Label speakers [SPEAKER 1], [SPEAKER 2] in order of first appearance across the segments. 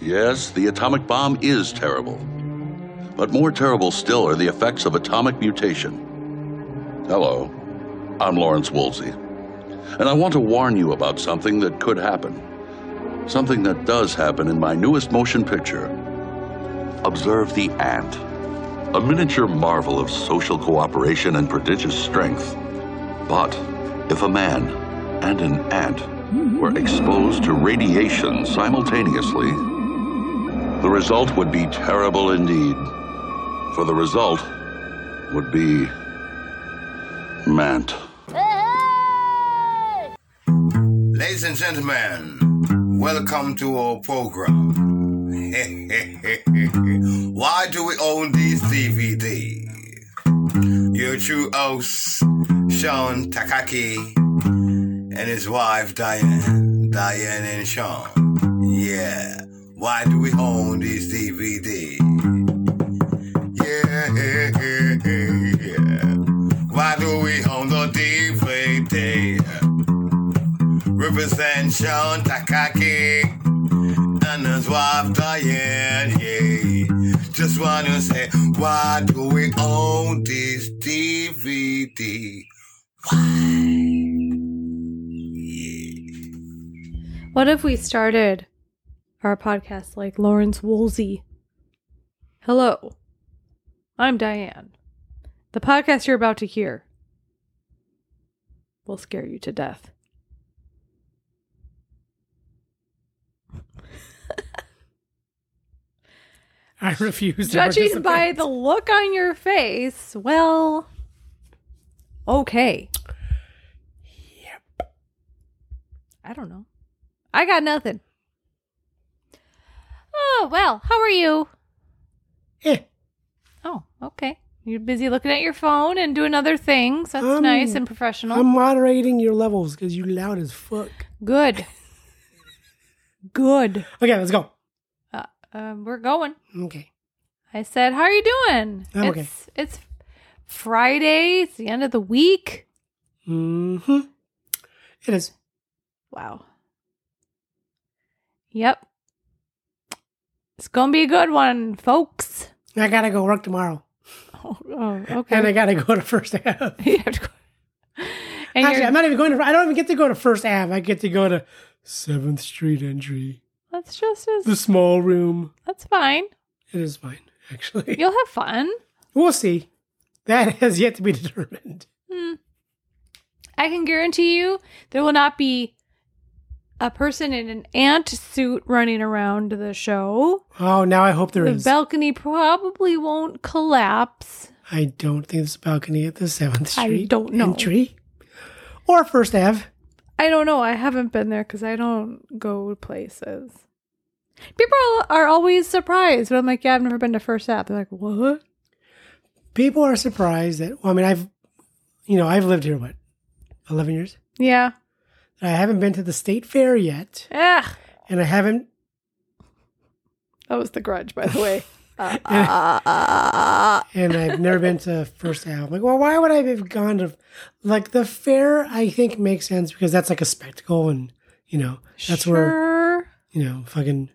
[SPEAKER 1] Yes, the atomic bomb is terrible. But more terrible still are the effects of atomic mutation. Hello, I'm Lawrence Woolsey. And I want to warn you about something that could happen. Something that does happen in my newest motion picture. Observe the ant, a miniature marvel of social cooperation and prodigious strength. But if a man and an ant were exposed to radiation simultaneously, the result would be terrible indeed. For the result would be Mant.
[SPEAKER 2] Ladies and gentlemen, welcome to our program. Why do we own these DVDs? Your true host, Sean Takaki, and his wife, Diane. Diane and Sean. Yeah. Why do we own these DVDs? Yeah. Why do we own the DVD? represent Sean Takaki and his wife Diane. Yeah. Just wanna say, why do we own this DVD?
[SPEAKER 3] What if we started our podcast like Lawrence Woolsey? Hello, I'm Diane. The podcast you're about to hear will scare you to death.
[SPEAKER 4] I refuse to
[SPEAKER 3] Judging by
[SPEAKER 4] participate.
[SPEAKER 3] the look on your face, well, okay. Yep. I don't know. I got nothing. Oh, well, how are you?
[SPEAKER 4] Eh,
[SPEAKER 3] Oh, okay. You're busy looking at your phone and doing other things. That's
[SPEAKER 4] Um,
[SPEAKER 3] nice and professional.
[SPEAKER 4] I'm moderating your levels because you loud as fuck.
[SPEAKER 3] Good. Good.
[SPEAKER 4] Okay, let's go.
[SPEAKER 3] Uh, uh, we're going.
[SPEAKER 4] Okay.
[SPEAKER 3] I said, "How are you doing?"
[SPEAKER 4] I'm okay.
[SPEAKER 3] It's it's Friday. It's the end of the week.
[SPEAKER 4] Mm-hmm. It is.
[SPEAKER 3] Wow. Yep. It's gonna be a good one, folks.
[SPEAKER 4] I gotta go work tomorrow,
[SPEAKER 3] Oh, oh,
[SPEAKER 4] and I
[SPEAKER 3] okay.
[SPEAKER 4] gotta go to first half.
[SPEAKER 3] You have to go- And
[SPEAKER 4] Actually,
[SPEAKER 3] you're-
[SPEAKER 4] I'm not even going to. I don't even get to go to first half. I get to go to Seventh Street entry,
[SPEAKER 3] that's just as
[SPEAKER 4] the small room.
[SPEAKER 3] that's fine.
[SPEAKER 4] It is fine, actually.
[SPEAKER 3] You'll have fun.
[SPEAKER 4] We'll see. That has yet to be determined.
[SPEAKER 3] I can guarantee you there will not be a person in an ant suit running around the show.
[SPEAKER 4] Oh, now I hope there
[SPEAKER 3] the
[SPEAKER 4] is.
[SPEAKER 3] balcony probably won't collapse.
[SPEAKER 4] I don't think there's a balcony at the Seventh
[SPEAKER 3] I
[SPEAKER 4] Street.
[SPEAKER 3] don't know.
[SPEAKER 4] entry or First Ave.
[SPEAKER 3] I don't know. I haven't been there because I don't go places. People are always surprised when I'm like, yeah, I've never been to First App. They're like, what?
[SPEAKER 4] people are surprised that well, I mean I've you know I've lived here what 11 years
[SPEAKER 3] Yeah.
[SPEAKER 4] I haven't been to the state fair yet
[SPEAKER 3] Ugh.
[SPEAKER 4] and I haven't
[SPEAKER 3] That was the grudge, by the way.
[SPEAKER 4] and I've never been to first Ave. I'm like well why would I have gone to like the fair I think makes sense because that's like a spectacle and you know that's where
[SPEAKER 3] Sure.
[SPEAKER 4] you know fucking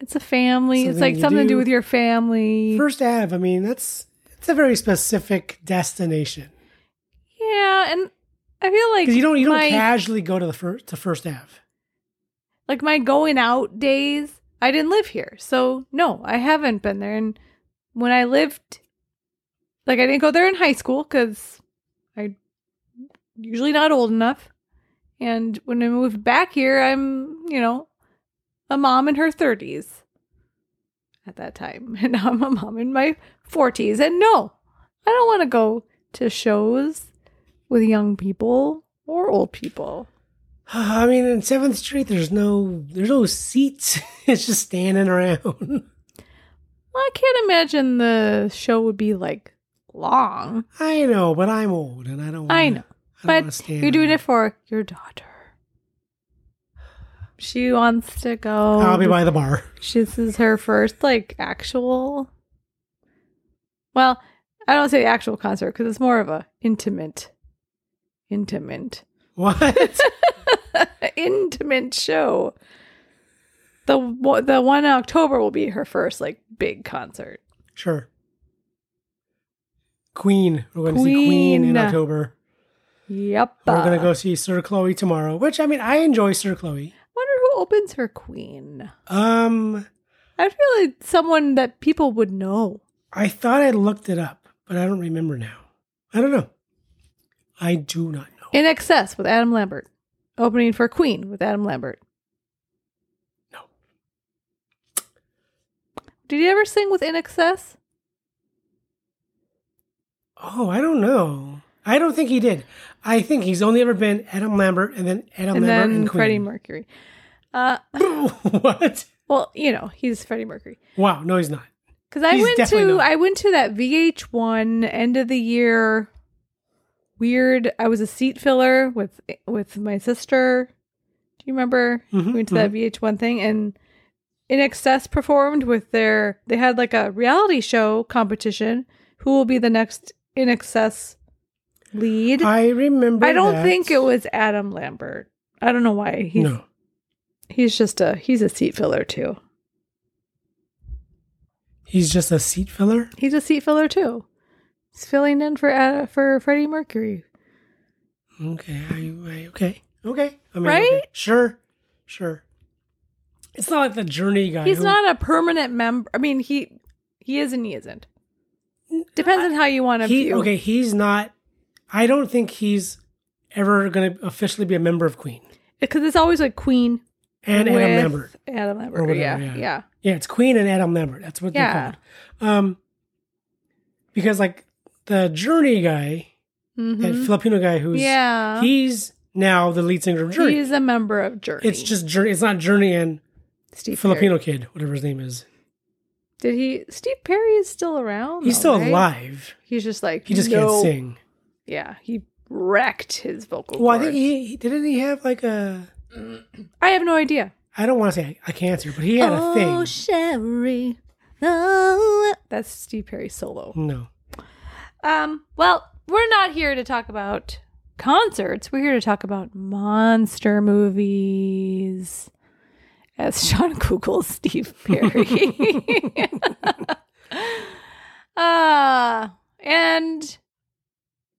[SPEAKER 3] It's a family. it's
[SPEAKER 4] Something
[SPEAKER 3] like
[SPEAKER 4] you
[SPEAKER 3] something to do
[SPEAKER 4] do.
[SPEAKER 3] with your family.
[SPEAKER 4] first Ave I mean that's it's a very specific destination
[SPEAKER 3] yeah. And I feel like
[SPEAKER 4] because you don't you don't
[SPEAKER 3] my,
[SPEAKER 4] casually go to the first to first Ave.
[SPEAKER 3] like my going out days, I didn't live here. So no, I haven't been there. And when I lived, like I didn't go there in high school because I usually not old enough. And when I moved back here, I'm you know a mom in her thirties at that time, and now I'm a mom in my forties. And no, I don't want to go to shows with young people or old people.
[SPEAKER 4] I mean, in Seventh Street, there's no there's no seats. It's just standing around.
[SPEAKER 3] Well, I can't imagine the show would be like long.
[SPEAKER 4] I know, but I'm old and I don't. Wanna,
[SPEAKER 3] I know,
[SPEAKER 4] I don't wanna
[SPEAKER 3] but
[SPEAKER 4] stand
[SPEAKER 3] you're doing
[SPEAKER 4] around.
[SPEAKER 3] it for your daughter. She wants to go.
[SPEAKER 4] I'll be by the bar.
[SPEAKER 3] She- This is her first like actual. Well, I don't say actual concert because it's more of a intimate, intimate,
[SPEAKER 4] What?
[SPEAKER 3] intimate show. the wa- the one in October will be her first like big concert.
[SPEAKER 4] Sure. Queen. We're going to see Queen
[SPEAKER 3] Queen.
[SPEAKER 4] in October.
[SPEAKER 3] Yep.
[SPEAKER 4] We're going to go see Sir Chloe tomorrow, which I mean, I enjoy Sir Chloe.
[SPEAKER 3] Wonder who opens for Queen.
[SPEAKER 4] Um,
[SPEAKER 3] I feel like someone that people would know.
[SPEAKER 4] I thought I looked it up, but I don't remember now. I don't know. I do not know.
[SPEAKER 3] In excess with Adam Lambert, opening for Queen with Adam Lambert.
[SPEAKER 4] No.
[SPEAKER 3] Did he ever sing with In Excess?
[SPEAKER 4] Oh, I don't know. I don't think he did. I think he's only ever been Adam Lambert and then Adam
[SPEAKER 3] and
[SPEAKER 4] Lambert
[SPEAKER 3] then
[SPEAKER 4] and
[SPEAKER 3] Freddie
[SPEAKER 4] Queen.
[SPEAKER 3] Mercury. Uh,
[SPEAKER 4] what?
[SPEAKER 3] well, you know he's Freddie Mercury.
[SPEAKER 4] Wow. No, he's not.
[SPEAKER 3] Because I
[SPEAKER 4] He's
[SPEAKER 3] went
[SPEAKER 4] definitely
[SPEAKER 3] to
[SPEAKER 4] not.
[SPEAKER 3] I went to that VH1 end of the year weird. I was a seat filler with with my sister. Do you remember?
[SPEAKER 4] Mhm,
[SPEAKER 3] we went to that VH1 thing and In Excess performed with their they had like a reality show competition. Who will be the next In Excess lead? I,
[SPEAKER 4] I remember.
[SPEAKER 3] don't
[SPEAKER 4] that.
[SPEAKER 3] think it was Adam Lambert. I don't know why he's
[SPEAKER 4] no.
[SPEAKER 3] he's just a he's a seat filler too.
[SPEAKER 4] He's just a seat filler.
[SPEAKER 3] He's a seat filler too. He's filling in for uh, for Freddie Mercury.
[SPEAKER 4] Okay. I, I, okay. Okay. I mean,
[SPEAKER 3] Right?
[SPEAKER 4] okay. Sure. Sure. It's not like the Journey guy.
[SPEAKER 3] He's
[SPEAKER 4] who-
[SPEAKER 3] not a permanent member. I mean, he he is and he isn't. Depends on how you want to
[SPEAKER 4] He,
[SPEAKER 3] view.
[SPEAKER 4] okay. He's not. I don't think he's ever going to officially be a member of Queen
[SPEAKER 3] because it's always like Queen
[SPEAKER 4] and
[SPEAKER 3] with
[SPEAKER 4] Adam Lambert.
[SPEAKER 3] Adam Lambert,
[SPEAKER 4] Or whatever,
[SPEAKER 3] yeah,
[SPEAKER 4] yeah.
[SPEAKER 3] yeah,
[SPEAKER 4] Yeah, it's Queen and Adam Lambert. That's what
[SPEAKER 3] Yeah.
[SPEAKER 4] they're called. Um, because like the Journey guy, that
[SPEAKER 3] Mhm.
[SPEAKER 4] Filipino guy, who's
[SPEAKER 3] yeah.
[SPEAKER 4] he's now the lead singer of Journey.
[SPEAKER 3] He's a member of Journey.
[SPEAKER 4] it's just Journey. It's not Journey and
[SPEAKER 3] Steve
[SPEAKER 4] Filipino
[SPEAKER 3] Perry.
[SPEAKER 4] kid, whatever his name is.
[SPEAKER 3] Did he? Steve Perry is still around.
[SPEAKER 4] He's
[SPEAKER 3] though,
[SPEAKER 4] still
[SPEAKER 3] right?
[SPEAKER 4] alive.
[SPEAKER 3] He's just like
[SPEAKER 4] He just
[SPEAKER 3] no.
[SPEAKER 4] can't sing.
[SPEAKER 3] Yeah, he wrecked his vocal.
[SPEAKER 4] Well, I think
[SPEAKER 3] cords.
[SPEAKER 4] he, he didn't. He have like a.
[SPEAKER 3] I have no idea.
[SPEAKER 4] I don't want to say a cancer, but he had a thing.
[SPEAKER 3] Oh, Sherry. Oh. That's Steve Perry's solo.
[SPEAKER 4] no,
[SPEAKER 3] Um, well, we're not here to talk about concerts. We're here to talk about monster movies. As Sean Kugel, Steve Perry. uh, and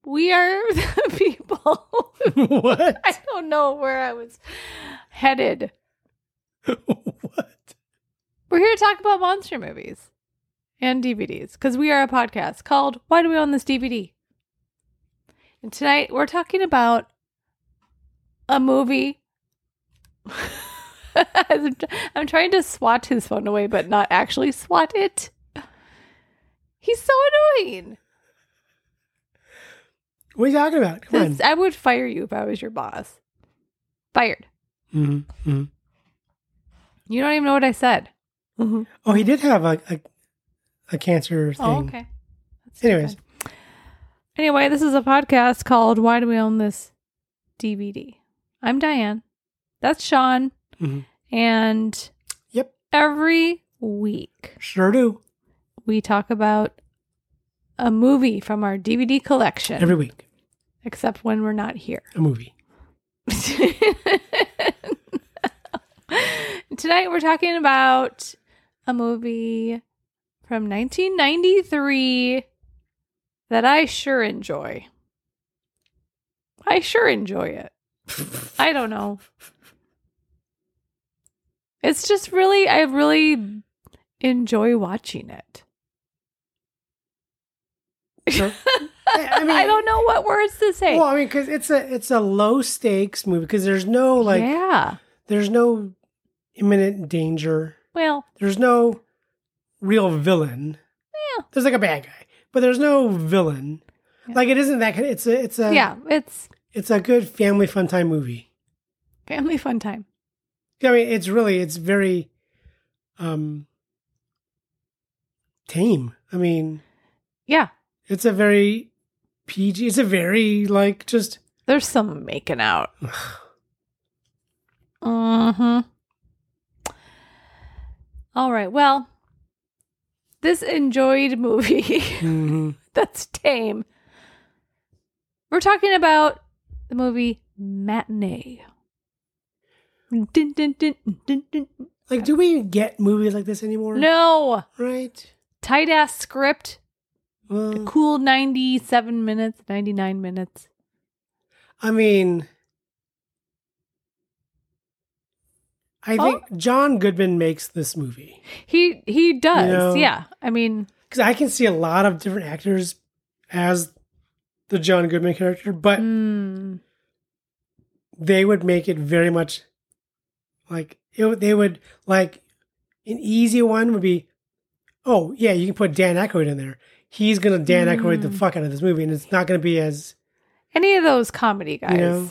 [SPEAKER 3] we are the people.
[SPEAKER 4] what?
[SPEAKER 3] I don't know where I was headed.
[SPEAKER 4] what?
[SPEAKER 3] We're here to talk about monster movies and DVDs because we are a podcast called Why Do We Own This DVD? And tonight we're talking about a movie. I'm tr- I'm trying to swat his phone away, but not actually swat it. He's so annoying.
[SPEAKER 4] What are you talking about? Come on.
[SPEAKER 3] This- I would fire you if I was your boss. Fired.
[SPEAKER 4] Mhm, mhm.
[SPEAKER 3] You don't even know what I said.
[SPEAKER 4] Oh, he did have a a, a cancer thing.
[SPEAKER 3] Oh, okay. That's too
[SPEAKER 4] Anyways.
[SPEAKER 3] bad. Anyway, this is a podcast called Why Do We Own This DVD? I'm Diane. That's Sean.
[SPEAKER 4] Mhm.
[SPEAKER 3] And
[SPEAKER 4] Yep.
[SPEAKER 3] every week
[SPEAKER 4] Sure do.
[SPEAKER 3] we talk about a movie from our DVD collection,
[SPEAKER 4] Every week,
[SPEAKER 3] except when we're not here.
[SPEAKER 4] a movie.
[SPEAKER 3] Tonight we're talking about a movie from 1993 that I sure enjoy. I sure enjoy it. I don't know. It's just really, I really enjoy watching it.
[SPEAKER 4] Sure. I, I mean,
[SPEAKER 3] I don't know what words to say.
[SPEAKER 4] Well, I mean, because it's a it's a low stakes movie because there's no like
[SPEAKER 3] yeah.
[SPEAKER 4] there's no imminent danger.
[SPEAKER 3] Well,
[SPEAKER 4] There's no real villain.
[SPEAKER 3] Yeah.
[SPEAKER 4] There's like a bad guy, but there's no villain.
[SPEAKER 3] Yeah.
[SPEAKER 4] Like it isn't that kind. It's a it's a
[SPEAKER 3] yeah, it's
[SPEAKER 4] It's a good family fun time movie.
[SPEAKER 3] family fun time.
[SPEAKER 4] I mean, it's really it's very um tame. I mean,
[SPEAKER 3] Yeah.
[SPEAKER 4] it's a very PG. It's a very like just
[SPEAKER 3] There's some making out. mm-hmm. All right. Well, this enjoyed movie Mm-hmm.
[SPEAKER 4] mhm.
[SPEAKER 3] that's tame. We're talking about the movie Matinee. Dun, dun, dun, dun, dun, dun.
[SPEAKER 4] Like, do we even get movies like this anymore?
[SPEAKER 3] No
[SPEAKER 4] Right?
[SPEAKER 3] tight ass script,
[SPEAKER 4] Well,
[SPEAKER 3] cool ninety seven minutes, ninety nine minutes.
[SPEAKER 4] I mean, I think John Goodman makes this movie
[SPEAKER 3] He he does.
[SPEAKER 4] know-
[SPEAKER 3] yeah. I mean,
[SPEAKER 4] because I can see a lot of different actors as the John Goodman character, but
[SPEAKER 3] mm,
[SPEAKER 4] they would make it very much like it, would- they would like an easy one would be, oh yeah, you can put Dan Aykroyd in there. He's gonna Dan Aykroyd
[SPEAKER 3] Mm.
[SPEAKER 4] the fuck out of this movie, and it's not gonna be as
[SPEAKER 3] any of those comedy guys.
[SPEAKER 4] know.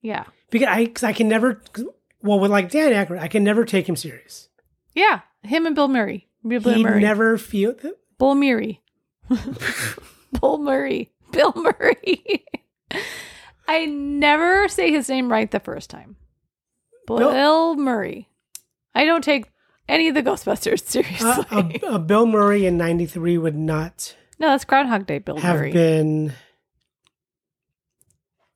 [SPEAKER 3] Yeah.
[SPEAKER 4] because I cause I can never 'cause- well with like Dan Aykroyd I can never take him serious.
[SPEAKER 3] Yeah. Him and Bill Murray. Bill
[SPEAKER 4] he
[SPEAKER 3] Murray.
[SPEAKER 4] never feel uh,
[SPEAKER 3] Bull Murray. Bull Murray. Bill Murray. I never say his name right the first time. Bill Murray. I don't take any of the Ghostbusters seriously.
[SPEAKER 4] uh, a, a Bill Murray in '93 would not
[SPEAKER 3] no, that's Groundhog Day, Bill
[SPEAKER 4] have
[SPEAKER 3] Murray.
[SPEAKER 4] been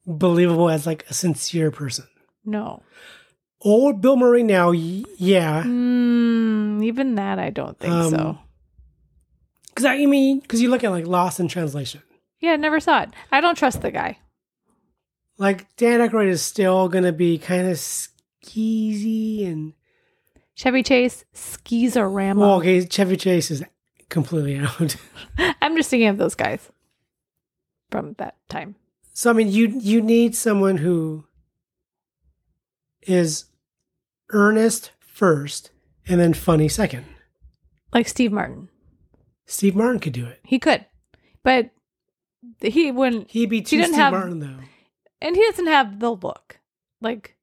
[SPEAKER 4] believable as like a sincere person.
[SPEAKER 3] No.
[SPEAKER 4] Or Bill Murray now, y- yeah,
[SPEAKER 3] Mm, even that, I don't think
[SPEAKER 4] Um,
[SPEAKER 3] so.
[SPEAKER 4] because I mean, because you look at like Lost in Translation,
[SPEAKER 3] Yeah, never saw it. I don't trust the guy.
[SPEAKER 4] like Dan Aykroyd is still gonna be kind of skeezy and
[SPEAKER 3] Chevy Chase, Skeezorama.
[SPEAKER 4] well, okay, Chevy Chase is completely out.
[SPEAKER 3] I'm just thinking of those guys from that time.
[SPEAKER 4] So I mean, you you need someone who is earnest first and then funny second.
[SPEAKER 3] Like Steve Martin.
[SPEAKER 4] Steve Martin could do it.
[SPEAKER 3] He could, but he wouldn't.
[SPEAKER 4] He'd be too
[SPEAKER 3] didn't
[SPEAKER 4] Steve
[SPEAKER 3] have-
[SPEAKER 4] Martin though.
[SPEAKER 3] And he doesn't have the look. Like,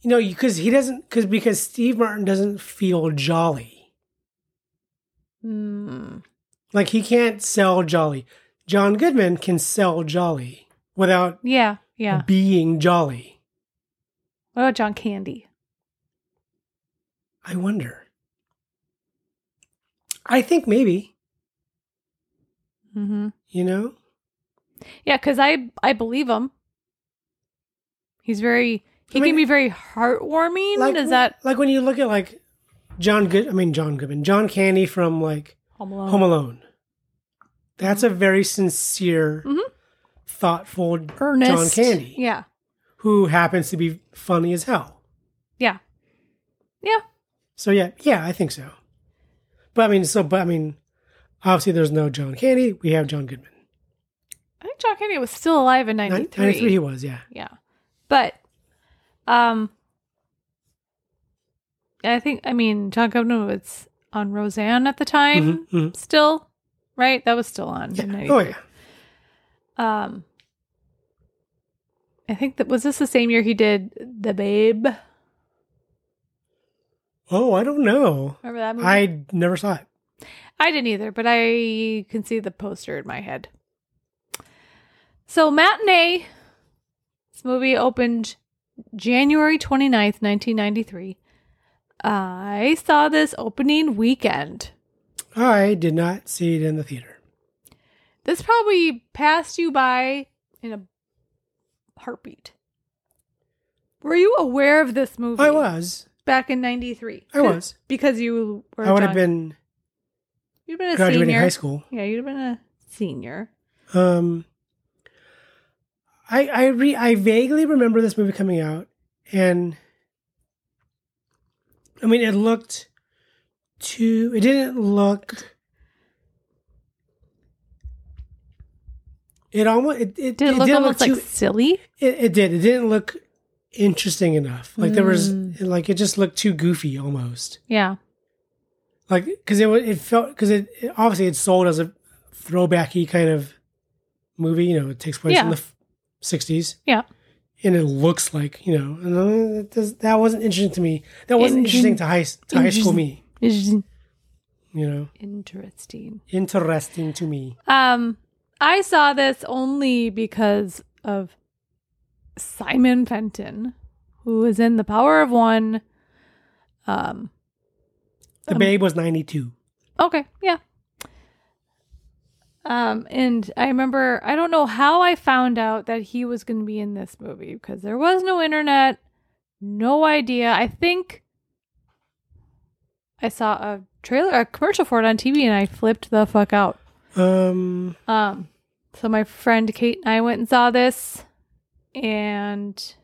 [SPEAKER 4] You know, because he doesn't because because Steve Martin doesn't feel jolly.
[SPEAKER 3] mm,
[SPEAKER 4] Like he can't sell jolly. John Goodman can sell jolly without
[SPEAKER 3] yeah,
[SPEAKER 4] Hmm.
[SPEAKER 3] yeah.
[SPEAKER 4] being jolly.
[SPEAKER 3] What about John Candy?
[SPEAKER 4] I wonder. I think maybe
[SPEAKER 3] Mm-hmm.
[SPEAKER 4] you know.
[SPEAKER 3] Yeah, because I I believe him. He's very. He
[SPEAKER 4] I mean-
[SPEAKER 3] can be very heartwarming. Is that
[SPEAKER 4] like when you look at like John Good? I mean John Goodman, John Candy from like
[SPEAKER 3] Home Alone?
[SPEAKER 4] Home Alone. That's a very sincere,
[SPEAKER 3] Mhm.
[SPEAKER 4] thoughtful
[SPEAKER 3] Ernest.
[SPEAKER 4] John Candy
[SPEAKER 3] Yeah,
[SPEAKER 4] who happens to be funny as hell.
[SPEAKER 3] yeah, yeah.
[SPEAKER 4] So yeah, yeah, I think so. But I mean, so but I mean, obviously there's no John Candy. We have John Goodman.
[SPEAKER 3] I think John Candy was still alive in
[SPEAKER 4] Nin-
[SPEAKER 3] '93.
[SPEAKER 4] 93 he was, yeah.
[SPEAKER 3] Yeah. But um I think I mean John Goodman was on Roseanne at the time
[SPEAKER 4] Mhm, mhm.
[SPEAKER 3] still, right? That was still on. in
[SPEAKER 4] yeah. Oh
[SPEAKER 3] 93.
[SPEAKER 4] yeah.
[SPEAKER 3] Um I think that was this the same year he did The Babe?
[SPEAKER 4] Oh, I don't know.
[SPEAKER 3] Remember that movie?
[SPEAKER 4] I never saw it.
[SPEAKER 3] I didn't either, but I can see the poster in my head. So, Matinee, this movie opened January 29th, 1993. I saw this opening weekend.
[SPEAKER 4] I did not see it in the theater.
[SPEAKER 3] This probably passed you by in a heartbeat. Were you aware of this movie?
[SPEAKER 4] I was.
[SPEAKER 3] Back in 93.
[SPEAKER 4] I was.
[SPEAKER 3] Because you were.
[SPEAKER 4] I would have
[SPEAKER 3] John-
[SPEAKER 4] been
[SPEAKER 3] You'd been a
[SPEAKER 4] graduating
[SPEAKER 3] senior.
[SPEAKER 4] high school.
[SPEAKER 3] Yeah, you'd have been a senior.
[SPEAKER 4] Um, I I re I vaguely remember this movie coming out, and I mean it looked too. It didn't look. It almost it it,
[SPEAKER 3] Did it, look
[SPEAKER 4] didn't
[SPEAKER 3] almost
[SPEAKER 4] too,
[SPEAKER 3] like silly?
[SPEAKER 4] it, it did it didn't look interesting enough. Like there was
[SPEAKER 3] Mm.
[SPEAKER 4] like it just looked too goofy almost.
[SPEAKER 3] Yeah.
[SPEAKER 4] Like because it wa- it felt because it, it obviously it sold as a throwbacky kind of movie. You know, it takes place in
[SPEAKER 3] Yeah.
[SPEAKER 4] the sixties.
[SPEAKER 3] Yeah.
[SPEAKER 4] and it looks like you know and, uh, that, does, that wasn't interesting to me that wasn't interesting to high, to high school me you know
[SPEAKER 3] Interesting.
[SPEAKER 4] interesting to me
[SPEAKER 3] Um, I saw this only because of Simon Fenton, who was in The Power of One. Um,
[SPEAKER 4] the babe was 92
[SPEAKER 3] okay, yeah. Um, and I remember I don't know how I found out that he was going to be in this movie because there was no internet, no idea. I think I saw a trailer, a commercial for it on TV, and I flipped the fuck out.
[SPEAKER 4] Um,
[SPEAKER 3] Um, so my friend Kate and I went and saw this, and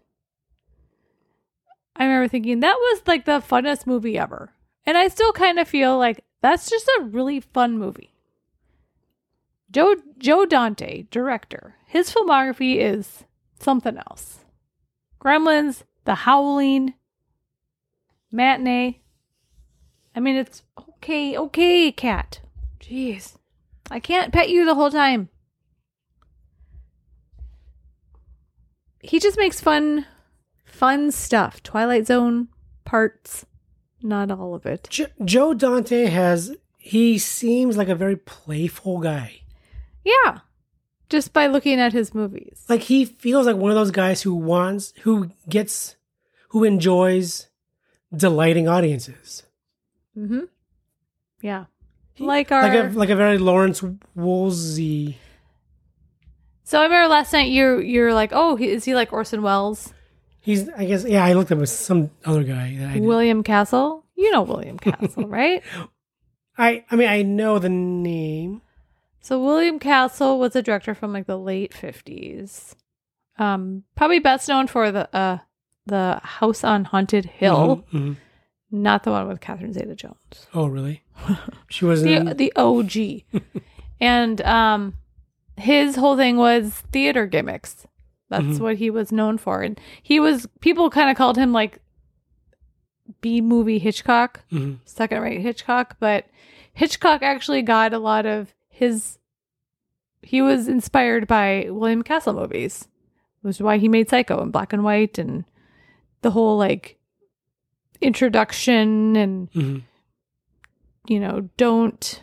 [SPEAKER 3] I remember thinking that was like the funnest movie ever. And I still kind of feel like that's just a really fun movie. Joe Joe Dante, director, his filmography is something else. Gremlins, The Howling, Matinee. I mean, it's okay, okay, cat. Jeez. I can't pet you the whole time. He just makes fun, fun stuff. Twilight Zone parts, not all of it.
[SPEAKER 4] Jo- Joe Dante has he seems like a very playful guy.
[SPEAKER 3] Yeah, just by looking at his movies.
[SPEAKER 4] Like he feels like one of those guys who wants, who gets, who enjoys delighting audiences.
[SPEAKER 3] mm-hmm. Yeah, like our.
[SPEAKER 4] like a like a very Lawrence Woolsey.
[SPEAKER 3] so I remember last night you you're like, oh, he, is he like Orson Welles,
[SPEAKER 4] He's I guess yeah. I looked up with some other guy. That I, didn't-
[SPEAKER 3] William Castle? You know William Castle, right?
[SPEAKER 4] I I mean I know the name.
[SPEAKER 3] So William Castle was a director from like the late fifties. Um, probably best known for the uh, the House on Haunted Hill,
[SPEAKER 4] Mhm, mhm.
[SPEAKER 3] not the one with Catherine Zeta Jones.
[SPEAKER 4] Oh really? She was in.
[SPEAKER 3] The the OG. and um his whole thing was theater gimmicks. That's
[SPEAKER 4] Mhm.
[SPEAKER 3] what he was known for. And he was people kind of called him like B movie Hitchcock
[SPEAKER 4] mhm.
[SPEAKER 3] second rate Hitchcock, but Hitchcock actually got a lot of his. He was inspired by William Castle movies, which is why he made Psycho and Black and White and the whole like introduction and
[SPEAKER 4] Mhm.
[SPEAKER 3] you know don't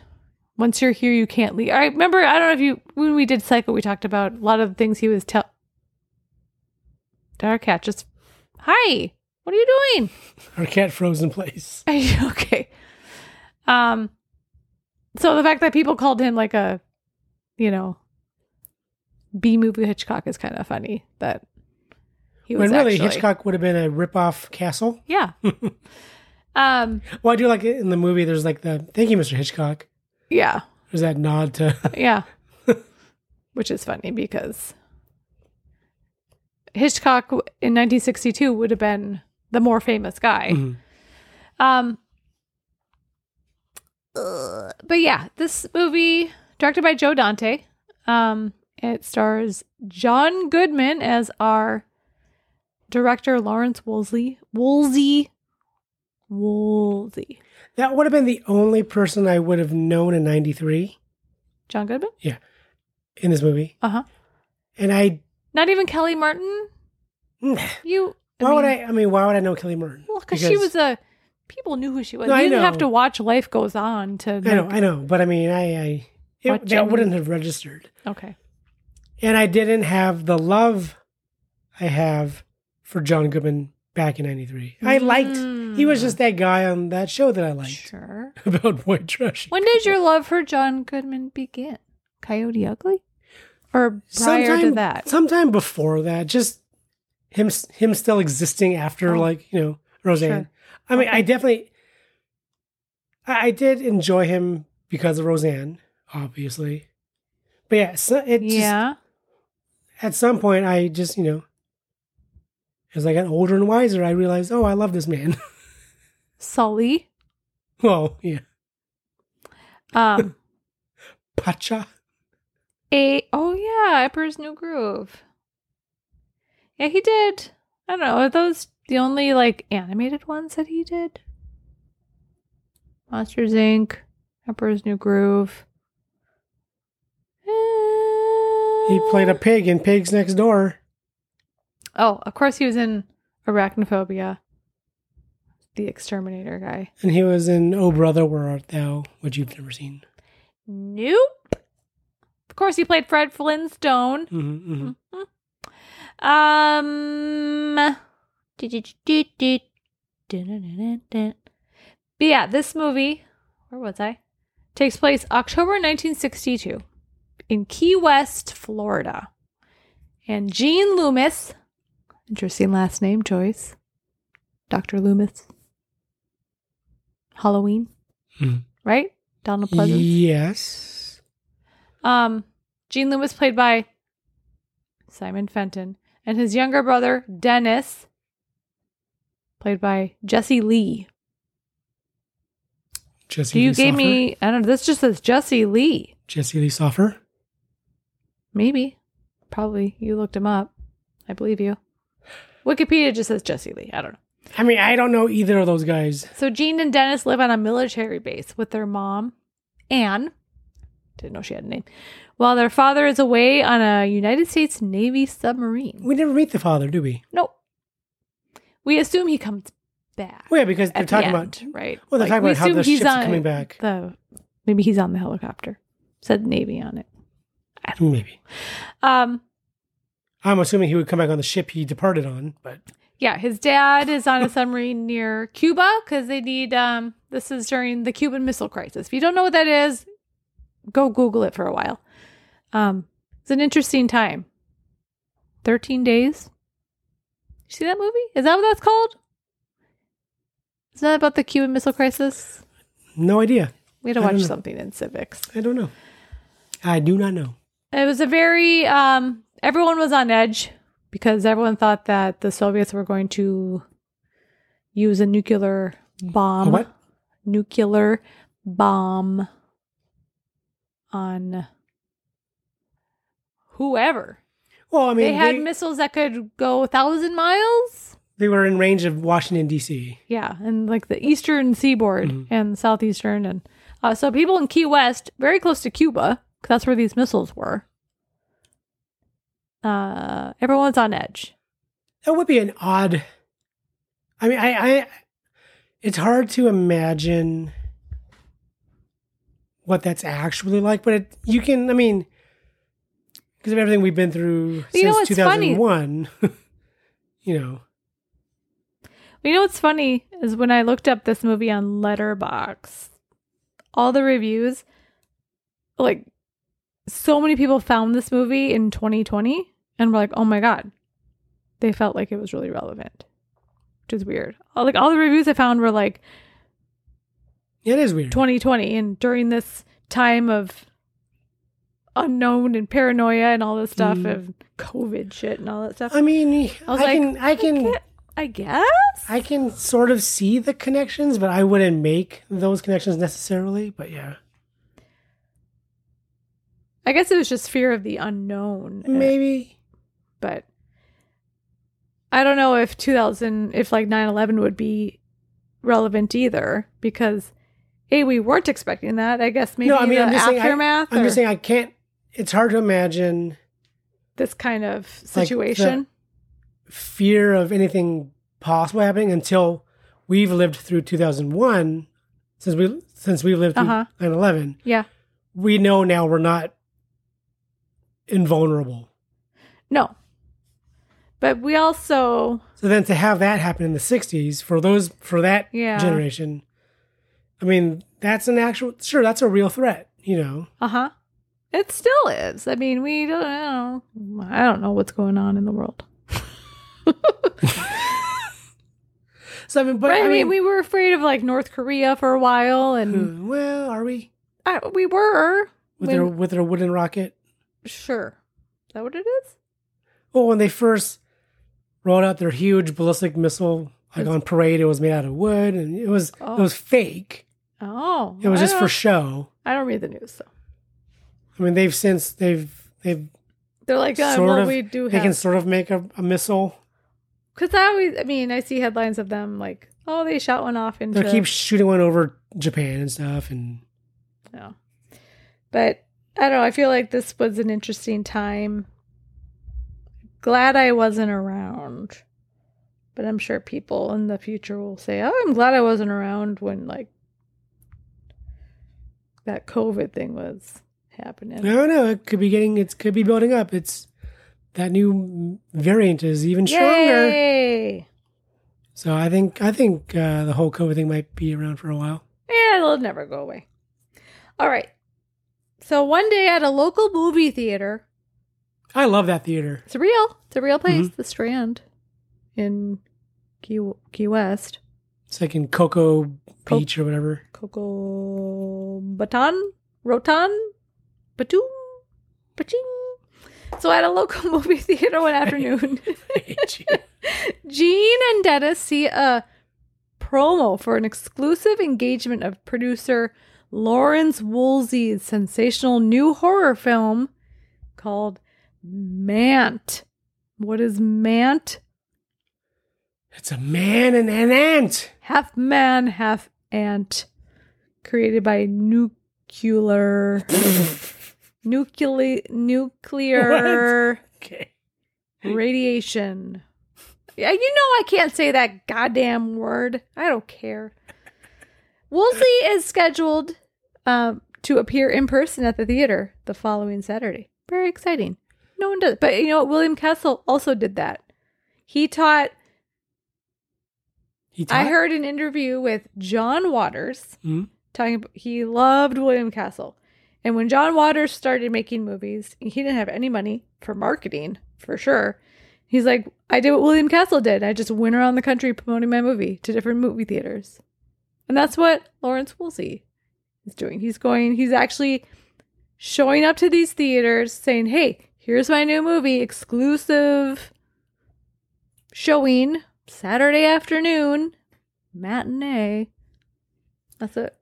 [SPEAKER 3] once you're here you can't leave. I remember I don't know if you when we did Psycho we talked about a lot of the things he was tell. Did Our cat just hi. What are you doing?
[SPEAKER 4] Our cat frozen place.
[SPEAKER 3] Are you okay? Um, so the fact that people called him like a, you know, B movie Hitchcock is kind of funny. That he was
[SPEAKER 4] When really
[SPEAKER 3] actually-
[SPEAKER 4] Hitchcock would have been a rip-off Castle.
[SPEAKER 3] Yeah. um.
[SPEAKER 4] Well, I do like it in the movie. There's like the thank you, Mr. Hitchcock.
[SPEAKER 3] Yeah.
[SPEAKER 4] There's that nod to
[SPEAKER 3] Yeah. Which is funny because Hitchcock w- in 1962 would have been the more famous guy.
[SPEAKER 4] Mhm.
[SPEAKER 3] Um, ugh. but yeah, this movie directed by Joe Dante. Um, it stars John Goodman as our director Lawrence Woolsey. Woolsey. Woolsey.
[SPEAKER 4] that would have been the only person I would have known in '93
[SPEAKER 3] John Goodman?
[SPEAKER 4] in this movie,
[SPEAKER 3] Uh huh.
[SPEAKER 4] and I.
[SPEAKER 3] Not even Kelly Martin?
[SPEAKER 4] Why
[SPEAKER 3] You.
[SPEAKER 4] would
[SPEAKER 3] mean-
[SPEAKER 4] I? I mean, why would I know Kelly Martin?
[SPEAKER 3] Well, because she was a people knew who she was.
[SPEAKER 4] No,
[SPEAKER 3] you
[SPEAKER 4] I
[SPEAKER 3] didn't have
[SPEAKER 4] know.
[SPEAKER 3] to watch Life Goes On to.
[SPEAKER 4] I know,
[SPEAKER 3] like-
[SPEAKER 4] I know, but I mean, I, I it, that
[SPEAKER 3] Watching-
[SPEAKER 4] wouldn't have registered,
[SPEAKER 3] Okay.
[SPEAKER 4] and I didn't have the love I have for John Goodman back in '93. I liked he was just that guy on that show that I liked
[SPEAKER 3] Mm. Sure.
[SPEAKER 4] about white trash.
[SPEAKER 3] When did your love for John Goodman begin? Coyote Ugly, or prior
[SPEAKER 4] sometime,
[SPEAKER 3] to that?
[SPEAKER 4] sometime before that, just him him still existing after
[SPEAKER 3] Oh.
[SPEAKER 4] like you know Roseanne.
[SPEAKER 3] Sure.
[SPEAKER 4] I mean, I definitely, I, I did enjoy him because of Roseanne, obviously. But yeah, so it just
[SPEAKER 3] yeah.
[SPEAKER 4] at some point I just you know, as I got older and wiser, I realized oh I love this man.
[SPEAKER 3] Sully.
[SPEAKER 4] well, yeah,
[SPEAKER 3] Um.
[SPEAKER 4] Pacha.
[SPEAKER 3] a. Oh yeah, Emperor's New Groove. Yeah, he did. I don't know. Are those the only like animated ones that he did? Monsters Inc., Emperor's New Groove.
[SPEAKER 4] He played a pig in Pigs Next Door.
[SPEAKER 3] Uh, Oh, of course he was in Arachnophobia. The exterminator guy.
[SPEAKER 4] And he was in Oh Brother, Where Art Thou, which you've never seen.
[SPEAKER 3] Nope. Of course he played Fred Flintstone.
[SPEAKER 4] Mm-hmm, mm-hmm.
[SPEAKER 3] Um But yeah, this movie, where was I? Takes place October 1962 in Key West, Florida. And Jean Loomis, interesting last name choice, Dr. Loomis, Halloween,
[SPEAKER 4] Mhm.
[SPEAKER 3] right? Donald Pleasance.
[SPEAKER 4] Yes.
[SPEAKER 3] Um, Gene Lou was played by Simon Fenton, and his younger brother Dennis, played by Jesse Lee.
[SPEAKER 4] Jesse
[SPEAKER 3] So you
[SPEAKER 4] Lee
[SPEAKER 3] gave
[SPEAKER 4] Soffer.
[SPEAKER 3] me I don't know. This just says Jesse Lee.
[SPEAKER 4] Jesse Lee Soffer.
[SPEAKER 3] Maybe, probably you looked him up. I believe you. Wikipedia just says Jesse Lee. I don't know.
[SPEAKER 4] I mean, I don't know either of those guys.
[SPEAKER 3] So Gene and Dennis live on a military base with their mom, Anne. Didn't know she had a name. While their father is away on a United States Navy submarine.
[SPEAKER 4] We never meet the father, do we?
[SPEAKER 3] Nope. We assume he comes back.
[SPEAKER 4] Well, yeah, because they're
[SPEAKER 3] at the
[SPEAKER 4] talking
[SPEAKER 3] end,
[SPEAKER 4] about
[SPEAKER 3] right.
[SPEAKER 4] well, they're talking
[SPEAKER 3] we
[SPEAKER 4] about how
[SPEAKER 3] assume
[SPEAKER 4] the
[SPEAKER 3] he's
[SPEAKER 4] ships are
[SPEAKER 3] on
[SPEAKER 4] coming back.
[SPEAKER 3] The maybe he's on the helicopter. Said Navy on it.
[SPEAKER 4] maybe.
[SPEAKER 3] Um.
[SPEAKER 4] I'm assuming he would come back on the ship he departed on, but
[SPEAKER 3] Yeah, his dad is on a submarine near Cuba because they need. Um, this is during the Cuban Missile Crisis. If you don't know what that is, go Google it for a while. Um, it's an interesting time. Thirteen days. You see that movie? Is that what that's called? Is that about the Cuban Missile Crisis?
[SPEAKER 4] no idea.
[SPEAKER 3] We had to
[SPEAKER 4] I don't
[SPEAKER 3] watch
[SPEAKER 4] know.
[SPEAKER 3] something in civics.
[SPEAKER 4] I don't know. I do not know.
[SPEAKER 3] It was a very um everyone was on edge because everyone thought that the Soviets were going to use a nuclear
[SPEAKER 4] A
[SPEAKER 3] bomb
[SPEAKER 4] what?
[SPEAKER 3] nuclear bomb on whoever.
[SPEAKER 4] Well, I mean,
[SPEAKER 3] they had
[SPEAKER 4] they,
[SPEAKER 3] missiles that could go a thousand miles.
[SPEAKER 4] they were in range of Washington D.C.
[SPEAKER 3] Yeah, and like the eastern seaboard and southeastern and uh, so people in Key West, very close to Cuba, 'cause that's where these missiles were. Uh, everyone's on edge.
[SPEAKER 4] That would be an odd. I mean, I, I. It's hard to imagine what that's actually like, but it, you can. I mean, because of everything we've been through
[SPEAKER 3] You know
[SPEAKER 4] since two
[SPEAKER 3] what's funny?
[SPEAKER 4] thousand one. you know,
[SPEAKER 3] You know what's funny is when I looked up this movie on Letterbox, all the reviews, like so many people found this movie in 2020 and were like, "Oh my god," they felt like it was really relevant, which is weird. All- Like all the reviews I found were like,
[SPEAKER 4] it is weird.
[SPEAKER 3] 2020 and during this time of unknown and paranoia and all this stuff
[SPEAKER 4] Mm.
[SPEAKER 3] and covid shit and all that stuff
[SPEAKER 4] I mean, I,
[SPEAKER 3] was like,
[SPEAKER 4] can, I can,
[SPEAKER 3] get- i guess
[SPEAKER 4] I can sort of see the connections, but I wouldn't make those connections necessarily. But yeah,
[SPEAKER 3] i guess it was just fear of the unknown eh,
[SPEAKER 4] maybe.
[SPEAKER 3] but i don't know if 2000 if like 9-11 would be relevant either because hey we weren't expecting that i guess maybe the aftermath
[SPEAKER 4] Saying I, am just
[SPEAKER 3] or
[SPEAKER 4] saying I can't. It's hard to imagine
[SPEAKER 3] this kind of
[SPEAKER 4] Like the-
[SPEAKER 3] situation
[SPEAKER 4] fear of anything possible happening until we've lived through 2001. Since we since we lived through
[SPEAKER 3] Uh-huh.
[SPEAKER 4] 9/11,
[SPEAKER 3] yeah
[SPEAKER 4] we know now we're not invulnerable.
[SPEAKER 3] no but we also
[SPEAKER 4] So then to have that happen in the 60s for those for that
[SPEAKER 3] Yeah.
[SPEAKER 4] generation, I mean that's an actual sure that's a real threat. You know,
[SPEAKER 3] Uh huh. It still is. I mean, we don't I don't know. I don't know what's going on in the world.
[SPEAKER 4] so I mean, but
[SPEAKER 3] right?
[SPEAKER 4] I mean,
[SPEAKER 3] we were afraid of like North Korea for a while, and
[SPEAKER 4] Hmm, well, are we
[SPEAKER 3] I, we were. when-
[SPEAKER 4] with their with their wooden rocket?
[SPEAKER 3] sure. Is that what it is?
[SPEAKER 4] Well, Oh, when they first rolled out their huge ballistic missile, like on parade, it was made out of wood, and it was
[SPEAKER 3] Oh.
[SPEAKER 4] it was fake.
[SPEAKER 3] Oh,
[SPEAKER 4] It was
[SPEAKER 3] I
[SPEAKER 4] just for
[SPEAKER 3] don't-
[SPEAKER 4] show.
[SPEAKER 3] I don't read the news, so
[SPEAKER 4] I mean, they've since they've they've
[SPEAKER 3] they're like, uh,
[SPEAKER 4] sort
[SPEAKER 3] well,
[SPEAKER 4] of
[SPEAKER 3] we do
[SPEAKER 4] they can
[SPEAKER 3] have.
[SPEAKER 4] sort of make a, a missile.
[SPEAKER 3] Because I always, I mean, I see headlines of them like, oh, they shot one off into.
[SPEAKER 4] They keep shooting one over Japan and stuff, and
[SPEAKER 3] No. But I don't know. I feel like this was an interesting time. Glad I wasn't around. But I'm sure people in the future will say, oh, I'm glad I wasn't around when, like, that COVID thing was happening.
[SPEAKER 4] I don't know. It could be getting it could be building up. It's that new variant is even stronger.
[SPEAKER 3] Yay!
[SPEAKER 4] So I think I think uh, the whole COVID thing might be around for a while.
[SPEAKER 3] Yeah, it'll never go away. All right. So one day at a local movie theater,
[SPEAKER 4] I love that theater.
[SPEAKER 3] It's Mm-hmm. real. It's a real place, the Strand in Key, Key West.
[SPEAKER 4] It's like in
[SPEAKER 3] Oh.
[SPEAKER 4] Cocoa Beach or whatever.
[SPEAKER 3] Coco Baton, Rotan, Batum, Baching. So at a local movie theater one afternoon,
[SPEAKER 4] I hate you.
[SPEAKER 3] Gene and Dennis see a promo for an exclusive engagement of producer Lawrence Woolsey's sensational new horror film called Mant. What is Mant?
[SPEAKER 4] It's a man and an ant.
[SPEAKER 3] half man, half ant, created by nuclear, nuclear, nuclear
[SPEAKER 4] Okay.
[SPEAKER 3] radiation. Yeah, you know I can't say that goddamn word. I don't care. Woolsey is scheduled um, to appear in person at the theater the following Saturday. Very exciting. No one does, but you know what? William Castle also did that. He taught
[SPEAKER 4] He
[SPEAKER 3] I
[SPEAKER 4] taught-
[SPEAKER 3] heard an interview with John Waters
[SPEAKER 4] Mhm.
[SPEAKER 3] talking about, he loved William Castle. And when John Waters started making movies, he didn't have any money for marketing, for sure. He's like, I did what William Castle did. I just went around the country promoting my movie to different movie theaters. And that's what Lawrence Woolsey is doing. He's going, he's actually showing up to these theaters saying, Hey, here's my new movie, exclusive showing Saturday afternoon, matinee. That's it.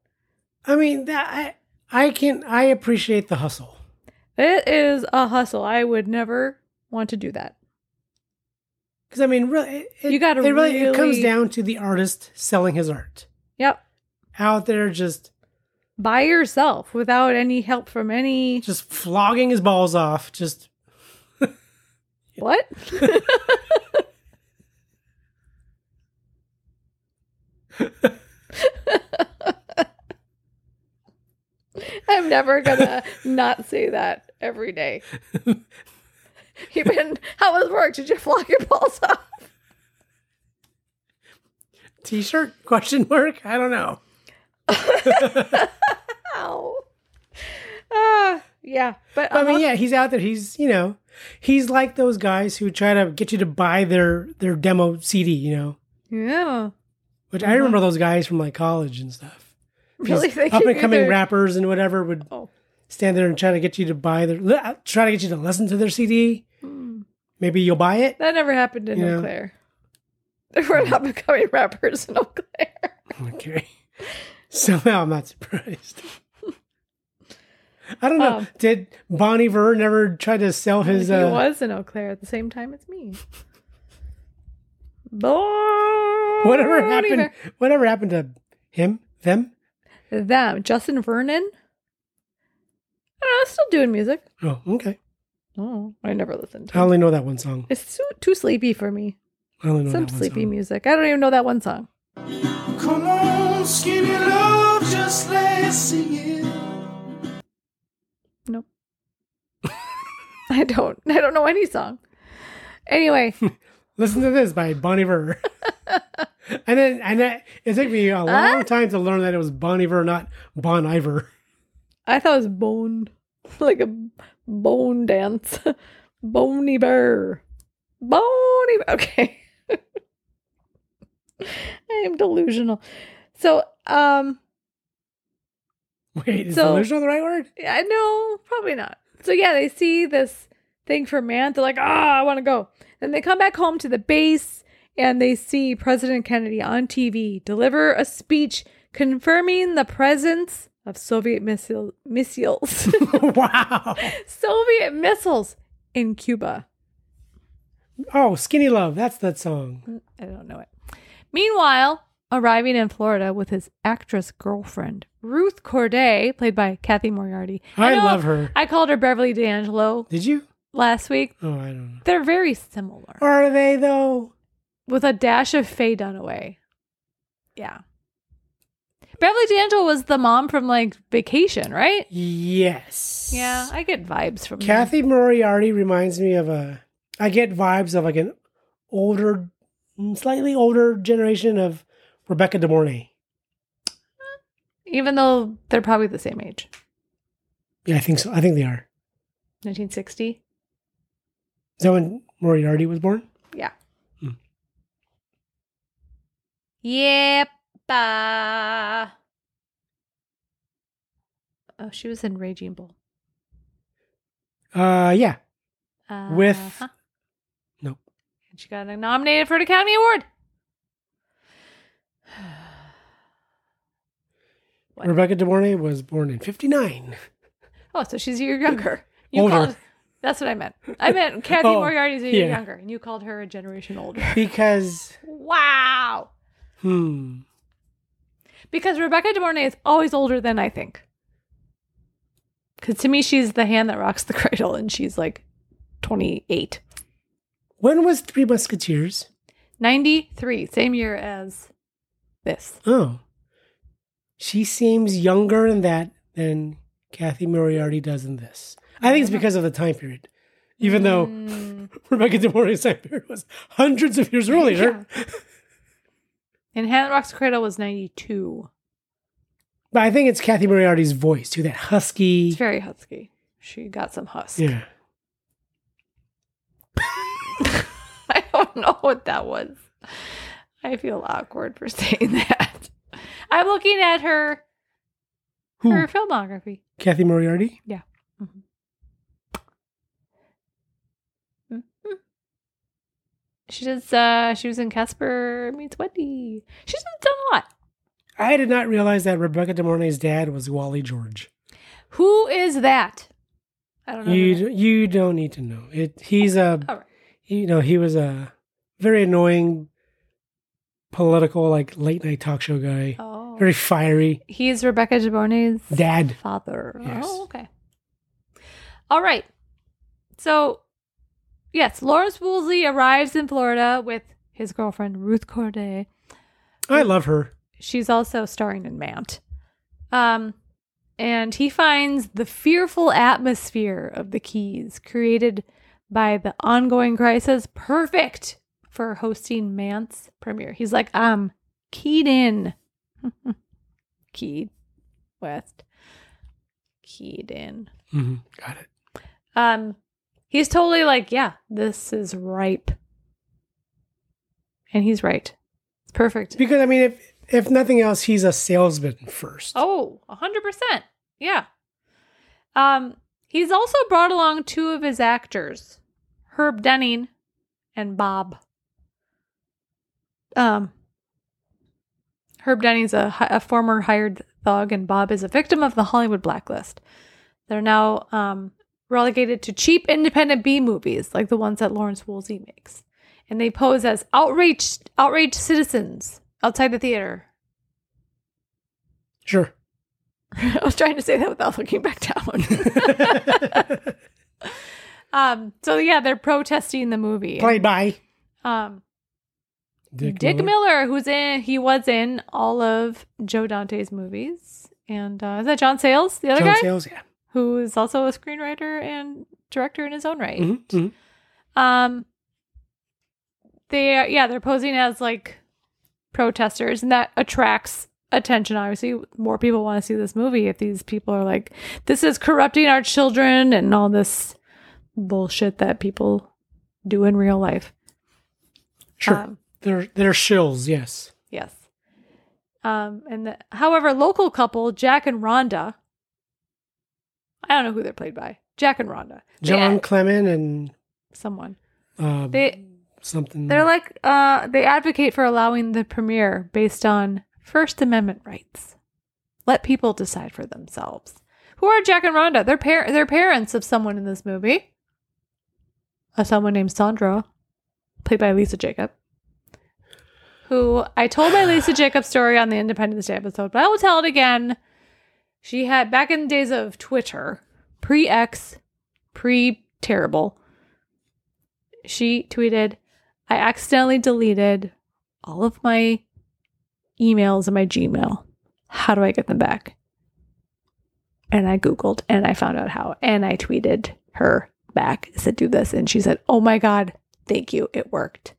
[SPEAKER 4] I mean, that I, I can I appreciate the hustle.
[SPEAKER 3] It is a hustle. I would never want to do that.
[SPEAKER 4] Because I mean, really, it,
[SPEAKER 3] You gotta
[SPEAKER 4] it really, it comes
[SPEAKER 3] really-
[SPEAKER 4] down to the artist selling his art
[SPEAKER 3] Yep.
[SPEAKER 4] out there, just
[SPEAKER 3] By yourself without any help from any.
[SPEAKER 4] just flogging his balls off. Just
[SPEAKER 3] What? I'm never gonna not say that every day. Even how was work? Did you flog your balls off?
[SPEAKER 4] t-shirt question mark. I don't know.
[SPEAKER 3] Ow. Ah, yeah. But
[SPEAKER 4] I mean, yeah, he's out there. He's you know, he's like those guys who try to get you to buy their their demo CD. You know,
[SPEAKER 3] yeah.
[SPEAKER 4] which
[SPEAKER 3] Mm-hmm.
[SPEAKER 4] I remember those guys from like college and stuff.
[SPEAKER 3] Really? They
[SPEAKER 4] Up
[SPEAKER 3] can
[SPEAKER 4] and
[SPEAKER 3] do
[SPEAKER 4] coming
[SPEAKER 3] their-
[SPEAKER 4] rappers and whatever would
[SPEAKER 3] Oh.
[SPEAKER 4] stand there and try to get you to buy their li- uh, try to get you to listen to their CD.
[SPEAKER 3] Hmm.
[SPEAKER 4] Maybe you'll buy it.
[SPEAKER 3] That never happened in
[SPEAKER 4] Yeah.
[SPEAKER 3] Eau Claire. There were not becoming rappers in Eau Claire.
[SPEAKER 4] Okay. Somehow I'm not surprised. I don't know.
[SPEAKER 3] Um,
[SPEAKER 4] Did Bonnie Ver never try to sell his?
[SPEAKER 3] he
[SPEAKER 4] Uh,
[SPEAKER 3] was in Eau Claire at the same time as me. Bonnie
[SPEAKER 4] Whatever happened?
[SPEAKER 3] Ver-
[SPEAKER 4] Whatever happened to him? Them?
[SPEAKER 3] Them. Justin Vernon. I don't know, still doing music.
[SPEAKER 4] Oh, okay.
[SPEAKER 3] Oh, I never listened to
[SPEAKER 4] I
[SPEAKER 3] it.
[SPEAKER 4] only know that one song.
[SPEAKER 3] It's too, too sleepy for me.
[SPEAKER 4] I only know
[SPEAKER 3] Some
[SPEAKER 4] that one
[SPEAKER 3] sleepy
[SPEAKER 4] song.
[SPEAKER 3] music. I don't even know that one song.
[SPEAKER 2] Come on, skinny love, just let's sing it.
[SPEAKER 3] No. I don't. I don't know any song. Anyway,
[SPEAKER 4] Listen to this by Bonnie Ver. and then, and then it took me a long time to learn that it was Bonnie Ver, not Bon Iver.
[SPEAKER 3] I thought it was bone, like a bone dance, bony bear, bony. Bear. Okay, I am delusional. So, um,
[SPEAKER 4] Wait, is
[SPEAKER 3] So-
[SPEAKER 4] delusional the right word?
[SPEAKER 3] I know probably not. So yeah, they see this thing for man. They're like, ah, I want to go. Then they come back home to the base and they see President Kennedy on TV deliver a speech confirming the presence of Soviet missile missiles.
[SPEAKER 4] wow.
[SPEAKER 3] Soviet missiles in Cuba.
[SPEAKER 4] Oh, Skinny Love. That's that song.
[SPEAKER 3] I don't know it. Meanwhile, arriving in Florida with his actress girlfriend, Ruth Corday, played by Kathy Moriarty.
[SPEAKER 4] I
[SPEAKER 3] know
[SPEAKER 4] love her.
[SPEAKER 3] I called her Beverly D'Angelo
[SPEAKER 4] Did you?
[SPEAKER 3] last week.
[SPEAKER 4] Oh, I don't know.
[SPEAKER 3] They're very similar
[SPEAKER 4] Are they though?
[SPEAKER 3] with a dash of Faye Dunaway. Yeah. Beverly D'Angelo was the mom from like vacation, right?
[SPEAKER 4] Yes.
[SPEAKER 3] Yeah, I get vibes from them.
[SPEAKER 4] Kathy Moriarty reminds me of a. I get vibes of like an older, slightly older generation of Rebecca De Mornay.
[SPEAKER 3] Even though they're probably the same age.
[SPEAKER 4] Yeah, I think so. I think they are.
[SPEAKER 3] 1960.
[SPEAKER 4] Is that when Moriarty was born?
[SPEAKER 3] Yeah.
[SPEAKER 4] Hmm.
[SPEAKER 3] Yep. uh. Ba. Oh, she was in Raging Bull.
[SPEAKER 4] Uh, yeah.
[SPEAKER 3] Uh,
[SPEAKER 4] With- Nope.
[SPEAKER 3] And she got nominated for an Academy Award. What?
[SPEAKER 4] Rebecca De Mornay was born in '59.
[SPEAKER 3] Oh, so she's a year younger. You
[SPEAKER 4] Older.
[SPEAKER 3] Called, that's what I meant. I meant Kathy
[SPEAKER 4] Oh,
[SPEAKER 3] Moriarty's a year
[SPEAKER 4] yeah.
[SPEAKER 3] younger, and you called her a generation older.
[SPEAKER 4] Because,
[SPEAKER 3] Wow.
[SPEAKER 4] hmm,
[SPEAKER 3] Because Rebecca De Mornay is always older than I think. Because to me, she's the hand that rocks the cradle, and she's like 28.
[SPEAKER 4] when was Three Musketeers?
[SPEAKER 3] 93, same year as this.
[SPEAKER 4] Oh, she seems younger in that than Kathy Moriarty does in this. I think it's because of the time period, even though
[SPEAKER 3] Mm-hmm. Mm,
[SPEAKER 4] Rebecca De Mornay's time period was hundreds of years earlier.
[SPEAKER 3] and Hand That Rocks the Cradle was 92.
[SPEAKER 4] But I think it's Kathy Moriarty's voice too, that husky.
[SPEAKER 3] It's very husky. She got some husk.
[SPEAKER 4] Yeah.
[SPEAKER 3] I don't know what that was. I feel awkward for saying that. I'm looking at her
[SPEAKER 4] Who?
[SPEAKER 3] her filmography.
[SPEAKER 4] Kathy Moriarty?
[SPEAKER 3] She does. Uh, she was in Casper Meets Wendy. She's done a lot.
[SPEAKER 4] I did not realize that Rebecca De Mornay's dad was Wally George.
[SPEAKER 3] Who is that? I don't know.
[SPEAKER 4] You
[SPEAKER 3] who that-
[SPEAKER 4] d- you don't need to know. It he's a
[SPEAKER 3] All right.
[SPEAKER 4] you know, he was a very annoying political like late night talk show guy.
[SPEAKER 3] Oh,
[SPEAKER 4] Very fiery
[SPEAKER 3] he's Rebecca Jaborne's
[SPEAKER 4] dad.
[SPEAKER 3] father.
[SPEAKER 4] Yes.
[SPEAKER 3] Oh, okay. All right. So, yes, Lawrence Woolsey arrives in Florida with his girlfriend Ruth Corday.
[SPEAKER 4] I love her.
[SPEAKER 3] She's also starring in Mount. Um, and he finds the fearful atmosphere of the Keys created by the ongoing crisis perfect for hosting Mant's premiere. He's like, um, keyed in. keyed West. Keyed in.
[SPEAKER 4] hmm Got it.
[SPEAKER 3] Um, he's totally like, yeah, this is ripe. And he's right. It's perfect.
[SPEAKER 4] Because I mean, if if nothing else, he's a salesman first.
[SPEAKER 3] Oh, a 100%. Yeah. Um, he's also brought along two of his actors, Herb Denning and Bob. Um, Herb Denning's a, hi- a former hired thug, and Bob is a victim of the Hollywood blacklist. They're now um, relegated to cheap independent B movies like the ones that Lawrence Woolsey makes. And they pose as outraged, outraged citizens outside the theater
[SPEAKER 4] Sure.
[SPEAKER 3] I was trying to say that without looking back down. um, so yeah, they're protesting the movie.
[SPEAKER 4] Played by
[SPEAKER 3] Um, Dick, Miller. who's in, he was in all of Joe Dante's movies, and uh, is that John Sayles, the other
[SPEAKER 4] John
[SPEAKER 3] guy,
[SPEAKER 4] Sales, yeah.
[SPEAKER 3] who is also a screenwriter and director in his own right.
[SPEAKER 4] Mhm, mhm.
[SPEAKER 3] Um, they are, yeah, they're posing as like protesters, and that attracts attention. Obviously, more people want to see this movie if these people are like, "This is corrupting our children" and all this bullshit that people do in real life.
[SPEAKER 4] Sure.
[SPEAKER 3] Um,
[SPEAKER 4] they're they're shills, yes.
[SPEAKER 3] Yes. Um, and the, however, local couple Jack and Rhonda. I don't know who they're played by. Jack and Rhonda. They
[SPEAKER 4] John
[SPEAKER 3] add-
[SPEAKER 4] Clement and
[SPEAKER 3] someone.
[SPEAKER 4] uh,
[SPEAKER 3] They
[SPEAKER 4] something.
[SPEAKER 3] They're like uh, they advocate for allowing the premiere based on First Amendment rights. Let people decide for themselves. Who are Jack and Rhonda? They're par- they're parents of someone in this movie. Of someone named Sandra, played by Lisa Jacob. Who I told my Lisa Jacob story on the Independence Day episode, but I will tell it again. She had back in the days of Twitter, pre X, pre terrible. She tweeted, I accidentally deleted all of my emails in my Gmail. How do I get them back? And I Googled and I found out how. And I tweeted her back, said, do this. And she said, oh my God, thank you. It worked.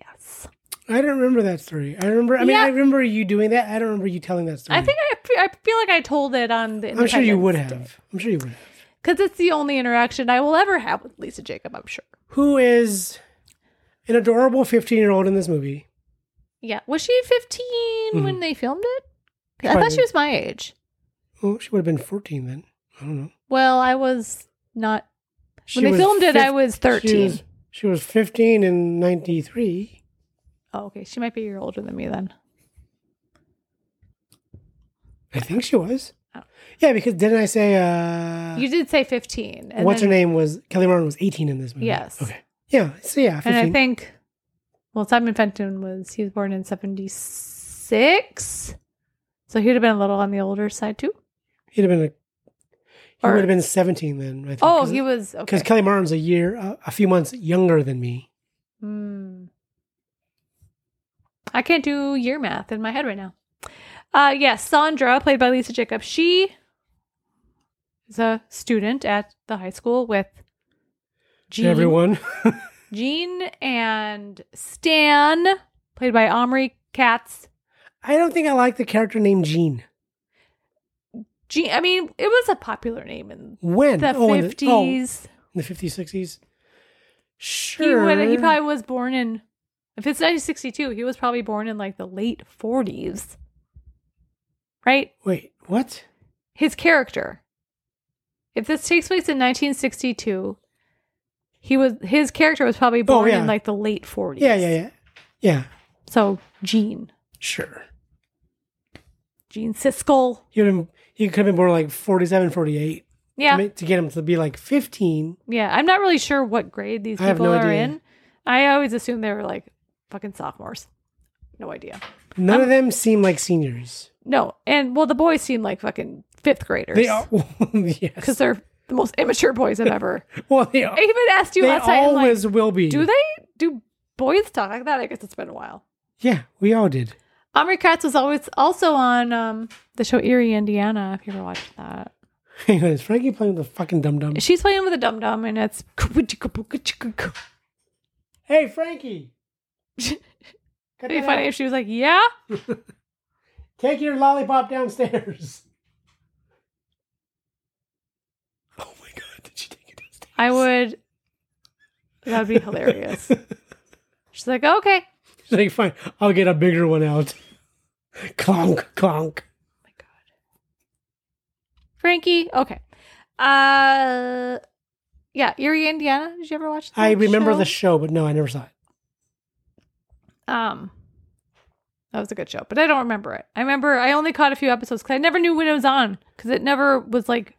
[SPEAKER 3] Yes.
[SPEAKER 4] I don't remember that story. I remember. I mean,
[SPEAKER 3] Yeah.
[SPEAKER 4] I remember you doing that. I don't remember you telling that story.
[SPEAKER 3] I think I, I feel like I told it on the
[SPEAKER 4] Mm. I'm sure you would
[SPEAKER 3] Independence Day.
[SPEAKER 4] have. I'm sure you would. Have.
[SPEAKER 3] Because it's the only interaction I will ever have with Lisa Jacob, I'm sure.
[SPEAKER 4] Who is an adorable 15 year old in this movie?
[SPEAKER 3] Yeah. Was she 15 when they filmed it? I thought she
[SPEAKER 4] Mm-hmm. Probably.
[SPEAKER 3] was my age.
[SPEAKER 4] Oh, she would have been 14 then. I don't know.
[SPEAKER 3] Well, I was not.
[SPEAKER 4] She
[SPEAKER 3] When they
[SPEAKER 4] was
[SPEAKER 3] filmed it, I
[SPEAKER 4] fif-
[SPEAKER 3] was 13.
[SPEAKER 4] She was, she was 15 in 93.
[SPEAKER 3] oh, okay. She might be a year older than me then.
[SPEAKER 4] I think she was.
[SPEAKER 3] Oh.
[SPEAKER 4] Yeah, because didn't I say uh,
[SPEAKER 3] You did say 15. And
[SPEAKER 4] what's
[SPEAKER 3] then,
[SPEAKER 4] her name was Kelly Martin was 18 in this movie?
[SPEAKER 3] Yes.
[SPEAKER 4] Okay. Yeah. So yeah, 15.
[SPEAKER 3] And I think, well, Simon Fenton was, he was born in 76. So he'd have been a little on the older side too.
[SPEAKER 4] he'd have been a, he
[SPEAKER 3] Or-
[SPEAKER 4] would have been 17 then. I think,
[SPEAKER 3] Oh,
[SPEAKER 4] Cause,
[SPEAKER 3] he was.
[SPEAKER 4] 'cause
[SPEAKER 3] Okay.
[SPEAKER 4] Kelly Martin's a year, uh, a few months younger than me.
[SPEAKER 3] Hmm. I can't do year math in my head right now. Uh yes, Sandra, played by Lisa Jacobs, she is a student at the high school with Jean,
[SPEAKER 4] Everyone.
[SPEAKER 3] Jean and Stan, played by Omri Katz.
[SPEAKER 4] I don't think I like the character named Jean.
[SPEAKER 3] Jean, I mean, it was a popular name in
[SPEAKER 4] When
[SPEAKER 3] the
[SPEAKER 4] Oh, in the- oh,
[SPEAKER 3] fifties.
[SPEAKER 4] in the 50s, 60s.
[SPEAKER 3] he
[SPEAKER 4] Sure.
[SPEAKER 3] would, he probably was born in if it's 1962, he was probably born in like the late 40s. Right?
[SPEAKER 4] Wait, what?
[SPEAKER 3] his character. If this takes place in 1962, he was his character was probably born
[SPEAKER 4] Oh, yeah.
[SPEAKER 3] in like the late 40s.
[SPEAKER 4] Yeah, yeah, yeah. Yeah,
[SPEAKER 3] So Gene,
[SPEAKER 4] sure.
[SPEAKER 3] Gene Siskel,
[SPEAKER 4] He would have, he could have been born like 47, 48.
[SPEAKER 3] yeah,
[SPEAKER 4] To, ma- to get him to be like 15.
[SPEAKER 3] yeah. I'm not really sure what grade these
[SPEAKER 4] I have
[SPEAKER 3] people
[SPEAKER 4] no
[SPEAKER 3] are
[SPEAKER 4] idea.
[SPEAKER 3] in. I always assumed they were like fucking sophomores. No idea.
[SPEAKER 4] None of them seem like seniors.
[SPEAKER 3] No, and well, the boys seem like fucking fifth graders.
[SPEAKER 4] They are. yes.
[SPEAKER 3] because they're the most immature boys I've ever.
[SPEAKER 4] Well, they are.
[SPEAKER 3] I even asked you
[SPEAKER 4] They
[SPEAKER 3] last time, like,
[SPEAKER 4] always will be.
[SPEAKER 3] do they do boys talk like that? I guess it's been a while.
[SPEAKER 4] Yeah, we all did.
[SPEAKER 3] Omri Katz was always also on um, the show Erie, Indiana. If you ever watched that,
[SPEAKER 4] Hang on, is Frankie playing with the fucking dum dum?
[SPEAKER 3] she's playing with a dum dum, and it's
[SPEAKER 4] Hey, Frankie. Cut
[SPEAKER 3] It'd be
[SPEAKER 4] that
[SPEAKER 3] funny
[SPEAKER 4] out.
[SPEAKER 3] if she was like, "Yeah,
[SPEAKER 4] Take your lollipop downstairs. Oh my god, did she take it downstairs?
[SPEAKER 3] I would." That would be hilarious. she's like, "Okay."
[SPEAKER 4] She's like, fine, I'll get a bigger one out. clonk, clonk.
[SPEAKER 3] Frankie. Okay. Uh yeah, Erie, Indiana. Did you ever watch that?
[SPEAKER 4] I remember
[SPEAKER 3] show?
[SPEAKER 4] the show, but no, I never saw it.
[SPEAKER 3] um that was a good show, but I don't remember it. I remember I only caught a few episodes because I never knew when it was on because it never was like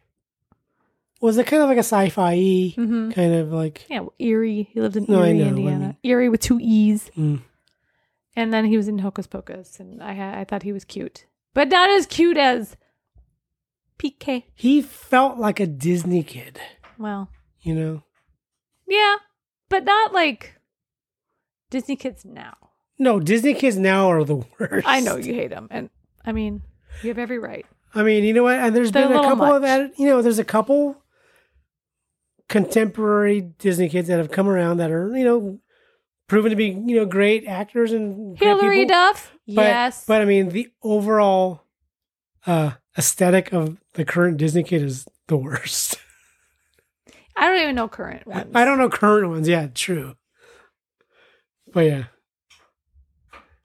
[SPEAKER 4] Was it kind of like a sci fi
[SPEAKER 3] Mhm.
[SPEAKER 4] kind of like
[SPEAKER 3] Yeah, well, Erie. He lived in
[SPEAKER 4] No, I
[SPEAKER 3] Erie,
[SPEAKER 4] know, I
[SPEAKER 3] Indiana.
[SPEAKER 4] mean-
[SPEAKER 3] Erie with two E's.
[SPEAKER 4] Mm.
[SPEAKER 3] And then he was in Hocus Pocus, and I ha- I thought he was cute, but not as cute as PK.
[SPEAKER 4] he felt like a Disney kid,
[SPEAKER 3] Well,
[SPEAKER 4] you know?
[SPEAKER 3] yeah, but not like Disney kids now.
[SPEAKER 4] No, Disney kids now are the worst.
[SPEAKER 3] I know you hate them, and I mean you have every right.
[SPEAKER 4] I mean, you know what? And there's
[SPEAKER 3] They're
[SPEAKER 4] been
[SPEAKER 3] a
[SPEAKER 4] a
[SPEAKER 3] little
[SPEAKER 4] couple of
[SPEAKER 3] much.
[SPEAKER 4] that. You know, there's a couple contemporary Disney kids that have come around that are you know proven to be you know great actors and great
[SPEAKER 3] Hillary
[SPEAKER 4] people.
[SPEAKER 3] Duff,
[SPEAKER 4] But,
[SPEAKER 3] yes,
[SPEAKER 4] but I mean, the overall uh aesthetic of the current Disney kid is the worst.
[SPEAKER 3] I don't even know current ones.
[SPEAKER 4] I don't know current ones. Yeah, true. But yeah,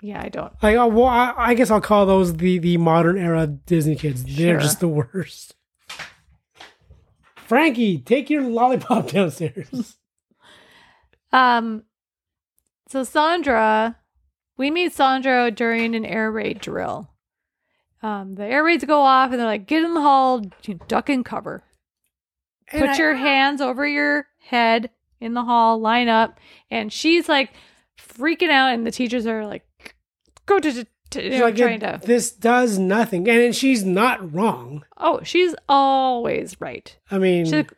[SPEAKER 3] Yeah, I don't.
[SPEAKER 4] like oh, well, I, I guess I'll call those the the modern era Disney kids.
[SPEAKER 3] Sure.
[SPEAKER 4] They're just the worst. Frankie, take your lollipop downstairs.
[SPEAKER 3] Um, so Sandra, we meet Sandra during an air raid drill. Um, the air raids go off, and they're like, "Get in the hall, you duck and cover.
[SPEAKER 4] And
[SPEAKER 3] Put
[SPEAKER 4] I-
[SPEAKER 3] your hands over your head in the hall, line up." And she's like freaking out, and the teachers are like, "Go to." to to- you
[SPEAKER 4] she's
[SPEAKER 3] know,
[SPEAKER 4] like,
[SPEAKER 3] trying to.
[SPEAKER 4] This does nothing, and, and she's not wrong.
[SPEAKER 3] Oh, she's always right.
[SPEAKER 4] I mean,
[SPEAKER 3] She's like,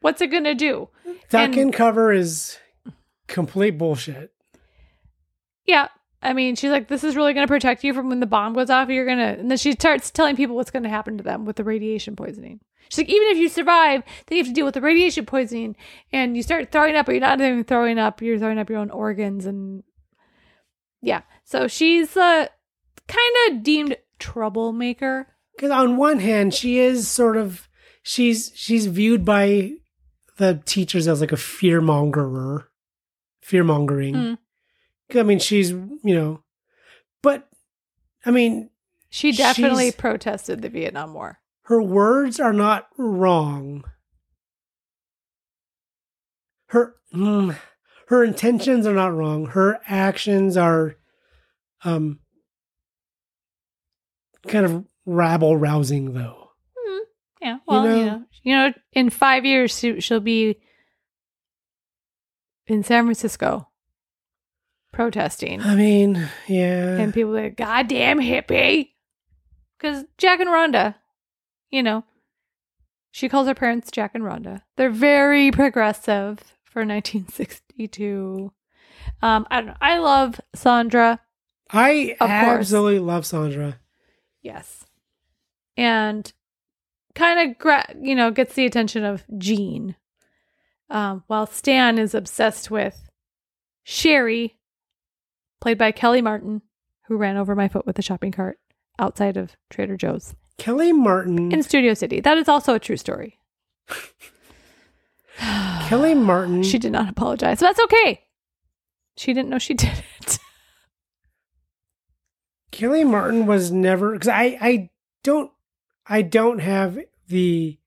[SPEAKER 3] "What's it gonna do?"
[SPEAKER 4] duck
[SPEAKER 3] and-
[SPEAKER 4] and, cover is complete bullshit.
[SPEAKER 3] Yeah. I mean, she's like, this is really going to protect you from when the bomb goes off. You're going to, and then she starts telling people what's going to happen to them with the radiation poisoning. She's like, even if you survive, then you have to deal with the radiation poisoning and you start throwing up, but you're not even throwing up. You're throwing up your own organs. And yeah. So she's uh, kind of deemed troublemaker.
[SPEAKER 4] Because on one hand, she is sort of she's she's viewed by the teachers as like a fear mongerer, fear mongering.
[SPEAKER 3] Mm.
[SPEAKER 4] I mean, she's you know, I mean,
[SPEAKER 3] She definitely
[SPEAKER 4] She's-
[SPEAKER 3] protested the Vietnam War.
[SPEAKER 4] her words are not wrong. Her mm, her intentions are not wrong. Her actions are um kind of rabble rousing though.
[SPEAKER 3] Yeah. Well, you know,
[SPEAKER 4] know-
[SPEAKER 3] you know, in five years she, she'll be in San Francisco protesting,
[SPEAKER 4] I mean, yeah.
[SPEAKER 3] and people are like, "Goddamn hippie," because Jack and Rhonda, you know, she calls her parents Jack and Rhonda. They're very progressive for 1962. Um, I don't know. I love Sandra.
[SPEAKER 4] I
[SPEAKER 3] Of course.
[SPEAKER 4] absolutely love Sandra.
[SPEAKER 3] Yes. And kind of, gra- you know, gets the attention of Jean, um, while Stan is obsessed with Sherry, played by Kelly Martin, who ran over my foot with a shopping cart outside of Trader Joe's
[SPEAKER 4] Kelly Martin.
[SPEAKER 3] in Studio City. That is also a true story.
[SPEAKER 4] Kelly Martin.
[SPEAKER 3] She did not apologize. That's okay. She didn't know she did it.
[SPEAKER 4] Kelly Martin was never because I I don't I don't have the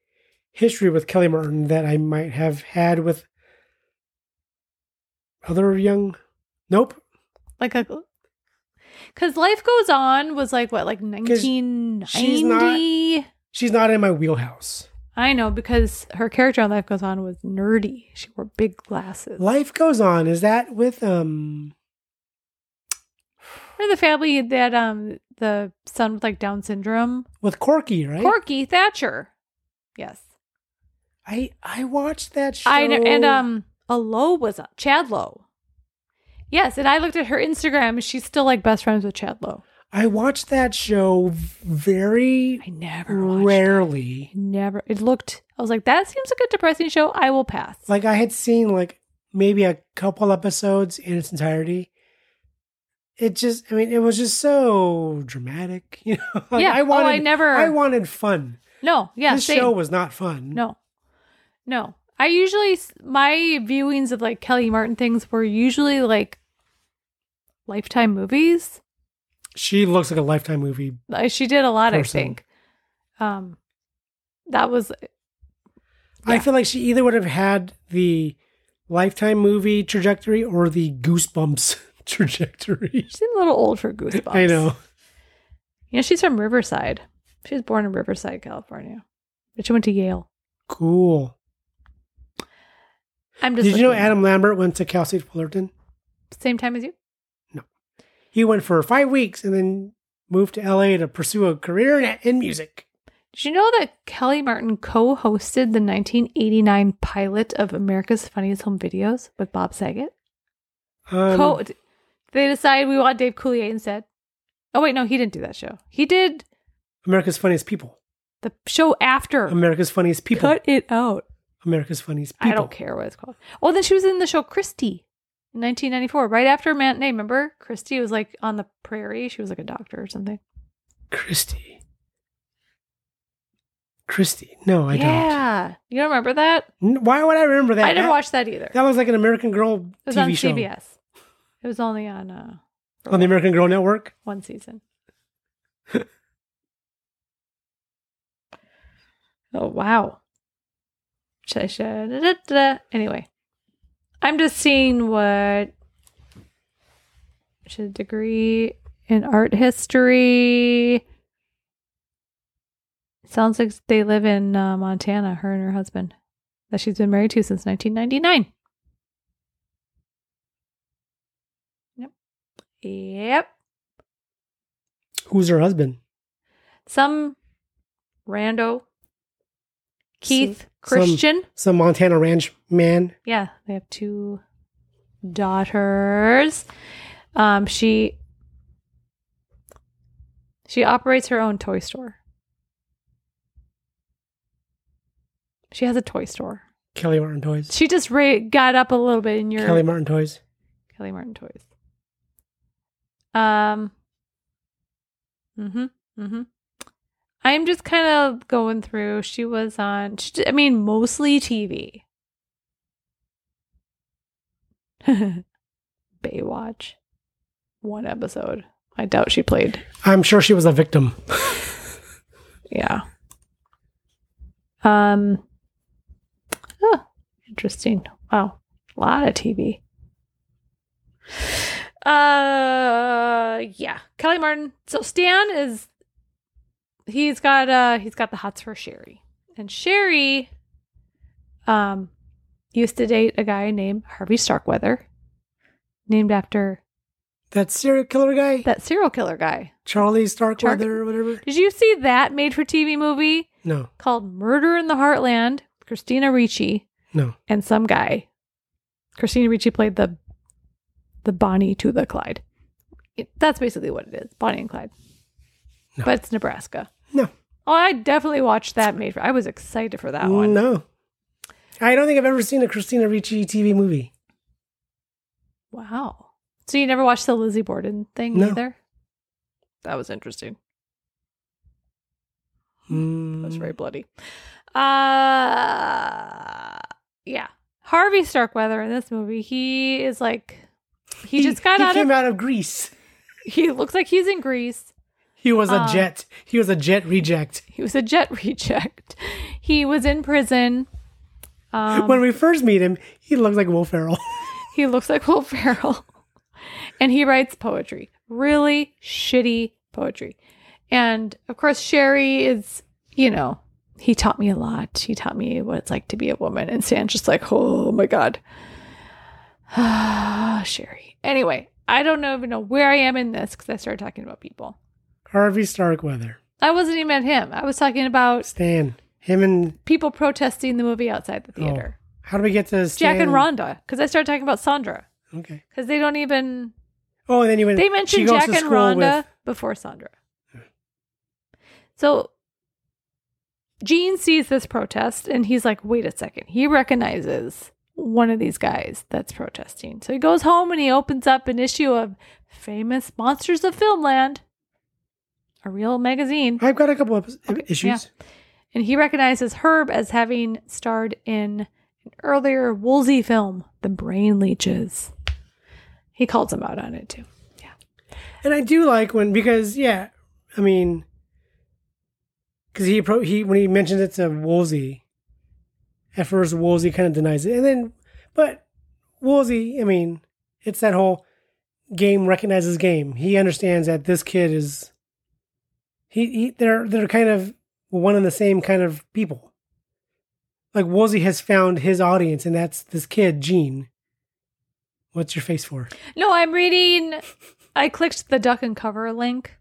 [SPEAKER 4] history with Kelly Martin that I might have had with other young. Nope.
[SPEAKER 3] like a. Because Life Goes On was like what, like 1990?
[SPEAKER 4] she's not- She's not in my wheelhouse.
[SPEAKER 3] I know because her character on Life Goes On was nerdy. She wore big glasses.
[SPEAKER 4] Life goes on. Is that with um?
[SPEAKER 3] Remember the family that um the son with like Down syndrome,
[SPEAKER 4] With Corky, right?
[SPEAKER 3] Corky Thatcher. Yes,
[SPEAKER 4] I I watched that show.
[SPEAKER 3] I know. And um, a Lowe was on Chad Lowe. Yes, and I looked at her Instagram. and She's still like best friends with Chad Lowe.
[SPEAKER 4] I watched that show very
[SPEAKER 3] I never watched. it.
[SPEAKER 4] rarely.
[SPEAKER 3] Never. It looked. I was like, that seems like a depressing show. I will pass.
[SPEAKER 4] like I had seen like maybe a couple episodes in its entirety. It just, I mean, it was just so dramatic, you know. Like,
[SPEAKER 3] Yeah.
[SPEAKER 4] I
[SPEAKER 3] Oh,
[SPEAKER 4] wanted,
[SPEAKER 3] I never-
[SPEAKER 4] I wanted fun.
[SPEAKER 3] no. Yeah.
[SPEAKER 4] this
[SPEAKER 3] same.
[SPEAKER 4] show was not fun.
[SPEAKER 3] No. No. I usually my viewings of like Kelly Martin things were usually like lifetime movies.
[SPEAKER 4] she looks like a lifetime movie.
[SPEAKER 3] Like, She did a lot,
[SPEAKER 4] Person.
[SPEAKER 3] I think. Um that was
[SPEAKER 4] I
[SPEAKER 3] Yeah.
[SPEAKER 4] feel like she either would have had the lifetime movie trajectory or the Goosebumps trajectory.
[SPEAKER 3] she's a little old for goosebumps.
[SPEAKER 4] I know.
[SPEAKER 3] You know, she's from Riverside. She was born in Riverside, California. But she went to Yale.
[SPEAKER 4] Cool.
[SPEAKER 3] I'm just
[SPEAKER 4] Did you know
[SPEAKER 3] looking.
[SPEAKER 4] Adam Lambert went to Cal State Fullerton?
[SPEAKER 3] same time as you?
[SPEAKER 4] He went for five weeks and then moved to LA to pursue a career in, in music.
[SPEAKER 3] Did you know that Kelly Martin co-hosted the 1989 pilot of America's Funniest Home Videos with Bob Saget?
[SPEAKER 4] Um,
[SPEAKER 3] Co- they decide we want Dave Coulier instead. Oh wait, no, he didn't do that show. He did
[SPEAKER 4] America's Funniest People.
[SPEAKER 3] the show after.
[SPEAKER 4] America's Funniest Um, People.
[SPEAKER 3] Cut it out.
[SPEAKER 4] America's Funniest People.
[SPEAKER 3] I don't care what it's called. Oh, then she was in the show Christie in 1994, right after Matinee. Remember, Christie was like on the prairie. She was like a doctor or something.
[SPEAKER 4] Christy. Christy. No, I
[SPEAKER 3] yeah, you don't remember that?
[SPEAKER 4] don't. N- Why would I remember that?
[SPEAKER 3] I never
[SPEAKER 4] That-
[SPEAKER 3] watched that either.
[SPEAKER 4] That was like an American Girl
[SPEAKER 3] it was
[SPEAKER 4] TV
[SPEAKER 3] on
[SPEAKER 4] show
[SPEAKER 3] CBS. It was only on uh,
[SPEAKER 4] on the American Girl Network.
[SPEAKER 3] one season. oh wow. Sha- sha- da- da- da. Anyway, I'm just seeing what she has a degree in art history. Sounds like they live in uh, Montana, her and her husband, that she's been married to since 1999. Yep. Yep
[SPEAKER 4] Who's her husband?
[SPEAKER 3] some rando Keith
[SPEAKER 4] Some-
[SPEAKER 3] Christian.
[SPEAKER 4] Some Montana ranch man.
[SPEAKER 3] yeah, they have two daughters. Um, she she operates her own toy store. She has a toy store.
[SPEAKER 4] Kelly Martin Toys.
[SPEAKER 3] She just ra- got up a little bit in your
[SPEAKER 4] Kelly Martin Toys.
[SPEAKER 3] Kelly Martin toys. Um. Mhm. Mhm. I'm just kind of going through. She was on. She, did- I mean, mostly TV. Baywatch, one episode. I doubt she played.
[SPEAKER 4] I'm sure she was a victim.
[SPEAKER 3] Yeah. Um. huh, interesting. Wow, a lot of TV. Uh, yeah, Kelly Martin. So Stan is. He's got uh he's got the hots for Sherry, and Sherry. Um, used to date a guy named Harvey Starkweather, named after
[SPEAKER 4] That serial killer guy,
[SPEAKER 3] that serial killer guy.
[SPEAKER 4] Charlie Starkweather or whatever.
[SPEAKER 3] Did you see that made for TV movie
[SPEAKER 4] No,
[SPEAKER 3] called Murder in the Heartland? Christina Ricci
[SPEAKER 4] no.
[SPEAKER 3] and some guy. Christina Ricci played the the Bonnie to the Clyde. It- that's basically what it is. Bonnie and Clyde.
[SPEAKER 4] No.
[SPEAKER 3] But it's Nebraska.
[SPEAKER 4] No.
[SPEAKER 3] Oh, I definitely watched that made for I was excited for that one.
[SPEAKER 4] No. I don't think I've ever seen a Christina Ricci TV movie.
[SPEAKER 3] Wow. So you never watched the Lizzie Borden thing
[SPEAKER 4] No.
[SPEAKER 3] either? That was interesting. That was
[SPEAKER 4] Mm,
[SPEAKER 3] very bloody. Uh yeah. Harvey Starkweather in this movie, he is like he just got
[SPEAKER 4] he
[SPEAKER 3] out
[SPEAKER 4] came
[SPEAKER 3] of
[SPEAKER 4] out of Greece.
[SPEAKER 3] he looks like he's in Greece.
[SPEAKER 4] He was a
[SPEAKER 3] Uh,
[SPEAKER 4] jet. He was a jet reject.
[SPEAKER 3] He was a jet reject. He was in prison. Um,
[SPEAKER 4] when we first meet him, he looks like Will Ferrell.
[SPEAKER 3] he looks like Will Ferrell, and he writes poetry, really shitty poetry. And of course, Sherry is, you know, he taught me a lot. He taught me what it's like to be a woman. And Stan's just like, oh my god, Sherry. Anyway, I don't know- even know where I am in this because I started talking about people.
[SPEAKER 4] Harvey Starkweather.
[SPEAKER 3] I wasn't even at him. I was talking about
[SPEAKER 4] Stan. Him and
[SPEAKER 3] people protesting the movie outside the theater.
[SPEAKER 4] how do we get to
[SPEAKER 3] Jack
[SPEAKER 4] Oh. Stan?
[SPEAKER 3] and Rhonda, because I started talking about Sandra,
[SPEAKER 4] Okay.
[SPEAKER 3] because they don't even
[SPEAKER 4] Oh, and then you went.
[SPEAKER 3] They
[SPEAKER 4] she
[SPEAKER 3] mentioned
[SPEAKER 4] goes
[SPEAKER 3] Jack
[SPEAKER 4] to
[SPEAKER 3] and
[SPEAKER 4] school
[SPEAKER 3] Rhonda
[SPEAKER 4] with-
[SPEAKER 3] before Sandra. So Gene sees this protest and he's like, wait a second. He recognizes one of these guys that's protesting. So he goes home and he opens up an issue of Famous Monsters of Filmland, a real magazine.
[SPEAKER 4] I've got a couple of issues.
[SPEAKER 3] And he recognizes Herb as having starred in an earlier Woolsey film, The Brain Leeches. He calls him out on it too.
[SPEAKER 4] And I do like when because yeah, I mean, because he appro- he when he mentions it to Woolsey, at first Woolsey kind of denies it, and then but Woolsey, I mean, it's that whole game recognizes game. He understands that this kid is he, he they're they're kind of one and the same kind of people. Like Woolsey has found his audience, and that's this kid Gene. What's your face for?
[SPEAKER 3] No, I'm reading. I clicked the duck and cover link.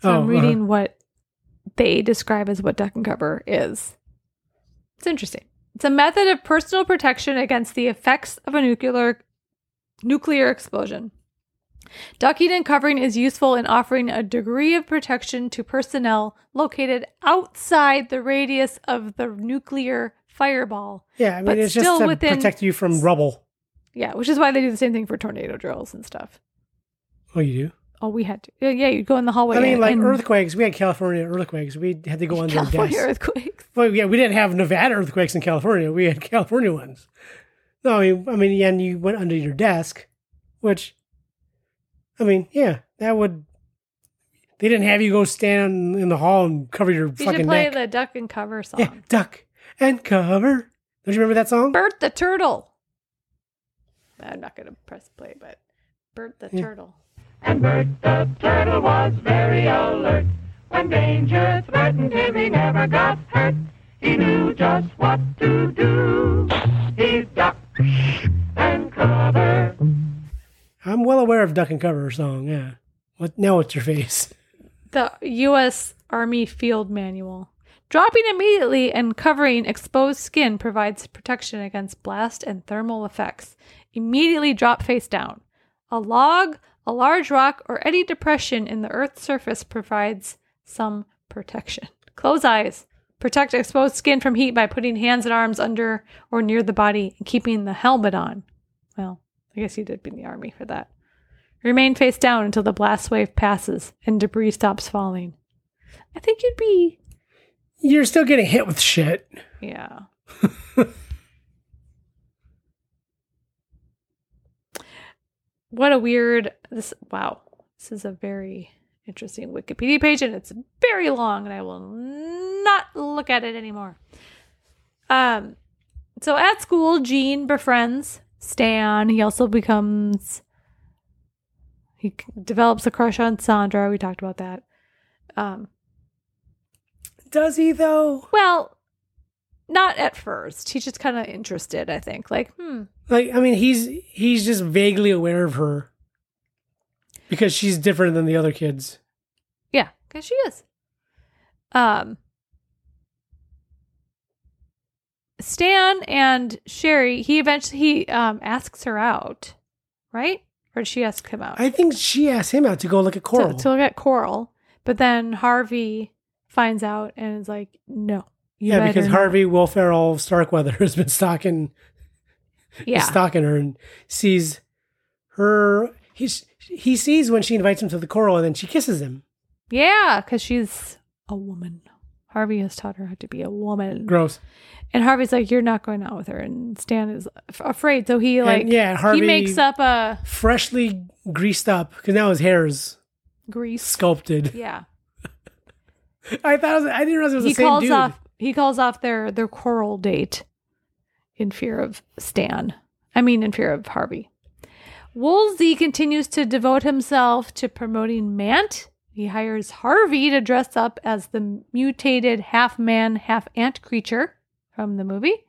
[SPEAKER 3] So
[SPEAKER 4] uh-huh.
[SPEAKER 3] I'm reading what they describe as what duck and cover is. It's interesting. It's a method of personal protection against the effects of a nuclear nuclear explosion. Ducking and covering is useful in offering a degree of protection to personnel located outside the radius of the nuclear fireball.
[SPEAKER 4] Yeah, I mean,
[SPEAKER 3] but
[SPEAKER 4] it's just
[SPEAKER 3] still
[SPEAKER 4] to
[SPEAKER 3] within-
[SPEAKER 4] protect you from rubble.
[SPEAKER 3] Yeah, which is why they do the same thing for tornado drills and stuff.
[SPEAKER 4] Oh, you do?
[SPEAKER 3] Oh, we had to. Yeah, yeah, you'd go in the hallway.
[SPEAKER 4] I mean,
[SPEAKER 3] and-
[SPEAKER 4] like
[SPEAKER 3] and
[SPEAKER 4] earthquakes. We had California earthquakes. We had to go under
[SPEAKER 3] California
[SPEAKER 4] desks.
[SPEAKER 3] earthquakes.
[SPEAKER 4] Well, yeah, we didn't have Nevada earthquakes in California. We had California ones. No, I mean, I mean, yeah, and you went under your desk, which, I mean, yeah, that would. They didn't have you go stand in the hall and cover your
[SPEAKER 3] You should
[SPEAKER 4] fucking
[SPEAKER 3] play
[SPEAKER 4] neck.
[SPEAKER 3] the duck and cover song.
[SPEAKER 4] yeah, duck and cover. Don't you remember that song?
[SPEAKER 3] Bert the turtle. I'm not gonna press play, but Bert the
[SPEAKER 4] Yeah.
[SPEAKER 3] turtle.
[SPEAKER 5] And Bert the turtle was very alert. When danger threatened him, he never got hurt. He knew just what to do. He ducked and covered.
[SPEAKER 4] I'm well aware of duck and cover song. Yeah. What now? What's your face?
[SPEAKER 3] The U.S. Army Field Manual. Dropping immediately and covering exposed skin provides protection against blast and thermal effects. Immediately drop face down. A log, a large rock, or any depression in the Earth's surface provides some protection. Close eyes. Protect exposed skin from heat by putting hands and arms under or near the body and keeping the helmet on. Well, I guess you did be in the army for that. Remain face down until the blast wave passes and debris stops falling. I think you'd be.
[SPEAKER 4] You're still getting hit with shit.
[SPEAKER 3] Yeah. what a weird. This. Wow. This is a very interesting Wikipedia page and it's very long and I will not look at it anymore. Um so at school Gene befriends Stan. He also becomes he develops a crush on Sandra. We talked about that. Um
[SPEAKER 4] Does he though?
[SPEAKER 3] well, not at first. He's just kind of interested, I think. Like, hmm,
[SPEAKER 4] Like, I mean, he's he's just vaguely aware of her because she's different than the other kids.
[SPEAKER 3] Yeah, because she is. Um, Stan and Sherry. He eventually he um asks her out, right? Or did she ask him out?
[SPEAKER 4] I think she asked him out to go look at Coral.
[SPEAKER 3] To, to look at Coral, but then Harvey finds out and is like, "No, you
[SPEAKER 4] yeah, because
[SPEAKER 3] better not."
[SPEAKER 4] Harvey Will Ferrell Starkweather has been stalking,
[SPEAKER 3] yeah,
[SPEAKER 4] is stalking her and sees her. He's he sees when she invites him to the Coral and then she kisses him.
[SPEAKER 3] yeah, because she's a woman. Harvey has taught her how to be a woman,
[SPEAKER 4] Gross.
[SPEAKER 3] and Harvey's like, "You're not going out with her," and Stan is af- afraid, so he
[SPEAKER 4] And,
[SPEAKER 3] like,
[SPEAKER 4] yeah, Harvey-
[SPEAKER 3] he makes up a
[SPEAKER 4] Freshly greased up because now his hair is
[SPEAKER 3] grease.
[SPEAKER 4] sculpted.
[SPEAKER 3] Yeah.
[SPEAKER 4] I thought it was, I didn't realize it was
[SPEAKER 3] he
[SPEAKER 4] the same
[SPEAKER 3] calls
[SPEAKER 4] dude.
[SPEAKER 3] off he calls off their their choral date in fear of Stan. I mean in fear of Harvey. Woolsey continues to devote himself to promoting Mant. He hires Harvey to dress up as the mutated half man, half ant creature from the movie.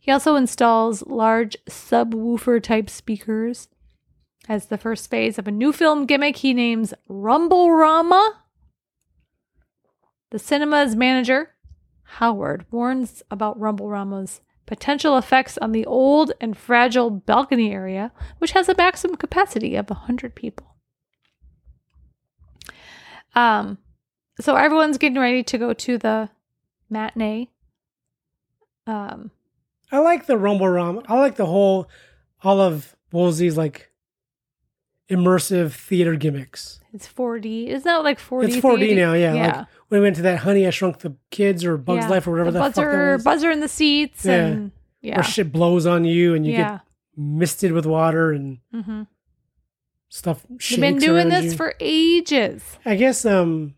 [SPEAKER 3] He also installs large subwoofer type speakers as the first phase of a new film gimmick he names Rumble Rama. The cinema's manager, Howard, warns about Rumble Rama's potential effects on the old and fragile balcony area, which has a maximum capacity of 100 people. Um, so everyone's getting ready to go to the matinee. Um,
[SPEAKER 4] I like the Rumble Rom. I like the whole all of Woolsey's like immersive theater gimmicks.
[SPEAKER 3] it's 4D. Isn't that like 4D?
[SPEAKER 4] it's 4D
[SPEAKER 3] theater?
[SPEAKER 4] now, yeah. Like when we went to that Honey I Shrunk the Kids or Bugs
[SPEAKER 3] Yeah.
[SPEAKER 4] Life or whatever
[SPEAKER 3] the
[SPEAKER 4] the, fuck that
[SPEAKER 3] buzzer,
[SPEAKER 4] was.
[SPEAKER 3] buzzer in the seats,
[SPEAKER 4] Yeah.
[SPEAKER 3] and yeah,
[SPEAKER 4] Where shit blows on you and you
[SPEAKER 3] yeah.
[SPEAKER 4] get misted with water and
[SPEAKER 3] hmm
[SPEAKER 4] stuff.
[SPEAKER 3] They've been
[SPEAKER 4] shakes
[SPEAKER 3] doing
[SPEAKER 4] around
[SPEAKER 3] this
[SPEAKER 4] you.
[SPEAKER 3] for ages.
[SPEAKER 4] I guess um,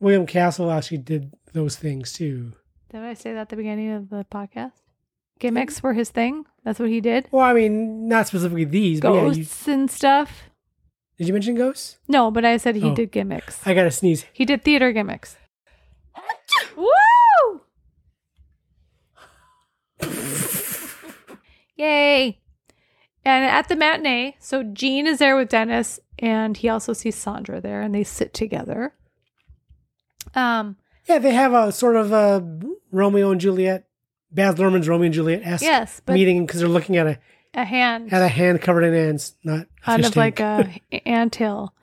[SPEAKER 4] William Castle actually did those things too.
[SPEAKER 3] Did I say that at the beginning of the podcast? Gimmicks were his thing. That's what he did.
[SPEAKER 4] Well, I mean, not specifically these, but yeah. You,
[SPEAKER 3] Ghosts and stuff.
[SPEAKER 4] did you mention ghosts?
[SPEAKER 3] No, but I said he
[SPEAKER 4] Oh.
[SPEAKER 3] did gimmicks.
[SPEAKER 4] I gotta sneeze.
[SPEAKER 3] He did theater gimmicks. Woo! Yay! And at the matinee, so Gene is there with Dennis, and he also sees Sandra there, and they sit together. Um,
[SPEAKER 4] Yeah, they have a sort of a Romeo and Juliet, Baz Luhrmann's Romeo and Juliet esque
[SPEAKER 3] Yes, but-
[SPEAKER 4] meeting because they're looking at a
[SPEAKER 3] a hand
[SPEAKER 4] at a hand covered in ants, not a
[SPEAKER 3] out
[SPEAKER 4] fish
[SPEAKER 3] of like
[SPEAKER 4] tank.
[SPEAKER 3] a ant hill.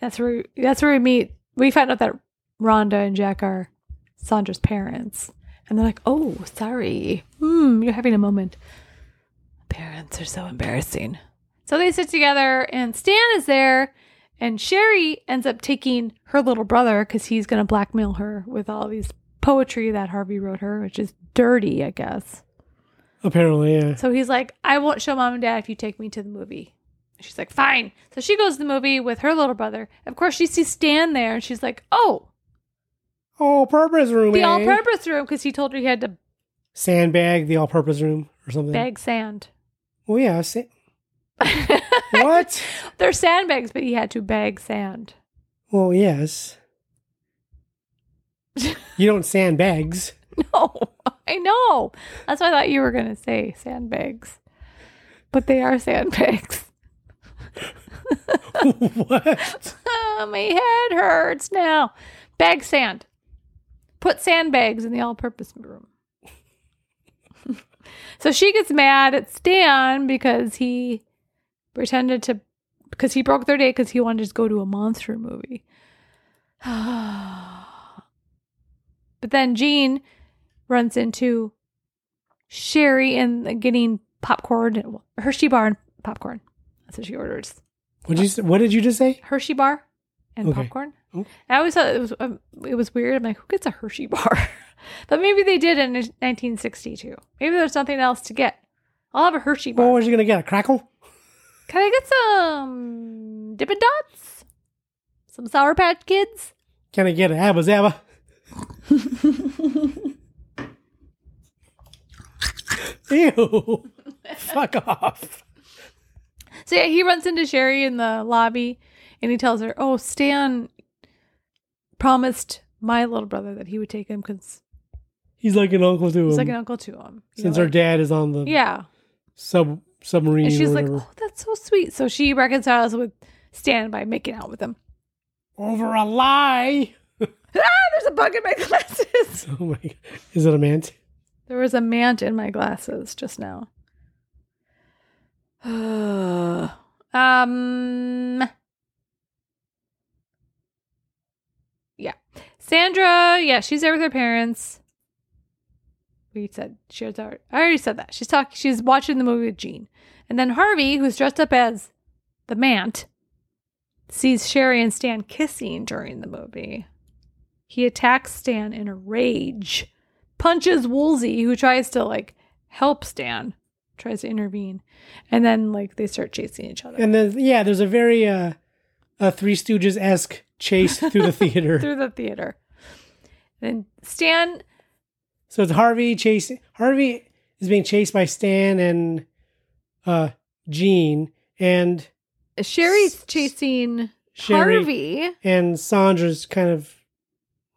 [SPEAKER 3] That's where that's where we meet. We find out that Rhonda and Jack are Sandra's parents, and they're like, "Oh, sorry, hmm, you're having a moment." Parents are so embarrassing. So they sit together, and Stan is there, and Sherry ends up taking her little brother because he's going to blackmail her with all these poetry that Harvey wrote her, which is dirty, I guess.
[SPEAKER 4] apparently. Yeah,
[SPEAKER 3] So he's like, I won't show mom and dad if you take me to the movie. She's like, fine. So she goes to the movie with her little brother. Of course, she sees Stan there and she's like, oh,
[SPEAKER 4] all-purpose room.
[SPEAKER 3] the
[SPEAKER 4] eh?
[SPEAKER 3] all purpose room because he told her he had to
[SPEAKER 4] sandbag, the all-purpose room, or something.
[SPEAKER 3] bag sand.
[SPEAKER 4] Well, yeah. Sa- what?
[SPEAKER 3] They're sandbags, but he had to bag sand.
[SPEAKER 4] Well, yes. You don't sandbags.
[SPEAKER 3] No, I know. That's what I thought you were going to say sandbags. But they are sandbags.
[SPEAKER 4] what?
[SPEAKER 3] Ah, my head hurts now. Bag sand. Put sandbags in the all purpose room. so she gets mad at Stan because he pretended to, because he broke their date because he wanted to just go to a monster movie. but then Jean runs into Sherry and getting popcorn, Hershey bar and popcorn. That's what she orders.
[SPEAKER 4] What you? s- What did you just say?
[SPEAKER 3] Hershey bar and
[SPEAKER 4] Okay.
[SPEAKER 3] popcorn.
[SPEAKER 4] Mm.
[SPEAKER 3] I always thought it was um, it was weird. I'm like, who gets a Hershey bar? but maybe they did in 1962. Maybe there's nothing else to get. I'll have a Hershey bar.
[SPEAKER 4] What was you gonna get? A crackle?
[SPEAKER 3] Can I get some Dippin' Dots? Some Sour Patch Kids?
[SPEAKER 4] Can I get a Abba Zabba? Ew. Fuck off.
[SPEAKER 3] So yeah, he runs into Sherry in the lobby and he tells her, "Oh, Stan promised my little brother that he would take him because
[SPEAKER 4] He's like an uncle to him.
[SPEAKER 3] he's like an uncle to him." You
[SPEAKER 4] Um, since
[SPEAKER 3] know,
[SPEAKER 4] her
[SPEAKER 3] like-
[SPEAKER 4] dad is on the
[SPEAKER 3] yeah,
[SPEAKER 4] sub submarine
[SPEAKER 3] and she's
[SPEAKER 4] or
[SPEAKER 3] like,
[SPEAKER 4] whatever.
[SPEAKER 3] "Oh, that's so sweet." So she reconciles with Stan by making out with him.
[SPEAKER 4] Over a lie.
[SPEAKER 3] Ah, there's a bug in my glasses.
[SPEAKER 4] Oh my god. Is it a man?
[SPEAKER 3] there was a mant in my glasses just now. um. Yeah. Sandra, yeah, she's there with her parents. We said she's our I already said that. She's talking she's watching the movie with Jean. And then Harvey, who's dressed up as the Mant, sees Sherry and Stan kissing during the movie. He attacks Stan in a rage, punches Woolsey, who tries to like help Stan, tries to intervene. And then like they start chasing each other
[SPEAKER 4] And then yeah, there's a very uh a Three Stooges esque chase through the theater.
[SPEAKER 3] through the theater. Then Stan
[SPEAKER 4] so it's Harvey chasing Harvey is being chased by Stan and uh Jean and
[SPEAKER 3] Sherry's chasing
[SPEAKER 4] Sherry
[SPEAKER 3] Harvey.
[SPEAKER 4] and Sandra's kind of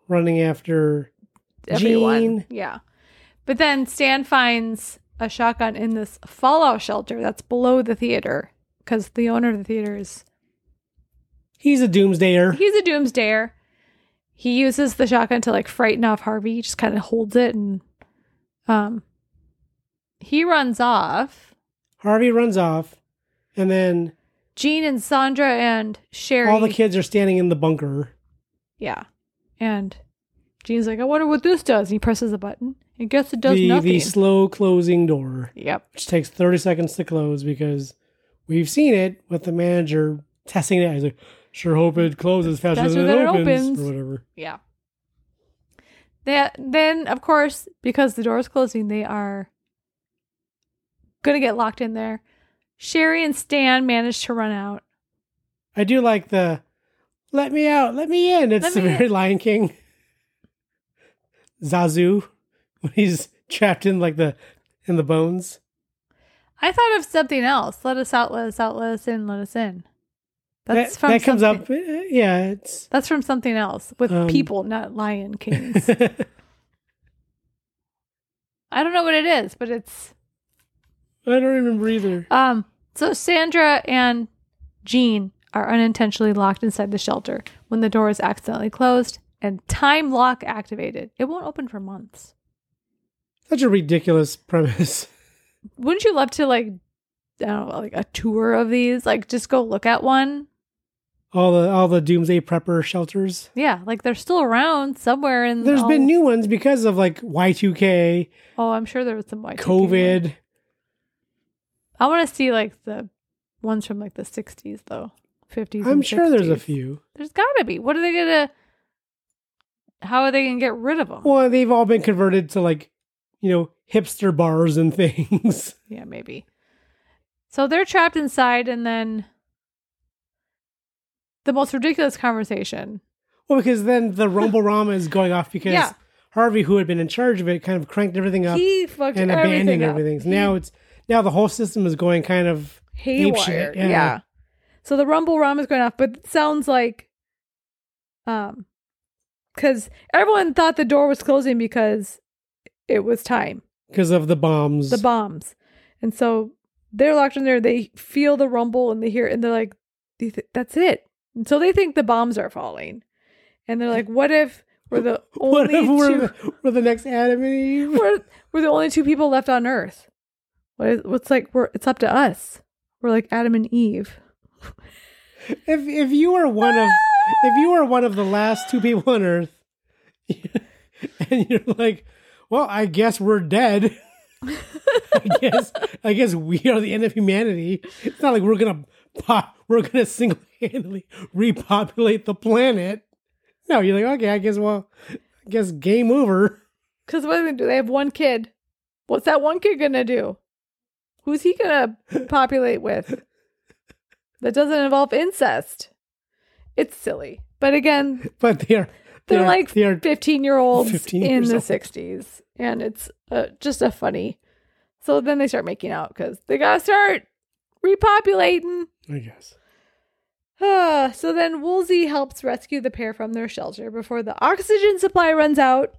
[SPEAKER 4] running after
[SPEAKER 3] Everyone.
[SPEAKER 4] Jean.
[SPEAKER 3] Yeah. But then Stan finds a shotgun in this fallout shelter that's below the theater because the owner of the theater is
[SPEAKER 4] He's a doomsdayer.
[SPEAKER 3] he's a doomsdayer. He uses the shotgun to like frighten off Harvey. He just kind of holds it and um he runs off.
[SPEAKER 4] Harvey runs off, and then
[SPEAKER 3] Jean and Sandra and Sherry
[SPEAKER 4] all the kids are standing in the bunker.
[SPEAKER 3] Yeah. And Gene's like, I wonder what this does. And he presses a button. And guess it does
[SPEAKER 4] the,
[SPEAKER 3] nothing.
[SPEAKER 4] the slow closing door,
[SPEAKER 3] yep.
[SPEAKER 4] which takes 30 seconds to close because we've seen it with the manager testing it out. He's like, sure hope it closes faster,
[SPEAKER 3] Faster
[SPEAKER 4] than, it, opens,
[SPEAKER 3] opens.
[SPEAKER 4] or whatever.
[SPEAKER 3] Yeah. That, then, of course, because the door is closing, they are going to get locked in there. Sherry and Stan manage to run out.
[SPEAKER 4] I do like the let me out, let me in. It's
[SPEAKER 3] Let
[SPEAKER 4] the
[SPEAKER 3] me
[SPEAKER 4] very
[SPEAKER 3] in.
[SPEAKER 4] Lion King. Zazu, when he's trapped in like the in the bones.
[SPEAKER 3] I thought of something else. Let us out, let us out, let us in, let us in. That's
[SPEAKER 4] that,
[SPEAKER 3] from
[SPEAKER 4] that comes
[SPEAKER 3] something-
[SPEAKER 4] up. uh, Yeah, it's
[SPEAKER 3] That's from something else with
[SPEAKER 4] Um,
[SPEAKER 3] people, not lion kings. I don't know what it is, but it's
[SPEAKER 4] I don't remember either.
[SPEAKER 3] Um, so Sandra and Jean are unintentionally locked inside the shelter when the door is accidentally closed and time lock activated. It won't open for months.
[SPEAKER 4] Such a ridiculous premise.
[SPEAKER 3] Wouldn't you love to like I don't know, like a tour of these? Like just go look at one?
[SPEAKER 4] All the all the doomsday prepper shelters.
[SPEAKER 3] Yeah, like they're still around somewhere in
[SPEAKER 4] There's
[SPEAKER 3] Mm, all-
[SPEAKER 4] been new ones because of like Y2K,
[SPEAKER 3] Oh, I'm sure there was some white
[SPEAKER 4] COVID.
[SPEAKER 3] I wanna see like the ones from like the sixties though. Fifties.
[SPEAKER 4] I'm sure there's a few.
[SPEAKER 3] There's gotta be. What are they gonna how are they gonna get rid of them?
[SPEAKER 4] Well, they've all been converted to like, you know, hipster bars and things.
[SPEAKER 3] Yeah, maybe. So they're trapped inside, and then the most ridiculous conversation.
[SPEAKER 4] well, because then the Rumble Rama is going off because
[SPEAKER 3] Yeah.
[SPEAKER 4] Harvey, who had been in charge of it, kind of cranked everything up
[SPEAKER 3] he fucked
[SPEAKER 4] and
[SPEAKER 3] everything
[SPEAKER 4] abandoned
[SPEAKER 3] up.
[SPEAKER 4] everything. So now it's now the whole system is going kind of
[SPEAKER 3] Haywire.
[SPEAKER 4] apeshit,
[SPEAKER 3] Yeah.
[SPEAKER 4] yeah.
[SPEAKER 3] So the rumble rum is going off, but it sounds like, um, because everyone thought the door was closing because it was time.
[SPEAKER 4] because of the bombs.
[SPEAKER 3] the bombs. And so they're locked in there. They feel the rumble and they hear, and they're like, they th- that's it. And so they think the bombs are falling. And they're like, what if we're the
[SPEAKER 4] what
[SPEAKER 3] only
[SPEAKER 4] if we're,
[SPEAKER 3] two,
[SPEAKER 4] the, we're the next Adam and Eve?
[SPEAKER 3] we're, we're the only two people left on earth? What is, what's like, we're, it's up to us. We're like Adam and Eve.
[SPEAKER 4] If if you were one of if you were one of the last two people on Earth, and you're like, well, I guess we're dead. I guess I guess we are the end of humanity. It's not like we're gonna pop. We're gonna single handedly repopulate the planet. No, you're like, okay, I guess well, I guess game over.
[SPEAKER 3] Because what do they do? They have one kid. What's that one kid going to do? Who's he going to populate with? that doesn't involve incest. It's silly. But again,
[SPEAKER 4] But they are
[SPEAKER 3] they're,
[SPEAKER 4] they are-
[SPEAKER 3] like
[SPEAKER 4] they are
[SPEAKER 3] 15 year olds
[SPEAKER 4] 15
[SPEAKER 3] in
[SPEAKER 4] years
[SPEAKER 3] the
[SPEAKER 4] old.
[SPEAKER 3] 60s. And it's uh, just a funny. So then they start making out because they got to start repopulating.
[SPEAKER 4] I guess.
[SPEAKER 3] Ah, so then Woolsey helps rescue the pair from their shelter before the oxygen supply runs out.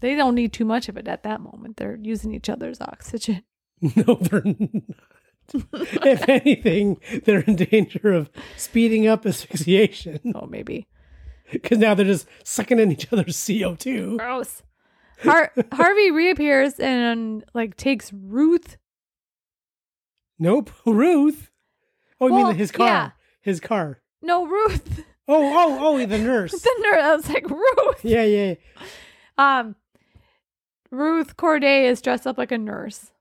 [SPEAKER 3] They don't need too much of it at that moment. They're using each other's oxygen.
[SPEAKER 4] No, they're not. if anything, they're in danger of speeding up asphyxiation
[SPEAKER 3] Oh, maybe.
[SPEAKER 4] because now they're just sucking in each other's CO2.
[SPEAKER 3] Gross. Har- Harvey reappears and like takes Ruth.
[SPEAKER 4] Nope, Ruth. Oh, you
[SPEAKER 3] Well,
[SPEAKER 4] mean his car?
[SPEAKER 3] yeah.
[SPEAKER 4] His car.
[SPEAKER 3] No, Ruth.
[SPEAKER 4] Oh, oh, oh, the nurse.
[SPEAKER 3] the nurse. I was like Ruth.
[SPEAKER 4] yeah, yeah. yeah.
[SPEAKER 3] Um, Ruth Corday is dressed up like a nurse.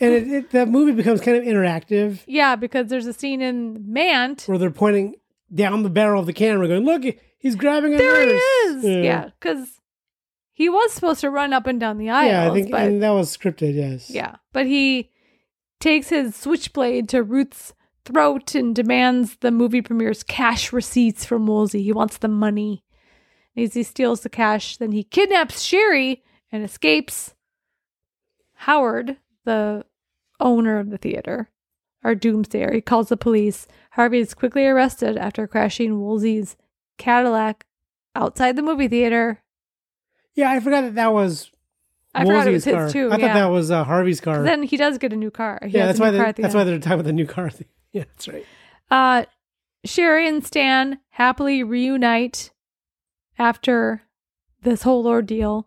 [SPEAKER 4] And it, it, that movie becomes kind of interactive
[SPEAKER 3] Yeah, because there's a scene in Mant
[SPEAKER 4] where they're pointing down the barrel of the camera, going, "Look, he's grabbing a
[SPEAKER 3] There he
[SPEAKER 4] nurse."
[SPEAKER 3] is. Yeah, because he was supposed to run up and down the aisles,
[SPEAKER 4] yeah. I think
[SPEAKER 3] but
[SPEAKER 4] and that was scripted. Yes.
[SPEAKER 3] yeah, but he takes his switchblade to Ruth's throat and demands the movie premiere's cash receipts from Woolsey. He wants the money. And as he steals the cash, then he kidnaps Sherry and escapes. Howard, the owner of the theater, our doomsdayer, he calls the police. Harvey is quickly arrested after crashing Woolsey's Cadillac outside the movie theater.
[SPEAKER 4] Yeah, I forgot that that was.
[SPEAKER 3] I forgot it was
[SPEAKER 4] Woolsey's
[SPEAKER 3] his
[SPEAKER 4] car.
[SPEAKER 3] too.
[SPEAKER 4] I
[SPEAKER 3] yeah.
[SPEAKER 4] thought that was uh, Harvey's car.
[SPEAKER 3] Then he does get a new car. He
[SPEAKER 4] yeah,
[SPEAKER 3] has a
[SPEAKER 4] that's
[SPEAKER 3] new
[SPEAKER 4] why. They,
[SPEAKER 3] car at the
[SPEAKER 4] that's
[SPEAKER 3] end.
[SPEAKER 4] why they're talking about the new car thing. Yeah, that's right.
[SPEAKER 3] Uh, Sherry and Stan happily reunite after this whole ordeal.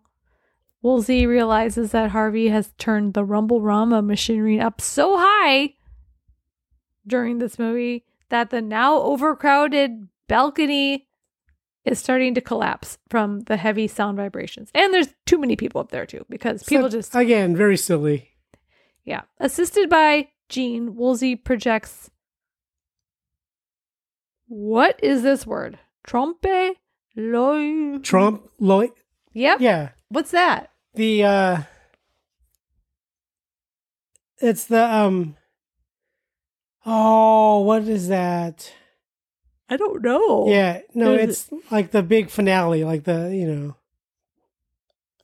[SPEAKER 3] Woolsey realizes that Harvey has turned the Rumble Rama machinery up so high during this movie that the now overcrowded balcony is starting to collapse from the heavy sound vibrations. And there's too many people up there too because people
[SPEAKER 4] So,
[SPEAKER 3] just
[SPEAKER 4] again very silly.
[SPEAKER 3] yeah. Assisted by Jean, Woolsey projects. What is this word? Trompe l'oeil.
[SPEAKER 4] Trump, Lloyd.
[SPEAKER 3] Yep.
[SPEAKER 4] Yeah,
[SPEAKER 3] What's that?
[SPEAKER 4] the uh, it's the um. Oh, what is that?
[SPEAKER 3] I don't know.
[SPEAKER 4] Yeah, no,
[SPEAKER 3] There's-
[SPEAKER 4] it's like the big finale, like the you know,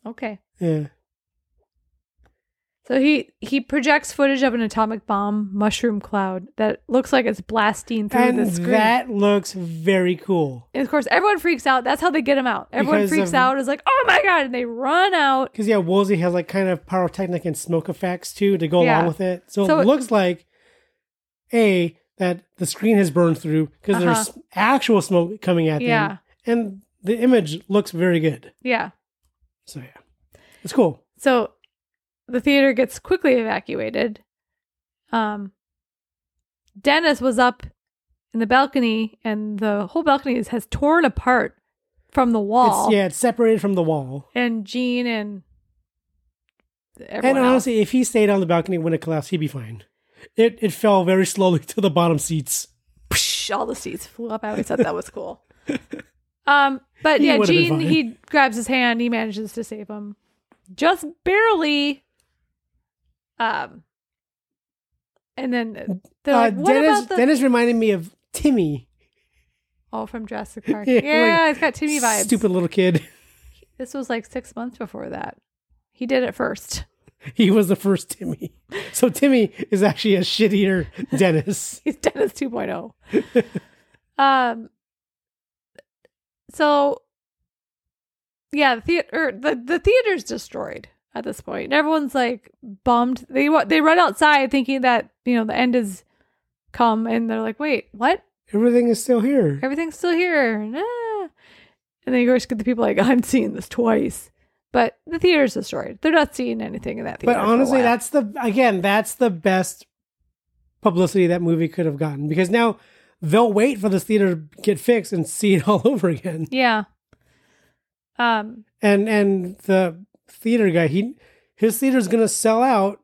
[SPEAKER 3] Okay.
[SPEAKER 4] yeah,
[SPEAKER 3] So he he projects footage of an atomic bomb mushroom cloud that looks like it's blasting through
[SPEAKER 4] and
[SPEAKER 3] the screen.
[SPEAKER 4] that looks very cool
[SPEAKER 3] and of course, everyone freaks out. That's how they get him out. Everyone
[SPEAKER 4] Because
[SPEAKER 3] freaks
[SPEAKER 4] of-
[SPEAKER 3] out. Is like, oh my god, and they run out.
[SPEAKER 4] because yeah, Woolsey has like kind of pyrotechnic and smoke effects too to go
[SPEAKER 3] Yeah.
[SPEAKER 4] along with it, so,
[SPEAKER 3] So it-
[SPEAKER 4] it looks like a that the screen has burned through because there's actual smoke coming at
[SPEAKER 3] Uh-huh. Yeah.
[SPEAKER 4] them, and the image looks very good.
[SPEAKER 3] Yeah.
[SPEAKER 4] So yeah, it's cool.
[SPEAKER 3] So the theater gets quickly evacuated. Um, Dennis was up in the balcony, and the whole balcony is, has torn apart from the wall.
[SPEAKER 4] It's, yeah, it's separated from the wall.
[SPEAKER 3] And Jean and everyone
[SPEAKER 4] And honestly, if he stayed on the balcony when it collapsed, he'd be fine. It it fell very slowly to the bottom seats.
[SPEAKER 3] else, Psh, all the seats flew up. I always thought that was cool. Um, but
[SPEAKER 4] He
[SPEAKER 3] yeah,
[SPEAKER 4] would've been
[SPEAKER 3] Jean
[SPEAKER 4] fine.
[SPEAKER 3] he grabs his hand. He manages to save him, just barely. Um, and then they're like,
[SPEAKER 4] Uh,
[SPEAKER 3] "What
[SPEAKER 4] Dennis
[SPEAKER 3] about the?"
[SPEAKER 4] Dennis reminded me of Timmy.
[SPEAKER 3] Oh, from Jurassic Park.
[SPEAKER 4] Yeah,
[SPEAKER 3] yeah,
[SPEAKER 4] like,
[SPEAKER 3] it's got Timmy vibes.
[SPEAKER 4] Stupid little kid.
[SPEAKER 3] This was like six months before that. He did it first.
[SPEAKER 4] He was the first Timmy. So Timmy is actually a shittier Dennis.
[SPEAKER 3] He's Dennis 2.0. um. So, yeah, the theater the, the theater's destroyed at this point, and everyone's like bummed. They wa- they run outside thinking that you know the end has come, and they're like, "Wait, what?
[SPEAKER 4] Everything is still here.
[SPEAKER 3] everything's still here. Nah. And then you always get the people like, I'm seeing this twice. But the theater's destroyed. They're not seeing anything in that theater.
[SPEAKER 4] But
[SPEAKER 3] for a
[SPEAKER 4] honestly,
[SPEAKER 3] while.
[SPEAKER 4] that's the again, that's the best publicity that movie could have gotten because now they'll wait for this theater to get fixed and see it all over again.
[SPEAKER 3] yeah. Um,
[SPEAKER 4] and and the theater guy he his theater's gonna sell out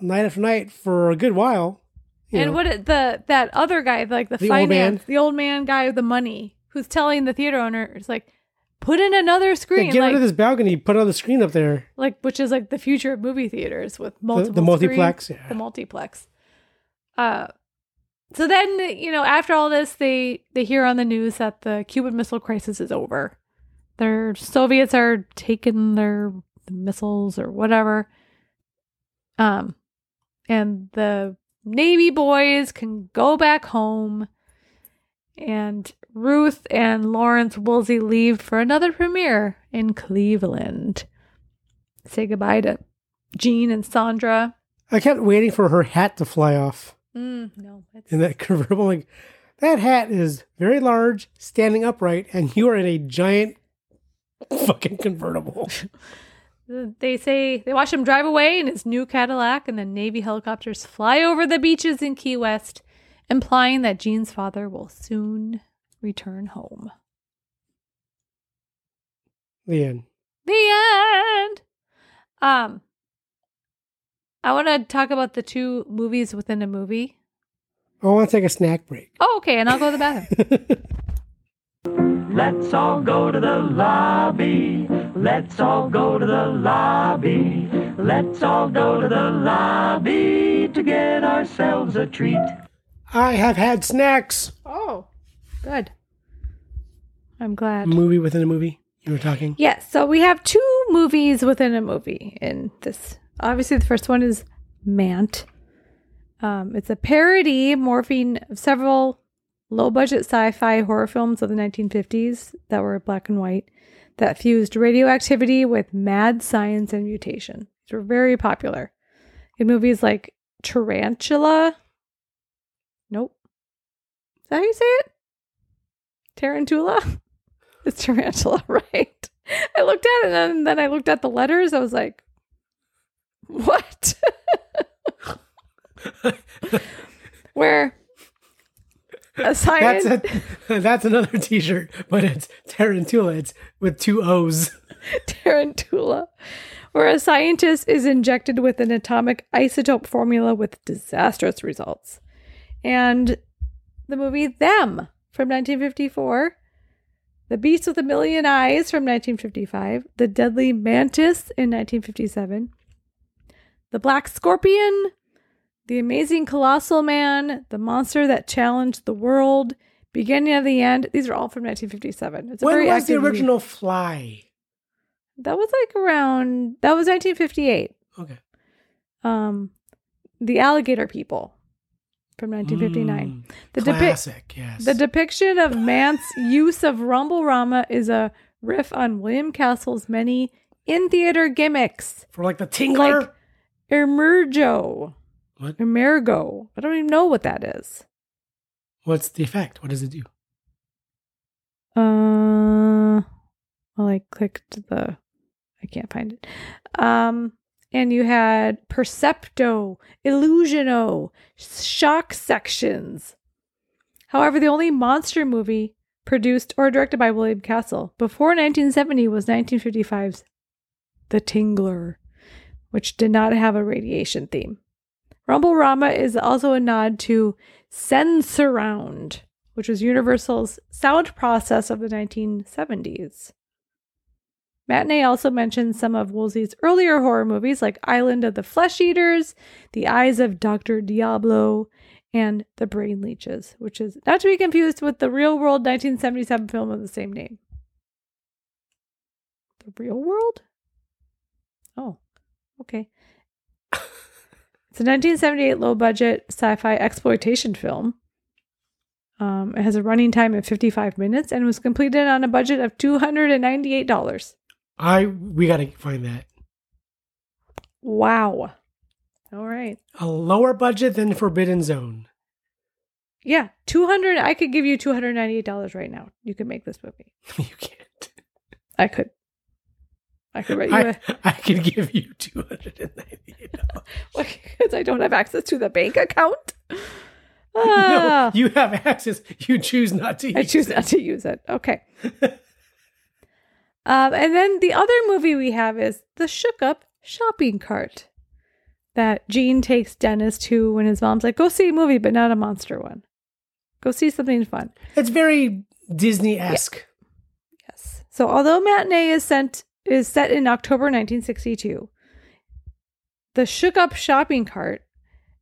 [SPEAKER 4] night after night for a good while you
[SPEAKER 3] and
[SPEAKER 4] know.
[SPEAKER 3] what it- the that other guy, like the,
[SPEAKER 4] The old
[SPEAKER 3] finance,
[SPEAKER 4] man.
[SPEAKER 3] the old man guy with the money, who's telling the theater owner, it's like, put in another
[SPEAKER 4] Yeah,
[SPEAKER 3] screen,
[SPEAKER 4] get
[SPEAKER 3] like,
[SPEAKER 4] rid of this balcony put on the screen up there
[SPEAKER 3] like which is like the future of movie theaters with
[SPEAKER 4] the,
[SPEAKER 3] multiple
[SPEAKER 4] the multiplex
[SPEAKER 3] screens,
[SPEAKER 4] yeah.
[SPEAKER 3] the multiplex. Uh, so then you know after all this they they hear on the news that the cuban missile crisis is over their soviets are taking their missiles or whatever um and the navy boys can go back home and ruth and lawrence woolsey leave for another premiere in cleveland say goodbye to jean and sandra
[SPEAKER 4] I kept waiting for her hat to fly off
[SPEAKER 3] Mm, no it's
[SPEAKER 4] in that convertible. Like, that hat is very large, standing upright, and you are in a giant fucking convertible.
[SPEAKER 3] They say they watch him drive away in his new Cadillac, and then Navy helicopters fly over the beaches in Key West, implying that Jean's father will soon return home.
[SPEAKER 4] the end.
[SPEAKER 3] The end. Um, I want to talk about the two movies within a movie.
[SPEAKER 4] I want to take a snack break.
[SPEAKER 3] Oh, okay, and I'll go to the bathroom.
[SPEAKER 5] Let's all go to the lobby. Let's all go to the lobby. Let's all go to the lobby to get ourselves a treat.
[SPEAKER 4] I have had snacks.
[SPEAKER 3] oh, good. I'm glad.
[SPEAKER 4] Movie within a movie. You were talking.
[SPEAKER 3] Yes, so we have two movies within a movie in this. Obviously, the first one is Mant. Um, it's a parody morphing of several low budget sci fi horror films of the 1950s that were black and white that fused radioactivity with mad science and mutation. These were very popular in movies like Tarantula. Nope. Is that how you say it? Tarantula? It's tarantula, right? I looked at it and then I looked at the letters. I was like, what? Where a science
[SPEAKER 4] That's a, that's another T-shirt, but it's Tarantula. It's with two O's.
[SPEAKER 3] tarantula, where a scientist is injected with an atomic isotope formula with disastrous results. And the movie Them from 1954, The Beast with a Million Eyes from 1955, The Deadly Mantis in 1957, The Black Scorpion, The Amazing Colossal Man, The Monster That Challenged the World, Beginning of the End. These are all from 1957. It's a
[SPEAKER 4] When
[SPEAKER 3] very
[SPEAKER 4] was the
[SPEAKER 3] active movie.
[SPEAKER 4] original Fly?
[SPEAKER 3] That was like around that was 1958.
[SPEAKER 4] Okay.
[SPEAKER 3] Um The Alligator People from 1959. the
[SPEAKER 4] Mm,
[SPEAKER 3] depict
[SPEAKER 4] classic. yes.
[SPEAKER 3] the depiction of Mant's use of Rumble Rama is a riff on William Castle's many in theater gimmicks.
[SPEAKER 4] For like the Tingler.
[SPEAKER 3] Like- Emergo.
[SPEAKER 4] What?
[SPEAKER 3] Emergo. I don't even know what that is.
[SPEAKER 4] What's the effect? What does it do?
[SPEAKER 3] Uh well I clicked the I can't find it. Um and you had Percepto, Illusiono, Shock Sections. However, the only monster movie produced or directed by William Castle before 1970 was 1955's The Tingler, which did not have a radiation theme. Rumble Rama is also a nod to Sensurround, which was Universal's sound process of the 1970s. Matinee also mentions some of Woolsey's earlier horror movies like Island of the Flesh Eaters, The Eyes of Dr. Diablo, and The Brain Leeches, which is not to be confused with the real world 1977 film of the same name. The real world? Oh, okay. it's a 1978 low budget sci fi exploitation film. Um, it has a running time of 55 minutes and was completed on a budget of $298.
[SPEAKER 4] I we gotta find that
[SPEAKER 3] Wow. All right.
[SPEAKER 4] a lower budget than Forbidden Zone.
[SPEAKER 3] Yeah, 200 I could give you $298 right now. You could make this movie.
[SPEAKER 4] you can't.
[SPEAKER 3] I could. I could write you uh,
[SPEAKER 4] I,
[SPEAKER 3] a
[SPEAKER 4] I can give you two hundred and ninety.
[SPEAKER 3] because I don't have access to the bank account.
[SPEAKER 4] No,
[SPEAKER 3] Ah,
[SPEAKER 4] you have access. You choose not to.
[SPEAKER 3] I
[SPEAKER 4] use
[SPEAKER 3] choose not to use it. Okay. um, and then the other movie we have is The Shook Up Shopping Cart that Gene takes Dennis to when his mom's like, go see a movie, but not a monster one. Go see something fun.
[SPEAKER 4] It's very Disney esque.
[SPEAKER 3] Yes. So although Matinee is sent is set in October 1962, the Shook Up Shopping Cart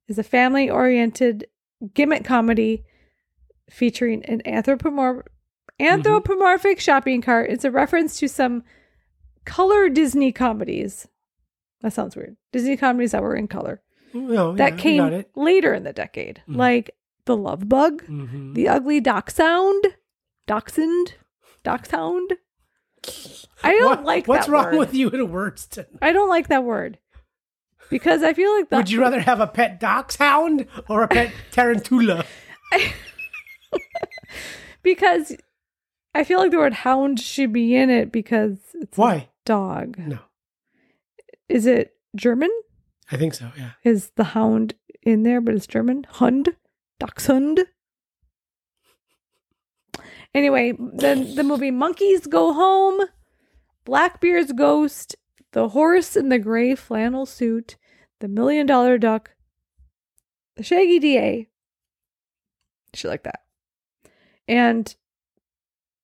[SPEAKER 3] is a family-oriented gimmick comedy featuring an anthropomorph-
[SPEAKER 4] Mm-hmm.
[SPEAKER 3] anthropomorphic shopping cart. It's a reference to some color Disney comedies. That sounds weird. Disney comedies that were in color
[SPEAKER 4] No,
[SPEAKER 3] that
[SPEAKER 4] yeah, you got
[SPEAKER 3] came
[SPEAKER 4] it.
[SPEAKER 3] later in the decade,
[SPEAKER 4] Mhm.
[SPEAKER 3] like The Love Bug,
[SPEAKER 4] Mhm.
[SPEAKER 3] The Ugly Dachshund, Dachshund, Dachshund. I don't
[SPEAKER 4] What-
[SPEAKER 3] like
[SPEAKER 4] What's
[SPEAKER 3] that
[SPEAKER 4] wrong
[SPEAKER 3] word.
[SPEAKER 4] with you in words? tonight?
[SPEAKER 3] I don't like that word because I feel like that.
[SPEAKER 4] Would you rather have a pet dachshund or a pet tarantula?
[SPEAKER 3] because I feel like the word hound should be in it because it's a
[SPEAKER 4] Why?
[SPEAKER 3] dog.
[SPEAKER 4] No,
[SPEAKER 3] Is it German?
[SPEAKER 4] I think so. Yeah,
[SPEAKER 3] Is the hound in there, but it's German? Hund? Dachshund? Anyway, then the movie Monkeys Go Home, Blackbeard's Ghost, The Horse in the Gray Flannel Suit, The Million Dollar Duck, The Shaggy DA. Shit like that. And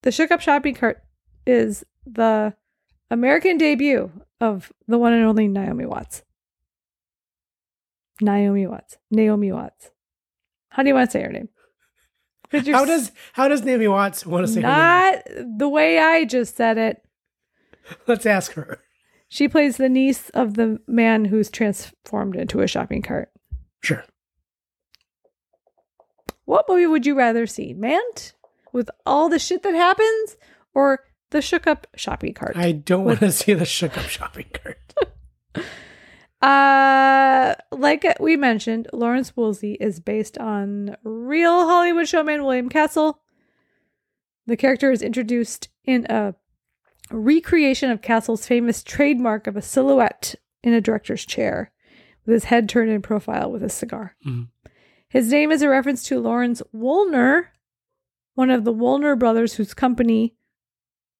[SPEAKER 3] the Shook Up Shopping Cart is the American debut of the one and only Naomi Watts. Naomi Watts. Naomi Watts. How do you want to say her name? 'Cause you're
[SPEAKER 4] how does how does Naomi Watts want to say? her name?
[SPEAKER 3] not the way I just said it.
[SPEAKER 4] Let's ask her.
[SPEAKER 3] She plays the niece of the man who's transformed into a shopping cart.
[SPEAKER 4] Sure.
[SPEAKER 3] What movie would you rather see, Mant, with all the shit that happens, or the shook up shopping cart?
[SPEAKER 4] I don't want to see the shook up shopping cart.
[SPEAKER 3] Uh, like we mentioned, Lawrence Woolsey is based on real Hollywood showman William Castle. The character is introduced in a recreation of Castle's famous trademark of a silhouette in a director's chair with his head turned in profile with a cigar.
[SPEAKER 4] Mhm.
[SPEAKER 3] His name is a reference to Lawrence Woolner, one of the Woolner brothers whose company,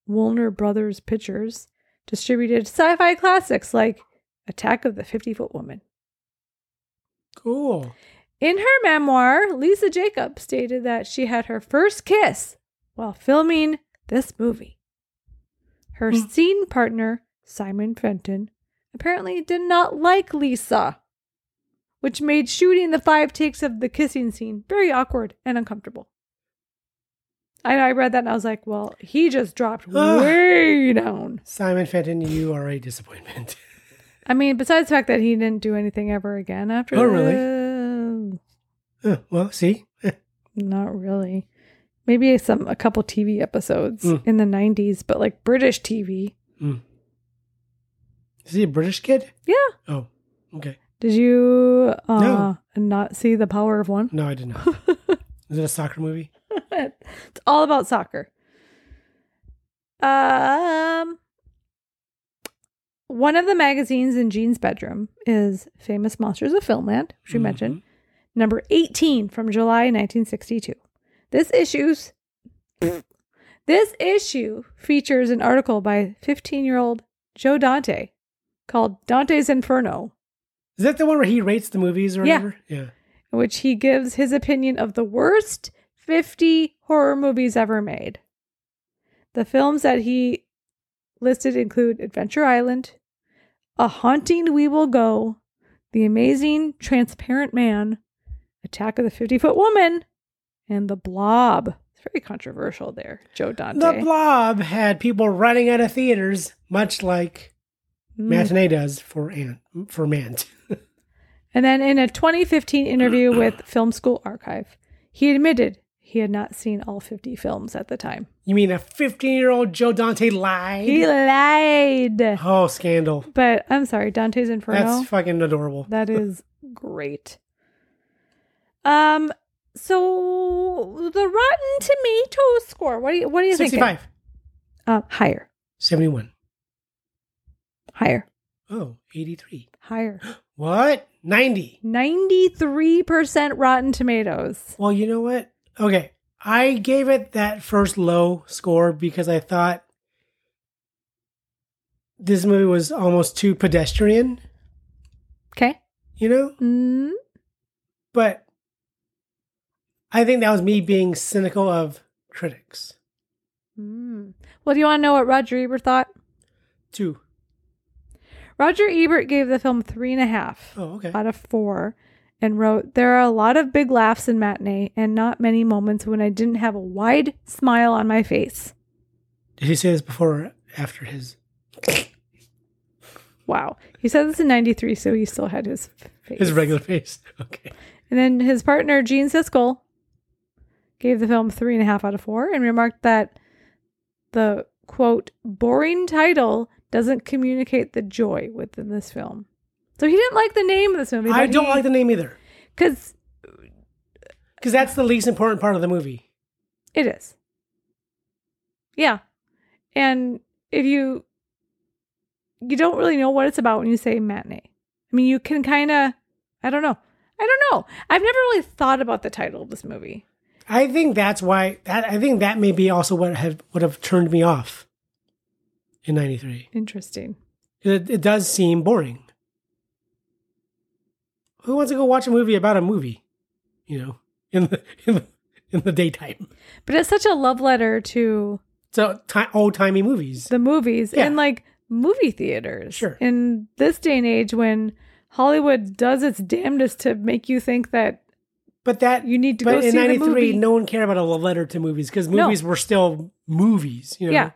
[SPEAKER 3] Woolner Brothers Pictures, distributed sci fi classics like Attack of the 50 Foot Woman.
[SPEAKER 4] Cool.
[SPEAKER 3] In her memoir, Lisa Jacobs stated that she had her first kiss while filming this movie. Her
[SPEAKER 4] Hmm.
[SPEAKER 3] scene partner, Simon Fenton, apparently did not like Lisa, which made shooting the five takes of the kissing scene very awkward and uncomfortable. I, I read that and I was like, well, he just dropped
[SPEAKER 4] Ugh.
[SPEAKER 3] way down.
[SPEAKER 4] Simon Fenton, you are a disappointment.
[SPEAKER 3] I mean, besides the fact that he didn't do anything ever again after
[SPEAKER 4] Oh, really?
[SPEAKER 3] this.
[SPEAKER 4] Huh, well, see,
[SPEAKER 3] Not really. Maybe some a couple TV episodes
[SPEAKER 4] Mm.
[SPEAKER 3] in the 90s, but like British TV.
[SPEAKER 4] is he a British kid?
[SPEAKER 3] Yeah.
[SPEAKER 4] Oh, okay.
[SPEAKER 3] Did you uh,
[SPEAKER 4] No.
[SPEAKER 3] not see The Power of One?
[SPEAKER 4] No, I didn't. Is it a soccer movie?
[SPEAKER 3] it's all about soccer. Um, one of the magazines in Jean's bedroom is Famous Monsters of Filmland, which we mentioned, number 18 from July 1962. This issue's this issue features an article by 15-year-old Joe Dante called Dante's Inferno,
[SPEAKER 4] Is that the one where he rates the movies or
[SPEAKER 3] Yeah.
[SPEAKER 4] whatever? Yeah.
[SPEAKER 3] in which he gives his opinion of the worst 50 horror movies ever made. The films that he listed include Adventure Island, A Haunting We Will Go, The Amazing Transparent Man, Attack of the 50 Foot Woman, and The Blob. It's very controversial there, Joe Dante.
[SPEAKER 4] The Blob had people running out of theaters, much like
[SPEAKER 3] Mm.
[SPEAKER 4] Matinee does for Ant for Mant.
[SPEAKER 3] And then in a 2015 interview with Film School Archive, he admitted he had not seen all 50 films at the time.
[SPEAKER 4] You mean a 15 year old Joe Dante lied?
[SPEAKER 3] He lied.
[SPEAKER 4] oh, scandal.
[SPEAKER 3] But I'm sorry, Dante's Inferno.
[SPEAKER 4] That's fucking adorable.
[SPEAKER 3] that is great. Um, so the Rotten Tomatoes score. What do you What do you think?
[SPEAKER 4] 65.
[SPEAKER 3] Uh, higher,
[SPEAKER 4] 71.
[SPEAKER 3] higher,
[SPEAKER 4] Oh, 83.
[SPEAKER 3] higher.
[SPEAKER 4] What? 90.
[SPEAKER 3] Ninety three percent Rotten Tomatoes.
[SPEAKER 4] Well, you know what? Okay. I gave it that first low score because I thought this movie was almost too pedestrian,
[SPEAKER 3] Okay.
[SPEAKER 4] you know?
[SPEAKER 3] Mm,
[SPEAKER 4] But I think that was me being cynical of critics.
[SPEAKER 3] mm. Well, do you want to know what Roger Ebert thought?
[SPEAKER 4] Two.
[SPEAKER 3] Roger Ebert gave the film three and a half
[SPEAKER 4] Oh, okay.
[SPEAKER 3] out of four, and wrote, There are a lot of big laughs in matinee and not many moments when I didn't have a wide smile on my face.
[SPEAKER 4] Did he say this before or after his?
[SPEAKER 3] Wow. He said this in 93, so he still had his face.
[SPEAKER 4] His regular face. Okay.
[SPEAKER 3] And then his partner, Gene Siskel, gave the film three and a half out of four and remarked that the quote, boring title doesn't communicate the joy within this film. So he didn't like the name of this movie.
[SPEAKER 4] I don't like the name either
[SPEAKER 3] because
[SPEAKER 4] because that's the least important part of the movie.
[SPEAKER 3] it is. Yeah. And if you you don't really know what it's about when you say matinee. I mean, you can kind of I don't know. I don't know. I've never really thought about the title of this movie.
[SPEAKER 4] I think that's why that I think that may be also what had would have turned me off in '93.
[SPEAKER 3] Interesting.
[SPEAKER 4] It, it does seem boring. Who wants to go watch a movie about a movie? You know, in the in the, in the daytime.
[SPEAKER 3] But it's such a love letter to
[SPEAKER 4] So ti old timey movies.
[SPEAKER 3] the movies
[SPEAKER 4] Yeah.
[SPEAKER 3] and like movie theaters.
[SPEAKER 4] Sure.
[SPEAKER 3] In this day and age when Hollywood does its damnedest to make you think that
[SPEAKER 4] But that
[SPEAKER 3] you need to
[SPEAKER 4] but
[SPEAKER 3] go
[SPEAKER 4] in
[SPEAKER 3] see the movie.
[SPEAKER 4] no one cared about a love letter to movies because
[SPEAKER 3] No.
[SPEAKER 4] movies were still movies. You know?
[SPEAKER 3] Yeah.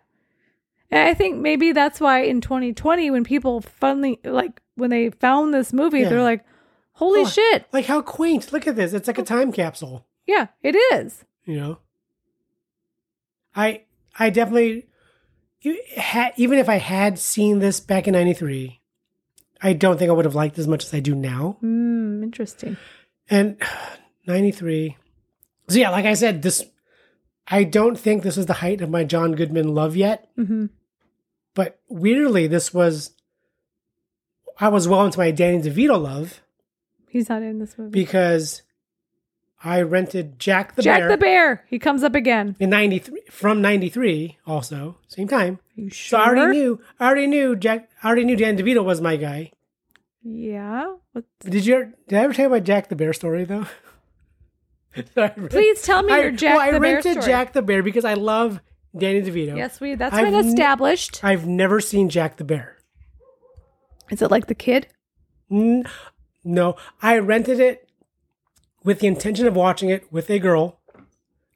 [SPEAKER 3] And I think maybe that's why in 2020 when people finally like when they found this movie
[SPEAKER 4] Yeah.
[SPEAKER 3] they're like holy
[SPEAKER 4] Oh,
[SPEAKER 3] shit.
[SPEAKER 4] Like how quaint! Look at this. It's like a time capsule.
[SPEAKER 3] Yeah, it is.
[SPEAKER 4] You know. I I definitely you had even if I had seen this back in '93, I don't think I would have liked it as much as I do now.
[SPEAKER 3] Mm, interesting.
[SPEAKER 4] And 93. So yeah, like I said, this I don't think this is the height of my John Goodman love yet,
[SPEAKER 3] hmm
[SPEAKER 4] but weirdly this was I was well into my Danny DeVito love
[SPEAKER 3] He's not in this movie.
[SPEAKER 4] because I rented Jack the
[SPEAKER 3] Jack
[SPEAKER 4] Bear
[SPEAKER 3] the Bear. He comes up again.
[SPEAKER 4] in 93 from 93 also, same time.
[SPEAKER 3] Are you
[SPEAKER 4] So
[SPEAKER 3] sure?
[SPEAKER 4] I already knew I already knew Jack I already knew Dan DeVito was my guy.
[SPEAKER 3] Yeah. What-
[SPEAKER 4] Did you did I ever tell you about Jack the Bear story though?
[SPEAKER 3] Please tell me your Jack
[SPEAKER 4] well, I
[SPEAKER 3] the Bear
[SPEAKER 4] rented
[SPEAKER 3] story.
[SPEAKER 4] Jack the Bear because I love Danny DeVito.
[SPEAKER 3] Yes, we. That's
[SPEAKER 4] I've
[SPEAKER 3] been
[SPEAKER 4] n-
[SPEAKER 3] established.
[SPEAKER 4] I've never seen Jack the Bear.
[SPEAKER 3] Is it like the kid?
[SPEAKER 4] N- No, I rented it with the intention of watching it with a girl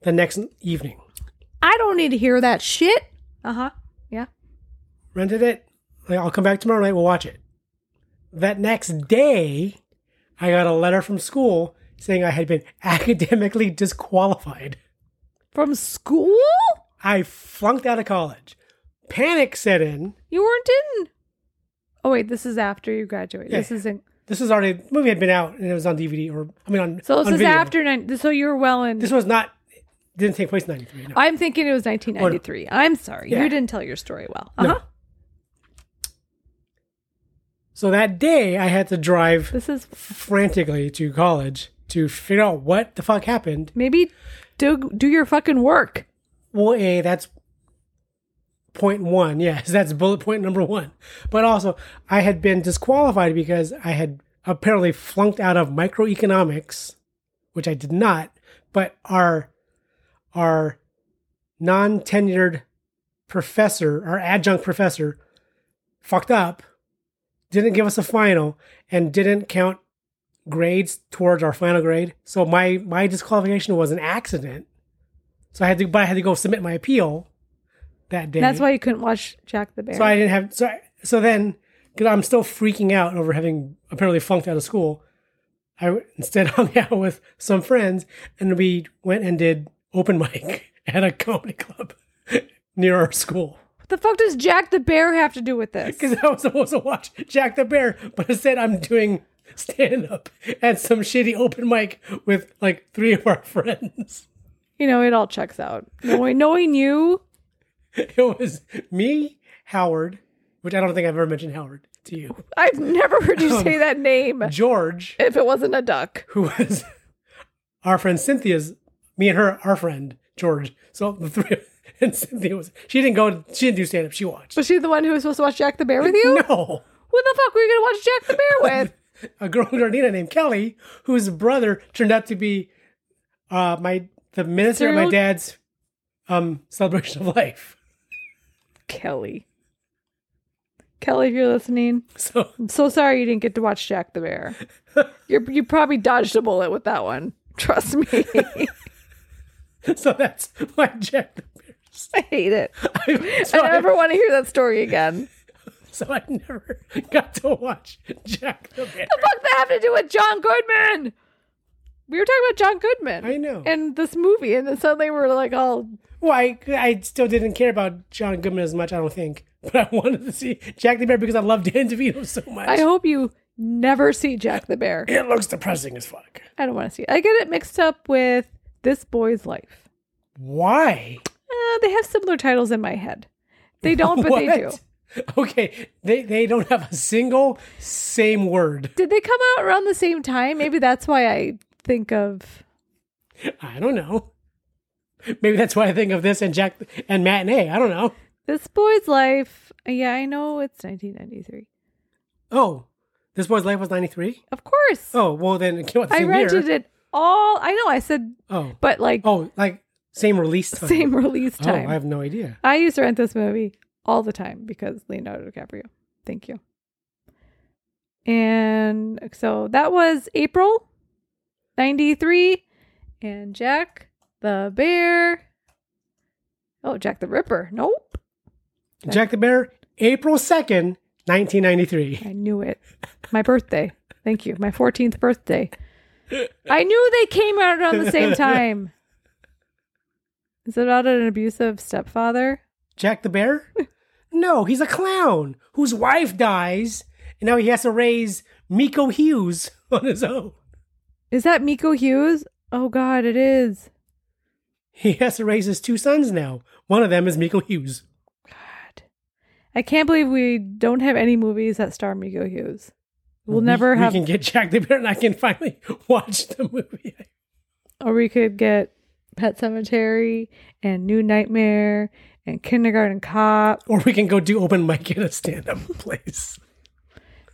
[SPEAKER 4] the next evening.
[SPEAKER 3] I don't need to hear that shit. Uh huh. Yeah.
[SPEAKER 4] Rented it. like, I'll come back tomorrow night. We'll watch it. That next day, I got a letter from school saying I had been academically disqualified.
[SPEAKER 3] From school?
[SPEAKER 4] I flunked out of college. Panic set in.
[SPEAKER 3] You weren't in. Oh wait, this is after you graduated.
[SPEAKER 4] Yeah,
[SPEAKER 3] this
[SPEAKER 4] yeah.
[SPEAKER 3] isn't.
[SPEAKER 4] This was already the movie had been out and it was on DVD or I mean on
[SPEAKER 3] So
[SPEAKER 4] on
[SPEAKER 3] this is
[SPEAKER 4] video.
[SPEAKER 3] after nine. So you're well in.
[SPEAKER 4] This was not didn't take place in ninety three. No.
[SPEAKER 3] I'm thinking it was 1993. I'm sorry,
[SPEAKER 4] Yeah.
[SPEAKER 3] you didn't tell your story well. Uh
[SPEAKER 4] No.
[SPEAKER 3] huh.
[SPEAKER 4] So that day I had to drive
[SPEAKER 3] This is
[SPEAKER 4] frantically to college to figure out what the fuck happened.
[SPEAKER 3] maybe do do your fucking work.
[SPEAKER 4] Well, a that's point one. Yes, that's bullet point number one. But also, I had been disqualified because I had apparently flunked out of microeconomics, which I did not. But our our non tenured professor, our adjunct professor, fucked up, didn't give us a final, and didn't count grades towards our final grade. So my my disqualification was an accident. So I had to, but I had to go submit my appeal that day.
[SPEAKER 3] That's why you couldn't watch Jack the Bear.
[SPEAKER 4] So I didn't have so I- so then because I'm still freaking out over having apparently flunked out of school. I w- instead hung out with some friends and we went and did open mic at a comedy club near our school
[SPEAKER 3] what the fuck does Jack the Bear have to do with this?
[SPEAKER 4] because I was supposed to watch Jack the Bear, but instead I'm doing stand up at some shitty open mic with like three of our friends.
[SPEAKER 3] You know, it all checks out. Knowing, knowing you,
[SPEAKER 4] It was me, Howard, which I don't think I've ever mentioned Howard to you,
[SPEAKER 3] I've never heard you say that name.
[SPEAKER 4] George,
[SPEAKER 3] If it wasn't a duck.
[SPEAKER 4] who was our friend Cynthia's, me and her, our friend George. So the three, and Cynthia was, she didn't go, she didn't do stand up, she watched.
[SPEAKER 3] Was she the one who was supposed to watch Jack the Bear with you?
[SPEAKER 4] No.
[SPEAKER 3] Who the fuck were you going to watch Jack the Bear with?
[SPEAKER 4] A girl in Gardena named Kelly, whose brother turned out to be uh, my the minister at my
[SPEAKER 3] Serial-
[SPEAKER 4] dad's um, celebration of life.
[SPEAKER 3] Kelly. Kelly, if you're listening,
[SPEAKER 4] So
[SPEAKER 3] I'm so sorry you didn't get to watch Jack the Bear. You're, you probably dodged a bullet with that one. Trust me.
[SPEAKER 4] so that's why Jack the Bear.
[SPEAKER 3] I hate it.
[SPEAKER 4] So
[SPEAKER 3] I never want to hear that story again.
[SPEAKER 4] so I never got to watch Jack the Bear.
[SPEAKER 3] What the fuck that have to do with John Goodman? We were talking about John Goodman.
[SPEAKER 4] I know.
[SPEAKER 3] And this movie, and then suddenly we're like, all
[SPEAKER 4] Well, I, I still didn't care about John Goodman as much, I don't think. But I wanted to see Jack the Bear because I love Dan DeVito so much.
[SPEAKER 3] I hope you never see Jack the Bear.
[SPEAKER 4] it looks depressing as fuck.
[SPEAKER 3] I don't want to see it. I get it mixed up with This Boy's Life.
[SPEAKER 4] Why?
[SPEAKER 3] Uh, they have similar titles in my head. They don't, but they do.
[SPEAKER 4] What? Okay, they they don't have a single same word.
[SPEAKER 3] Did they come out around the same time? Maybe that's why I think of.
[SPEAKER 4] I don't know. Maybe that's why I think of this and Jack and Matinee. I don't know.
[SPEAKER 3] This Boy's Life. Yeah, I know it's 1993.
[SPEAKER 4] Oh, this boy's life was ninety three.
[SPEAKER 3] Of course.
[SPEAKER 4] Oh, well then it came out the
[SPEAKER 3] I
[SPEAKER 4] same year.
[SPEAKER 3] rented it all. I know I said,
[SPEAKER 4] Oh,
[SPEAKER 3] but like
[SPEAKER 4] oh, like same release time.
[SPEAKER 3] same release
[SPEAKER 4] Oh,
[SPEAKER 3] time.
[SPEAKER 4] I have no idea.
[SPEAKER 3] I used to rent this movie all the time because Leonardo DiCaprio. Thank you. And so that was April 93 and Jack the Bear. Oh, Jack the Ripper. Nope.
[SPEAKER 4] Jack the Bear, April second, nineteen ninety three.
[SPEAKER 3] I knew it. My birthday. Thank you. My 14th birthday. I knew they came out around the same time. Is it about an abusive stepfather?
[SPEAKER 4] Jack the Bear? No, he's a clown whose wife dies, and now he has to raise Miko Hughes on his own.
[SPEAKER 3] Is that Miko Hughes? Oh, God, it is.
[SPEAKER 4] He has to raise his two sons now. One of them is Miko Hughes.
[SPEAKER 3] God. I can't believe we don't have any movies that star Miko Hughes. We'll
[SPEAKER 4] We-
[SPEAKER 3] never have,
[SPEAKER 4] We can get Jack the Bear, and I can finally watch the movie.
[SPEAKER 3] or we could get Pet Cemetery and New Nightmare and Kindergarten Cop.
[SPEAKER 4] Or we can go do open mic at a stand-up place.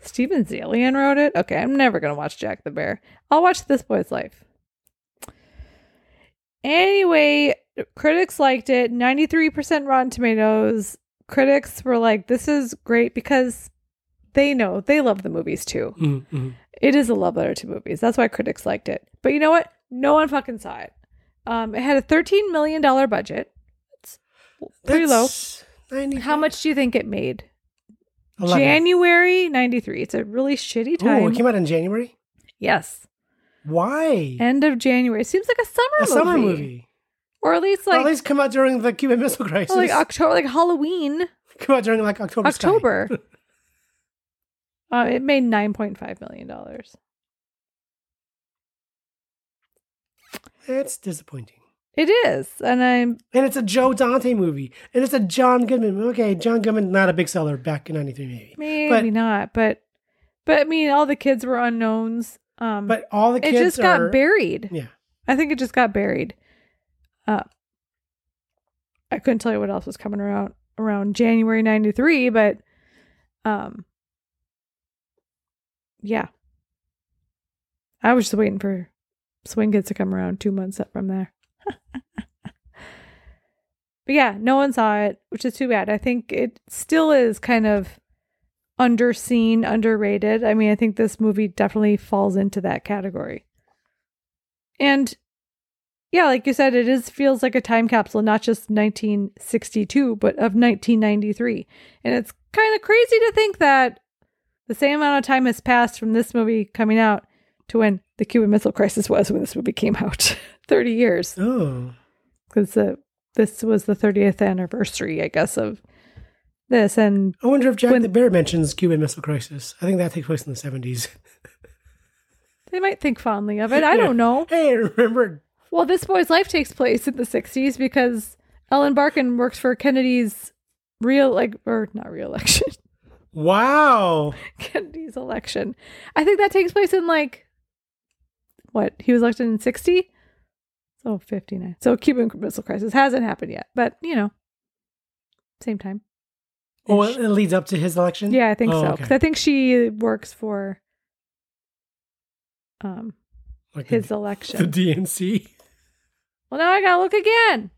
[SPEAKER 3] Steven Zalian wrote it. Okay, I'm never gonna watch Jack the Bear. I'll watch This Boy's Life. Anyway, critics liked it. 93% Rotten Tomatoes. Critics were like, this is great because they know they love the movies too.
[SPEAKER 4] Mm,
[SPEAKER 3] It is a love letter to movies. That's why critics liked it. But you know what? No one fucking saw it. Um, it had a $13 million budget. Pretty low.
[SPEAKER 4] That's 90
[SPEAKER 3] How much do you think it made?
[SPEAKER 4] 11.
[SPEAKER 3] January 93. It's a really shitty time.
[SPEAKER 4] Ooh, it came out in January.
[SPEAKER 3] yes.
[SPEAKER 4] Why?
[SPEAKER 3] End of January. Seems like a summer
[SPEAKER 4] a
[SPEAKER 3] movie.
[SPEAKER 4] summer movie.
[SPEAKER 3] Or at least
[SPEAKER 4] Or
[SPEAKER 3] like,
[SPEAKER 4] at least come out during the Cuban Missile Crisis.
[SPEAKER 3] or like October, like Halloween,
[SPEAKER 4] come out during like October. Sky.
[SPEAKER 3] October. uh, it made $9.5 million.
[SPEAKER 4] That's disappointing.
[SPEAKER 3] It is. And I'm,
[SPEAKER 4] And it's a Joe Dante movie, and it's a John Goodman. movie. Okay, John Goodman not a big seller back in '93, maybe.
[SPEAKER 3] maybe
[SPEAKER 4] But-
[SPEAKER 3] not, but, but I mean, all the kids were unknowns. Um,
[SPEAKER 4] But all the
[SPEAKER 3] it
[SPEAKER 4] kids
[SPEAKER 3] just
[SPEAKER 4] are-
[SPEAKER 3] got buried.
[SPEAKER 4] Yeah,
[SPEAKER 3] I think it just got buried. Uh, I couldn't tell you what else was coming around around January '93, but um, yeah, I was just waiting for Swing Kids to come around two months up from there. but yeah, no one saw it, which is too bad. I think it still is kind of underseen, underrated. I mean, I think this movie definitely falls into that category. And yeah, like you said, it is feels like a time capsule, not just 1962, but of 1993. And it's kind of crazy to think that the same amount of time has passed from this movie coming out to when the Cuban Missile Crisis was when this movie came out 30 years.
[SPEAKER 4] Oh,
[SPEAKER 3] Because this was the 30th anniversary, I guess, of this. And
[SPEAKER 4] I wonder if Jack
[SPEAKER 3] When-
[SPEAKER 4] the Bear mentions Cuban Missile Crisis. I think that takes place in the seventies.
[SPEAKER 3] they might think fondly of it. I don't know.
[SPEAKER 4] Hey, remember?
[SPEAKER 3] Well, this boy's life takes place in the 60s because Ellen Barkin works for Kennedy's real like or not real election,
[SPEAKER 4] Wow,
[SPEAKER 3] Kennedy's election. I think that takes place in like what? He was elected in 60? So 59. So Cuban Missile Crisis hasn't happened yet, but you know, same time.
[SPEAKER 4] Oh, it leads up to his election.
[SPEAKER 3] Yeah, I think
[SPEAKER 4] Oh,
[SPEAKER 3] so. 'Cause
[SPEAKER 4] okay.
[SPEAKER 3] I think she works for um
[SPEAKER 4] Like the-
[SPEAKER 3] his election.
[SPEAKER 4] the DNC.
[SPEAKER 3] Well, now I gotta look again.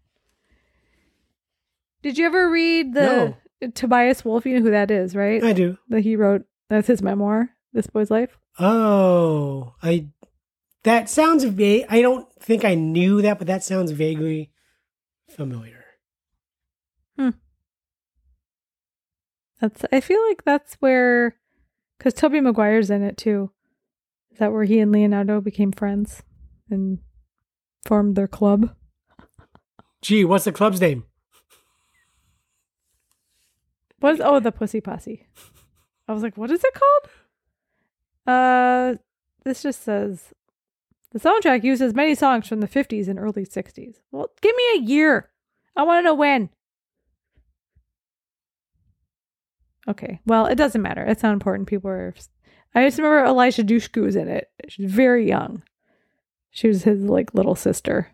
[SPEAKER 3] Did you ever read the?
[SPEAKER 4] No.
[SPEAKER 3] Tobias Wolf, you know who that is, right?
[SPEAKER 4] I do.
[SPEAKER 3] That he wrote. That's his memoir. This boy's life.
[SPEAKER 4] Oh, I. That sounds vague. I don't think I knew that, but that sounds vaguely familiar.
[SPEAKER 3] That's. I feel like that's where, because Toby Maguire's in it too. Is that where he and Leonardo became friends and formed their club?
[SPEAKER 4] Gee, what's the club's name?
[SPEAKER 3] What is oh the Pussy Posse? I was like, what is it called? Uh, this just says the soundtrack uses many songs from the '50s and early '60s. Well, give me a year. I want to know when. Okay, well, it doesn't matter. It's not important. People are. I just remember Elisha Dushku was in it. She's very young. She was his like little sister.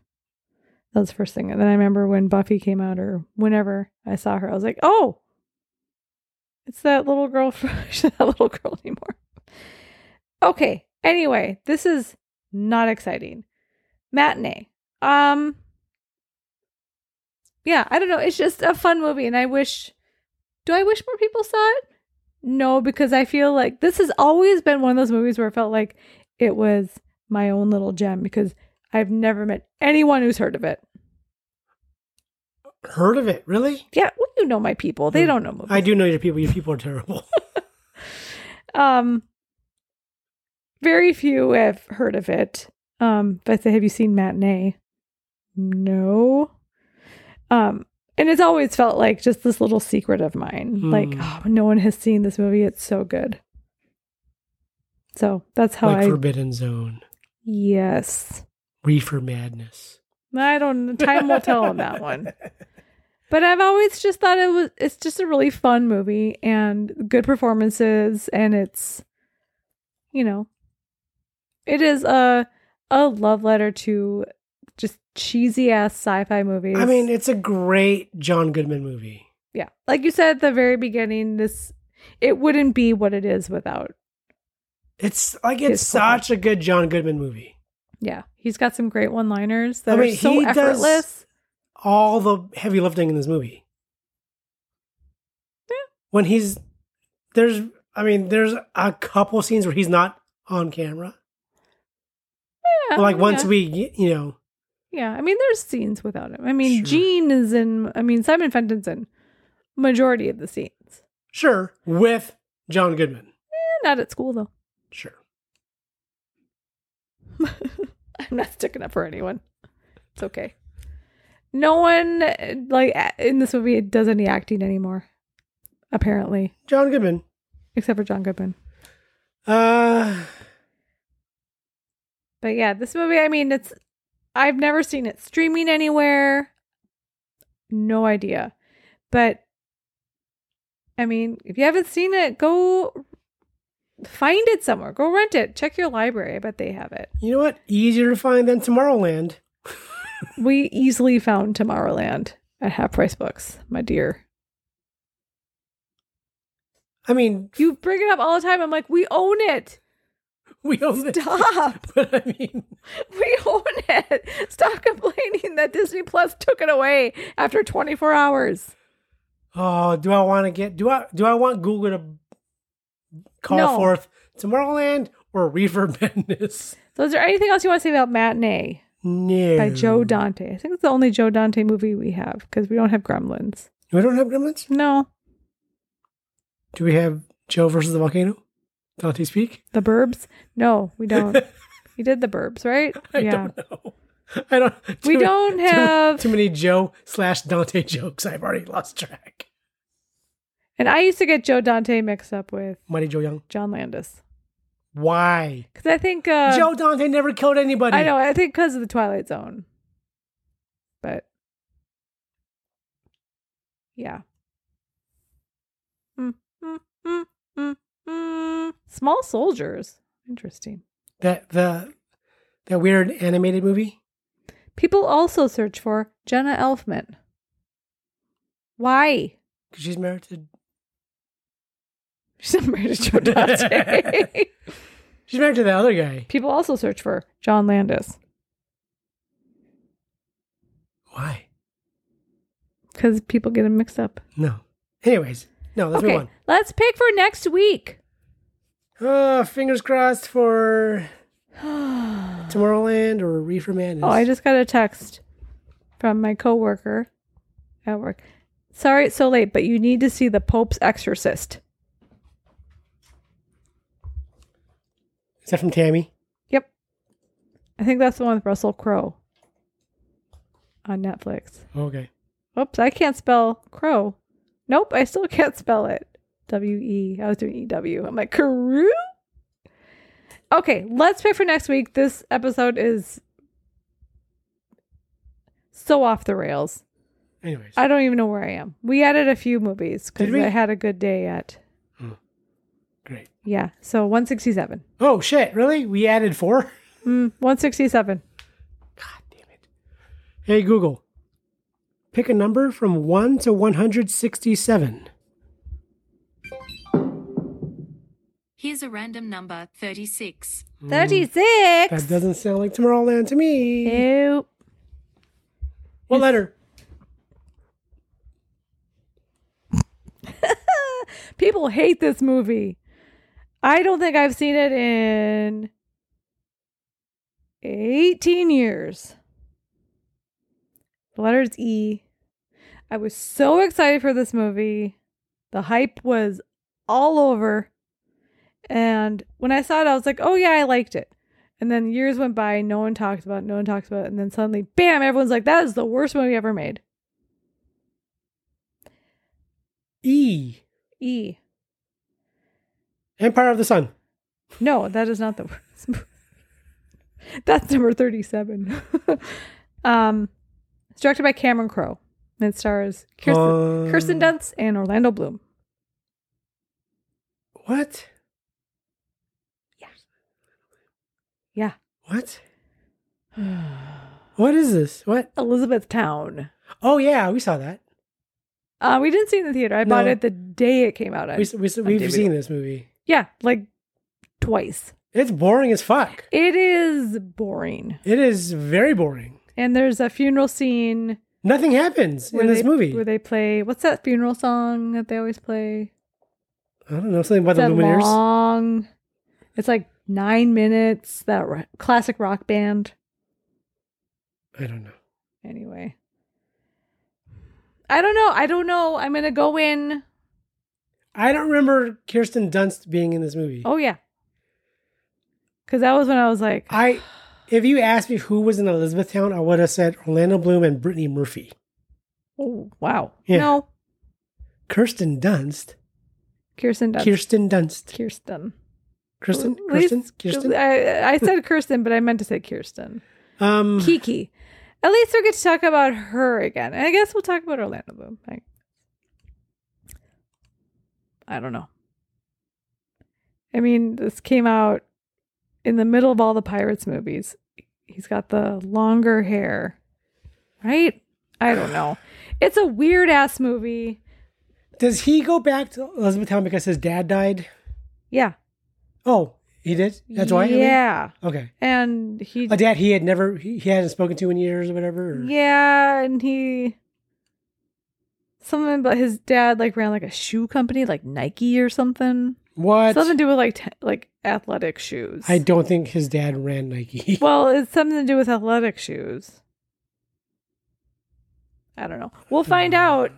[SPEAKER 3] That was the first thing. And then I remember when Buffy came out or whenever I saw her, I was like, oh, it's that little girl. From, she's not that little girl anymore. Okay. Anyway, this is not exciting. Matinee. Um. Yeah, I don't know. It's just a fun movie, and I wish. Do I wish more people saw it? No, because I feel like this has always been one of those movies where I felt like it was my own little gem because I've never met anyone who's heard of it.
[SPEAKER 4] Heard of it? Really?
[SPEAKER 3] Yeah, well, you know my people. They don't know movies.
[SPEAKER 4] I do know your people. Your people are terrible.
[SPEAKER 3] Um, very few have heard of it. Um, but I say, have you seen Matinee? No. Um, and it's always felt like just this little secret of mine. Like, oh, no one has seen this movie. It's so good. So that's how
[SPEAKER 4] like
[SPEAKER 3] Oh, I.
[SPEAKER 4] Forbidden Zone,
[SPEAKER 3] yes.
[SPEAKER 4] Reefer Madness.
[SPEAKER 3] I don't. Time will tell on that one. But I've always just thought it was. It's just a really fun movie and good performances, and it's, you know, it is a a love letter to just cheesy ass sci-fi movies.
[SPEAKER 4] I mean, it's a great John Goodman movie.
[SPEAKER 3] yeah, like you said at the very beginning, this it wouldn't be what it is without.
[SPEAKER 4] It's like it's
[SPEAKER 3] His fault.
[SPEAKER 4] such a good John Goodman movie.
[SPEAKER 3] Yeah, he's got some great one-liners that
[SPEAKER 4] I mean,
[SPEAKER 3] are so
[SPEAKER 4] he does-
[SPEAKER 3] effortless.
[SPEAKER 4] All the heavy lifting in this movie. When he's there's, I mean, there's a couple scenes where he's not on camera.
[SPEAKER 3] Yeah,
[SPEAKER 4] But, like once
[SPEAKER 3] Uh-huh, yeah.
[SPEAKER 4] we, get- you know,
[SPEAKER 3] Yeah, I mean, there's scenes without him. I mean,
[SPEAKER 4] Sure.
[SPEAKER 3] Gene is in. I mean, Simon Fenton's in majority of the scenes.
[SPEAKER 4] sure with John Goodman,
[SPEAKER 3] Eh, Not at school though.
[SPEAKER 4] sure.
[SPEAKER 3] I'm not sticking up for anyone. It's okay. No one uh, like a- in this movie does any acting anymore, apparently,
[SPEAKER 4] John Goodman.
[SPEAKER 3] except for John Goodman.
[SPEAKER 4] Uh,
[SPEAKER 3] But yeah, this movie. I mean, it's. I've never seen it streaming anywhere. No idea, but. I mean, if you haven't seen it, go find it somewhere. Go rent it. Check your library. I bet they have it.
[SPEAKER 4] you know what? Easier to find than Tomorrowland.
[SPEAKER 3] We easily found Tomorrowland at Half Price Books, my dear.
[SPEAKER 4] I mean,
[SPEAKER 3] You bring it up all the time. I'm like, we own it.
[SPEAKER 4] we own it.
[SPEAKER 3] Stop.
[SPEAKER 4] But I mean,
[SPEAKER 3] We own it. Stop complaining that Disney Plus took it away after 24 hours.
[SPEAKER 4] oh, do I want to get? Do I do I want Google to call
[SPEAKER 3] No.
[SPEAKER 4] forth Tomorrowland or Reefer Madness?
[SPEAKER 3] So, is there anything else you want to say about Matinee
[SPEAKER 4] No.
[SPEAKER 3] by Joe Dante? I think it's the only Joe Dante movie we have because we don't have Gremlins.
[SPEAKER 4] We don't have Gremlins.
[SPEAKER 3] No,
[SPEAKER 4] Do we have Joe versus the volcano? Dante speak.
[SPEAKER 3] the Burbs. No, we don't. you did the Burbs, right?
[SPEAKER 4] I
[SPEAKER 3] yeah.
[SPEAKER 4] don't know. I don't.
[SPEAKER 3] We
[SPEAKER 4] too-
[SPEAKER 3] don't
[SPEAKER 4] too-
[SPEAKER 3] have-
[SPEAKER 4] too, many Joe slash Dante jokes. I've already lost track.
[SPEAKER 3] And I used to get Joe Dante mixed up with
[SPEAKER 4] Mighty Joe Young.
[SPEAKER 3] John Landis
[SPEAKER 4] Why?
[SPEAKER 3] because I think uh,
[SPEAKER 4] Joe Dante never killed anybody.
[SPEAKER 3] I know. I think because of the Twilight Zone. But yeah. Mm, mm, mm, mm, mm. Small soldiers. Interesting.
[SPEAKER 4] that the that weird animated movie.
[SPEAKER 3] People also search for Jenna Elfman. Why?
[SPEAKER 4] Because she's married to
[SPEAKER 3] She's not married to Joe Dante.
[SPEAKER 4] she's married to the other guy.
[SPEAKER 3] People also search for John Landis
[SPEAKER 4] Why?
[SPEAKER 3] because people get him mixed up.
[SPEAKER 4] No. Anyways, no, let's move
[SPEAKER 3] Okay,
[SPEAKER 4] on.
[SPEAKER 3] let's pick for next week.
[SPEAKER 4] Uh, fingers crossed for Tomorrowland or Reefer Madness.
[SPEAKER 3] Oh, I just got a text from my coworker at work. Sorry it's so late, but you need to see the Pope's Exorcist.
[SPEAKER 4] Is that from Tammy?
[SPEAKER 3] Yep. I think that's the one with Russell Crowe on Netflix.
[SPEAKER 4] Okay.
[SPEAKER 3] Oops, I can't spell crow. Nope, I still can't spell it. W E. I was doing E W. I'm like, crew? Okay, let's pick for next week. This episode is so off the rails.
[SPEAKER 4] Anyways,
[SPEAKER 3] I don't even know where I am. We added a few movies because
[SPEAKER 4] Did we?
[SPEAKER 3] I had a good day at.
[SPEAKER 4] great.
[SPEAKER 3] Yeah, so 167.
[SPEAKER 4] Oh shit! Really? We added four?
[SPEAKER 3] Mm, 167.
[SPEAKER 4] God damn it! Hey Google, pick a number from one to one hundred sixty-seven.
[SPEAKER 6] Here's a random number 36.
[SPEAKER 3] 36.
[SPEAKER 4] Hmm. That doesn't sound like Tomorrowland to me.
[SPEAKER 3] Nope.
[SPEAKER 4] What letter?
[SPEAKER 3] People hate this movie. I don't think I've seen it in 18 years. The letters E. I was so excited for this movie. The hype was all over. And when I saw it, I was like, oh, yeah, I liked it. And then years went by, no one talked about it, no one talked about it. And then suddenly, bam, everyone's like, that is the worst movie ever made.
[SPEAKER 4] E.
[SPEAKER 3] E.
[SPEAKER 4] Empire of the Sun.
[SPEAKER 3] No, that is not the worst. movie. That's number 37. um, it's directed by Cameron Crowe. And it stars Kirsten,
[SPEAKER 4] Uh,
[SPEAKER 3] Kirsten Dunst and Orlando Bloom.
[SPEAKER 4] What?
[SPEAKER 3] Yeah.
[SPEAKER 4] What? what is this? What?
[SPEAKER 3] Elizabeth Town.
[SPEAKER 4] Oh yeah, we saw that.
[SPEAKER 3] Uh, we didn't see it in the theater. I bought
[SPEAKER 4] No.
[SPEAKER 3] it the day it came out. I,
[SPEAKER 4] We, we,
[SPEAKER 3] DVD.
[SPEAKER 4] we've seen this movie.
[SPEAKER 3] yeah, like twice.
[SPEAKER 4] It's boring as fuck.
[SPEAKER 3] It is boring.
[SPEAKER 4] It is very boring.
[SPEAKER 3] And there's a funeral scene
[SPEAKER 4] Nothing happens in
[SPEAKER 3] where
[SPEAKER 4] this
[SPEAKER 3] they-
[SPEAKER 4] movie.
[SPEAKER 3] where they play what's that funeral song that they always play?
[SPEAKER 4] I don't know something about the
[SPEAKER 3] that
[SPEAKER 4] Lumineers.
[SPEAKER 3] long. It's like nine minutes. That ro- classic rock band.
[SPEAKER 4] I don't know.
[SPEAKER 3] Anyway, I don't know. I don't know. I'm gonna go in.
[SPEAKER 4] I don't remember Kirsten Dunst being in this movie.
[SPEAKER 3] Oh yeah, because that was when I was like,
[SPEAKER 4] I, if you asked me who was in Elizabethtown, I would have said Orlando Bloom and Brittany Murphy.
[SPEAKER 3] oh wow,
[SPEAKER 4] Yeah.
[SPEAKER 3] no,
[SPEAKER 4] Kirsten Dunst.
[SPEAKER 3] Kirsten Dunst.
[SPEAKER 4] Kirsten Dunst.
[SPEAKER 3] Kirsten.
[SPEAKER 4] Kirsten.
[SPEAKER 3] At least-
[SPEAKER 4] Kirsten. Kirsten.
[SPEAKER 3] I, I said Kirsten, but I meant to say Kirsten.
[SPEAKER 4] Um.
[SPEAKER 3] Kiki. At least we'll get to talk about her again. And I guess we'll talk about Orlando Bloom. I, I don't know. I mean, this came out in the middle of all the Pirates movies. He's got the longer hair, right? I don't know. It's a weird ass movie.
[SPEAKER 4] Does he go back to Elizabethtown because his dad died?
[SPEAKER 3] Yeah.
[SPEAKER 4] Oh, he did. That's why. I mean?
[SPEAKER 3] Yeah.
[SPEAKER 4] Okay.
[SPEAKER 3] And he
[SPEAKER 4] A dad he had never he, he hadn't spoken to in years or whatever. or-
[SPEAKER 3] Yeah, and he something about his dad like ran like a shoe company, like Nike or something.
[SPEAKER 4] What?
[SPEAKER 3] something to do with like t- like athletic shoes.
[SPEAKER 4] I don't think his dad ran Nike.
[SPEAKER 3] Well, it's something to do with athletic shoes. I don't know. We'll find
[SPEAKER 4] Hmm.
[SPEAKER 3] out.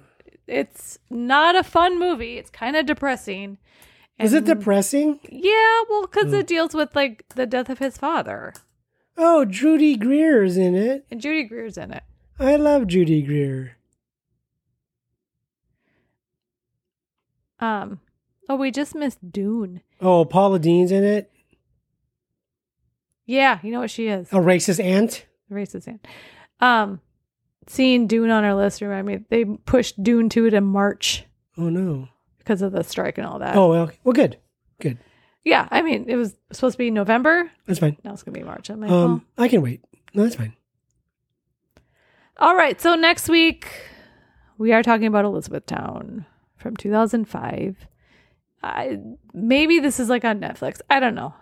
[SPEAKER 3] It's not a fun movie. It's kind of depressing.
[SPEAKER 4] Is it Hmm.
[SPEAKER 3] And-
[SPEAKER 4] depressing?
[SPEAKER 3] Yeah, well, because it deals with like the death of his father,
[SPEAKER 4] Oh, Judy Greer is in it.
[SPEAKER 3] and Judy Greer's in it.
[SPEAKER 4] I love Judy Greer.
[SPEAKER 3] Um, oh, we just missed Dune.
[SPEAKER 4] Oh, Paula Dean's in it.
[SPEAKER 3] Yeah, you know what she is.
[SPEAKER 4] A racist aunt.
[SPEAKER 3] racist and um seeing dune on our list remind me they pushed dune 2 to march
[SPEAKER 4] Oh no.
[SPEAKER 3] because of the strike and all that
[SPEAKER 4] Oh well. Well, good. Good.
[SPEAKER 3] yeah i mean it was supposed to be november
[SPEAKER 4] That's fine.
[SPEAKER 3] now it's gonna be march i'm like
[SPEAKER 4] Um, I can wait. No, that's fine.
[SPEAKER 3] oh. all right so next week we are talking about elizabethtown from 2005 I, maybe this is like on netflix i don't know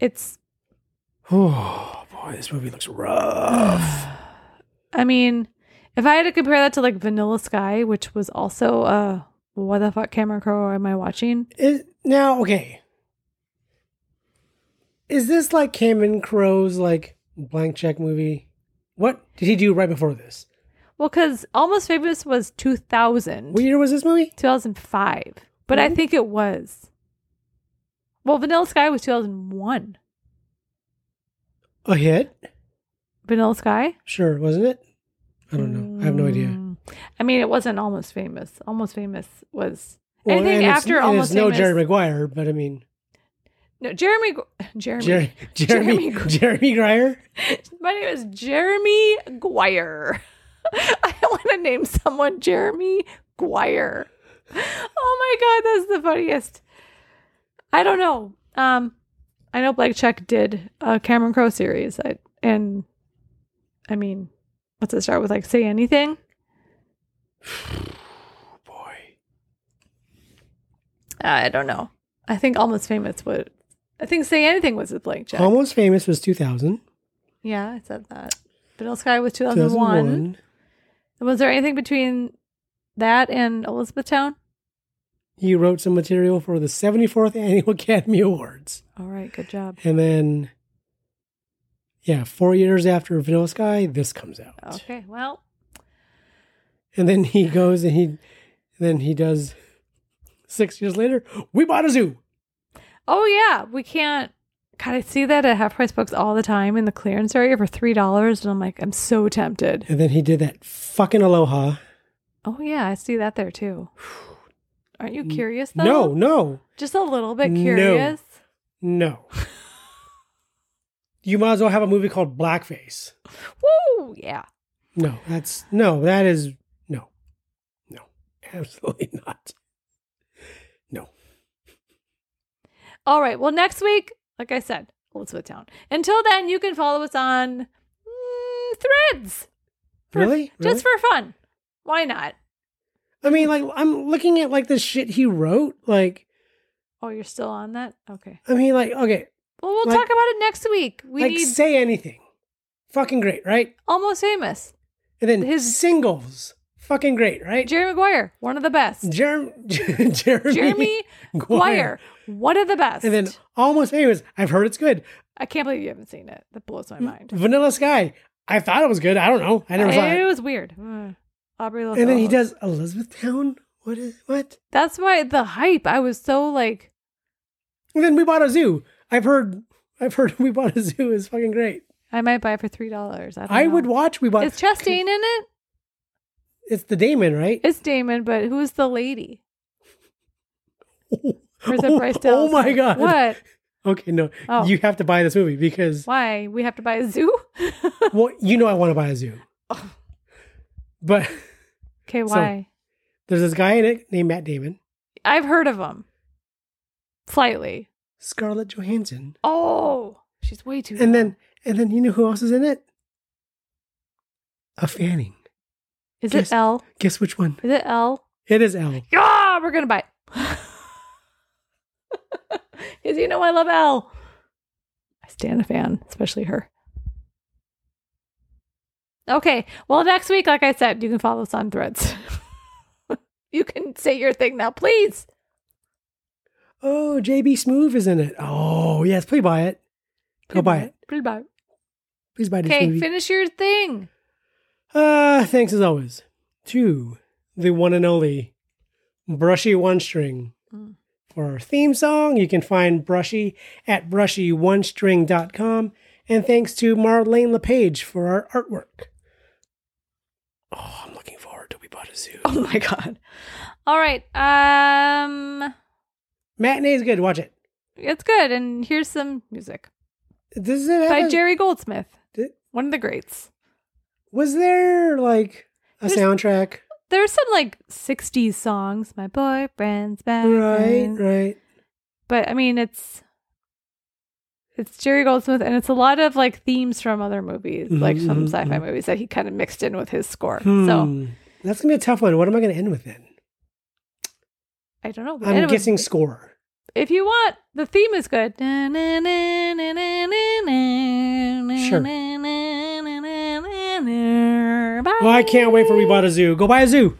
[SPEAKER 3] it's
[SPEAKER 4] Oh boy, this movie looks rough.
[SPEAKER 3] i mean If I had to compare that to like Vanilla Sky, which was also uh what the fuck camera crew am I watching?
[SPEAKER 4] Is, now, okay. Is this like Cameron Crowe's like blank check movie? What did he do right before this?
[SPEAKER 3] Well, because Almost Famous was 2000,
[SPEAKER 4] What year was this movie?
[SPEAKER 3] 2005, but
[SPEAKER 4] Mhm.
[SPEAKER 3] I think it was. Well, Vanilla Sky was 2001.
[SPEAKER 4] A hit?
[SPEAKER 3] Vanilla Sky?
[SPEAKER 4] Sure, wasn't it? I don't know. I have no idea.
[SPEAKER 3] Mm. I mean, it wasn't Almost Famous. Almost Famous was
[SPEAKER 4] Well,
[SPEAKER 3] anything
[SPEAKER 4] and it's-
[SPEAKER 3] after
[SPEAKER 4] and
[SPEAKER 3] Almost
[SPEAKER 4] it's no
[SPEAKER 3] Famous.
[SPEAKER 4] Jerry Maguire, but I mean
[SPEAKER 3] no, Jeremy. Jeremy.
[SPEAKER 4] Jerry, Jeremy
[SPEAKER 3] Jeremy
[SPEAKER 4] Jeremy,
[SPEAKER 3] Gr-
[SPEAKER 4] Grier.
[SPEAKER 3] My name is Jeremy Guire. I want to name someone Jeremy Guire. Oh my god, that's the funniest. I don't know. Um, I know Black Check did a Cameron Crowe series, I, and I mean, what's it start with? Like, say anything.
[SPEAKER 4] Boy.
[SPEAKER 3] I don't know. I think Almost Famous would. I think Say Anything was with Black Check.
[SPEAKER 4] Almost Famous was 2000.
[SPEAKER 3] yeah, I said that. Vanilla Sky was 2001.
[SPEAKER 4] 2001.
[SPEAKER 3] Was there anything between that and Elizabethtown?
[SPEAKER 4] He wrote some material for the 74th Annual Academy Awards.
[SPEAKER 3] All right, good job.
[SPEAKER 4] And then, yeah, four years after Vanilla Sky, this comes out.
[SPEAKER 3] Okay, well,
[SPEAKER 4] And then he goes and he, then he does. Six years later, we bought a zoo.
[SPEAKER 3] oh yeah, we can't. God, I see that at half price books all the time in the clearance area for three dollars, and I'm like, I'm so tempted.
[SPEAKER 4] And then he did that fucking aloha.
[SPEAKER 3] Oh yeah, I see that there too. Aren't you curious though?
[SPEAKER 4] No, no,
[SPEAKER 3] just a little bit
[SPEAKER 4] No.
[SPEAKER 3] curious.
[SPEAKER 4] no. you might as well have a movie called Blackface.
[SPEAKER 3] Woo, yeah.
[SPEAKER 4] No, that's no, that is no, no, absolutely not. No.
[SPEAKER 3] All right. Well, next week, like I said, Elizabethtown. Until then, you can follow us on mm, Threads. For-
[SPEAKER 4] Really? Really?
[SPEAKER 3] Just for fun. Why not?
[SPEAKER 4] I mean, like, I'm looking at like the shit he wrote. Like,
[SPEAKER 3] Oh, you're still on that? Okay.
[SPEAKER 4] I mean, like, okay,
[SPEAKER 3] Well, we'll
[SPEAKER 4] Like-
[SPEAKER 3] talk about it next week. We
[SPEAKER 4] like,
[SPEAKER 3] need
[SPEAKER 4] say anything. Fucking great, right?
[SPEAKER 3] Almost Famous.
[SPEAKER 4] And then his
[SPEAKER 3] His-
[SPEAKER 4] singles. Fucking great, right?
[SPEAKER 3] Jerry Maguire, one of the best.
[SPEAKER 4] Jeremy, Jeremy,
[SPEAKER 3] Jeremy Maguire, one of the best.
[SPEAKER 4] And then almost famous. I've heard it's good.
[SPEAKER 3] I can't believe you haven't seen it. That blows my mind.
[SPEAKER 4] Vanilla Sky. I thought it was good. I don't know. Mm, I never saw
[SPEAKER 3] it
[SPEAKER 4] it.
[SPEAKER 3] was weird. Mm. Aubrey
[SPEAKER 4] And then he
[SPEAKER 3] Lovegood.
[SPEAKER 4] does Elizabethtown. What is what?
[SPEAKER 3] That's why the hype. I was so like,
[SPEAKER 4] And then we bought a zoo. I've heard. I've heard we bought a zoo is fucking great.
[SPEAKER 3] I might buy it for three dollars. I, don't
[SPEAKER 4] I,
[SPEAKER 3] know.
[SPEAKER 4] would watch. We bought.
[SPEAKER 3] Is Chastain in it?
[SPEAKER 4] It's the Damon, right?
[SPEAKER 3] It's Damon, but who's the lady? Or is it
[SPEAKER 4] Oh,
[SPEAKER 3] Bryce
[SPEAKER 4] oh
[SPEAKER 3] Dallas?
[SPEAKER 4] my god!
[SPEAKER 3] What?
[SPEAKER 4] Okay, no,
[SPEAKER 3] Oh.
[SPEAKER 4] you have to buy this movie because
[SPEAKER 3] Why we have to buy a zoo?
[SPEAKER 4] well, you know I want to buy a zoo, but
[SPEAKER 3] okay, why?
[SPEAKER 4] there's this guy in it named Matt Damon,
[SPEAKER 3] I've heard of him. Slightly.
[SPEAKER 4] Scarlett Johansson,
[SPEAKER 3] Oh, she's way too. young.
[SPEAKER 4] and then and then you know who else is in it? A Fanning.
[SPEAKER 3] is
[SPEAKER 4] guess-
[SPEAKER 3] it L?
[SPEAKER 4] Guess which one?
[SPEAKER 3] Is it L?
[SPEAKER 4] It is Elle.
[SPEAKER 3] Yeah, we're gonna buy. Because you know I love L. I stand a fan, especially her. Okay, well, next week, like I said, you can follow us on Threads. you can say your thing now, please.
[SPEAKER 4] Oh, JB Smoove is in it. Oh yes, please buy it. Go buy it.
[SPEAKER 3] Please buy it.
[SPEAKER 4] Please buy this
[SPEAKER 3] Okay,
[SPEAKER 4] movie.
[SPEAKER 3] finish your thing.
[SPEAKER 4] Uh, thanks as always to the one and only Brushy One String
[SPEAKER 3] Mm.
[SPEAKER 4] for our theme song. You can find Brushy at brushyonestring.com. And thanks to Marlene LePage for our artwork. Oh, I'm looking forward to We Bought a Zoo.
[SPEAKER 3] Oh my god. All right. Um
[SPEAKER 4] Matinee's good. Watch it.
[SPEAKER 3] it's good and here's some music
[SPEAKER 4] This is it.
[SPEAKER 3] by
[SPEAKER 4] Have a-
[SPEAKER 3] Jerry Goldsmith,
[SPEAKER 4] Did-
[SPEAKER 3] one of the greats.
[SPEAKER 4] Was there like a
[SPEAKER 3] There's-
[SPEAKER 4] soundtrack?
[SPEAKER 3] There's some like 60s songs, my boyfriend's back.
[SPEAKER 4] Right,
[SPEAKER 3] in.
[SPEAKER 4] right.
[SPEAKER 3] But I mean it's it's Jerry Goldsmith and it's a lot of like themes from other movies, like some
[SPEAKER 4] Mhm,
[SPEAKER 3] sci-fi movies that he kind of mixed in with his score. So,
[SPEAKER 4] Hmm. that's gonna be a tough one. What am I gonna end with then?
[SPEAKER 3] I don't know.
[SPEAKER 4] I'm
[SPEAKER 3] Anyway,
[SPEAKER 4] guessing score.
[SPEAKER 3] if you want, the theme is good. Sure. Bye.
[SPEAKER 4] Well, I can't wait for We Bought a Zoo. Go buy a zoo.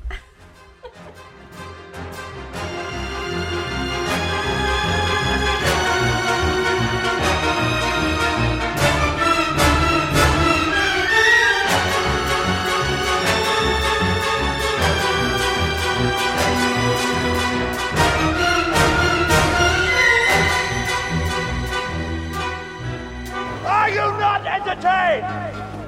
[SPEAKER 5] Are you not entertained?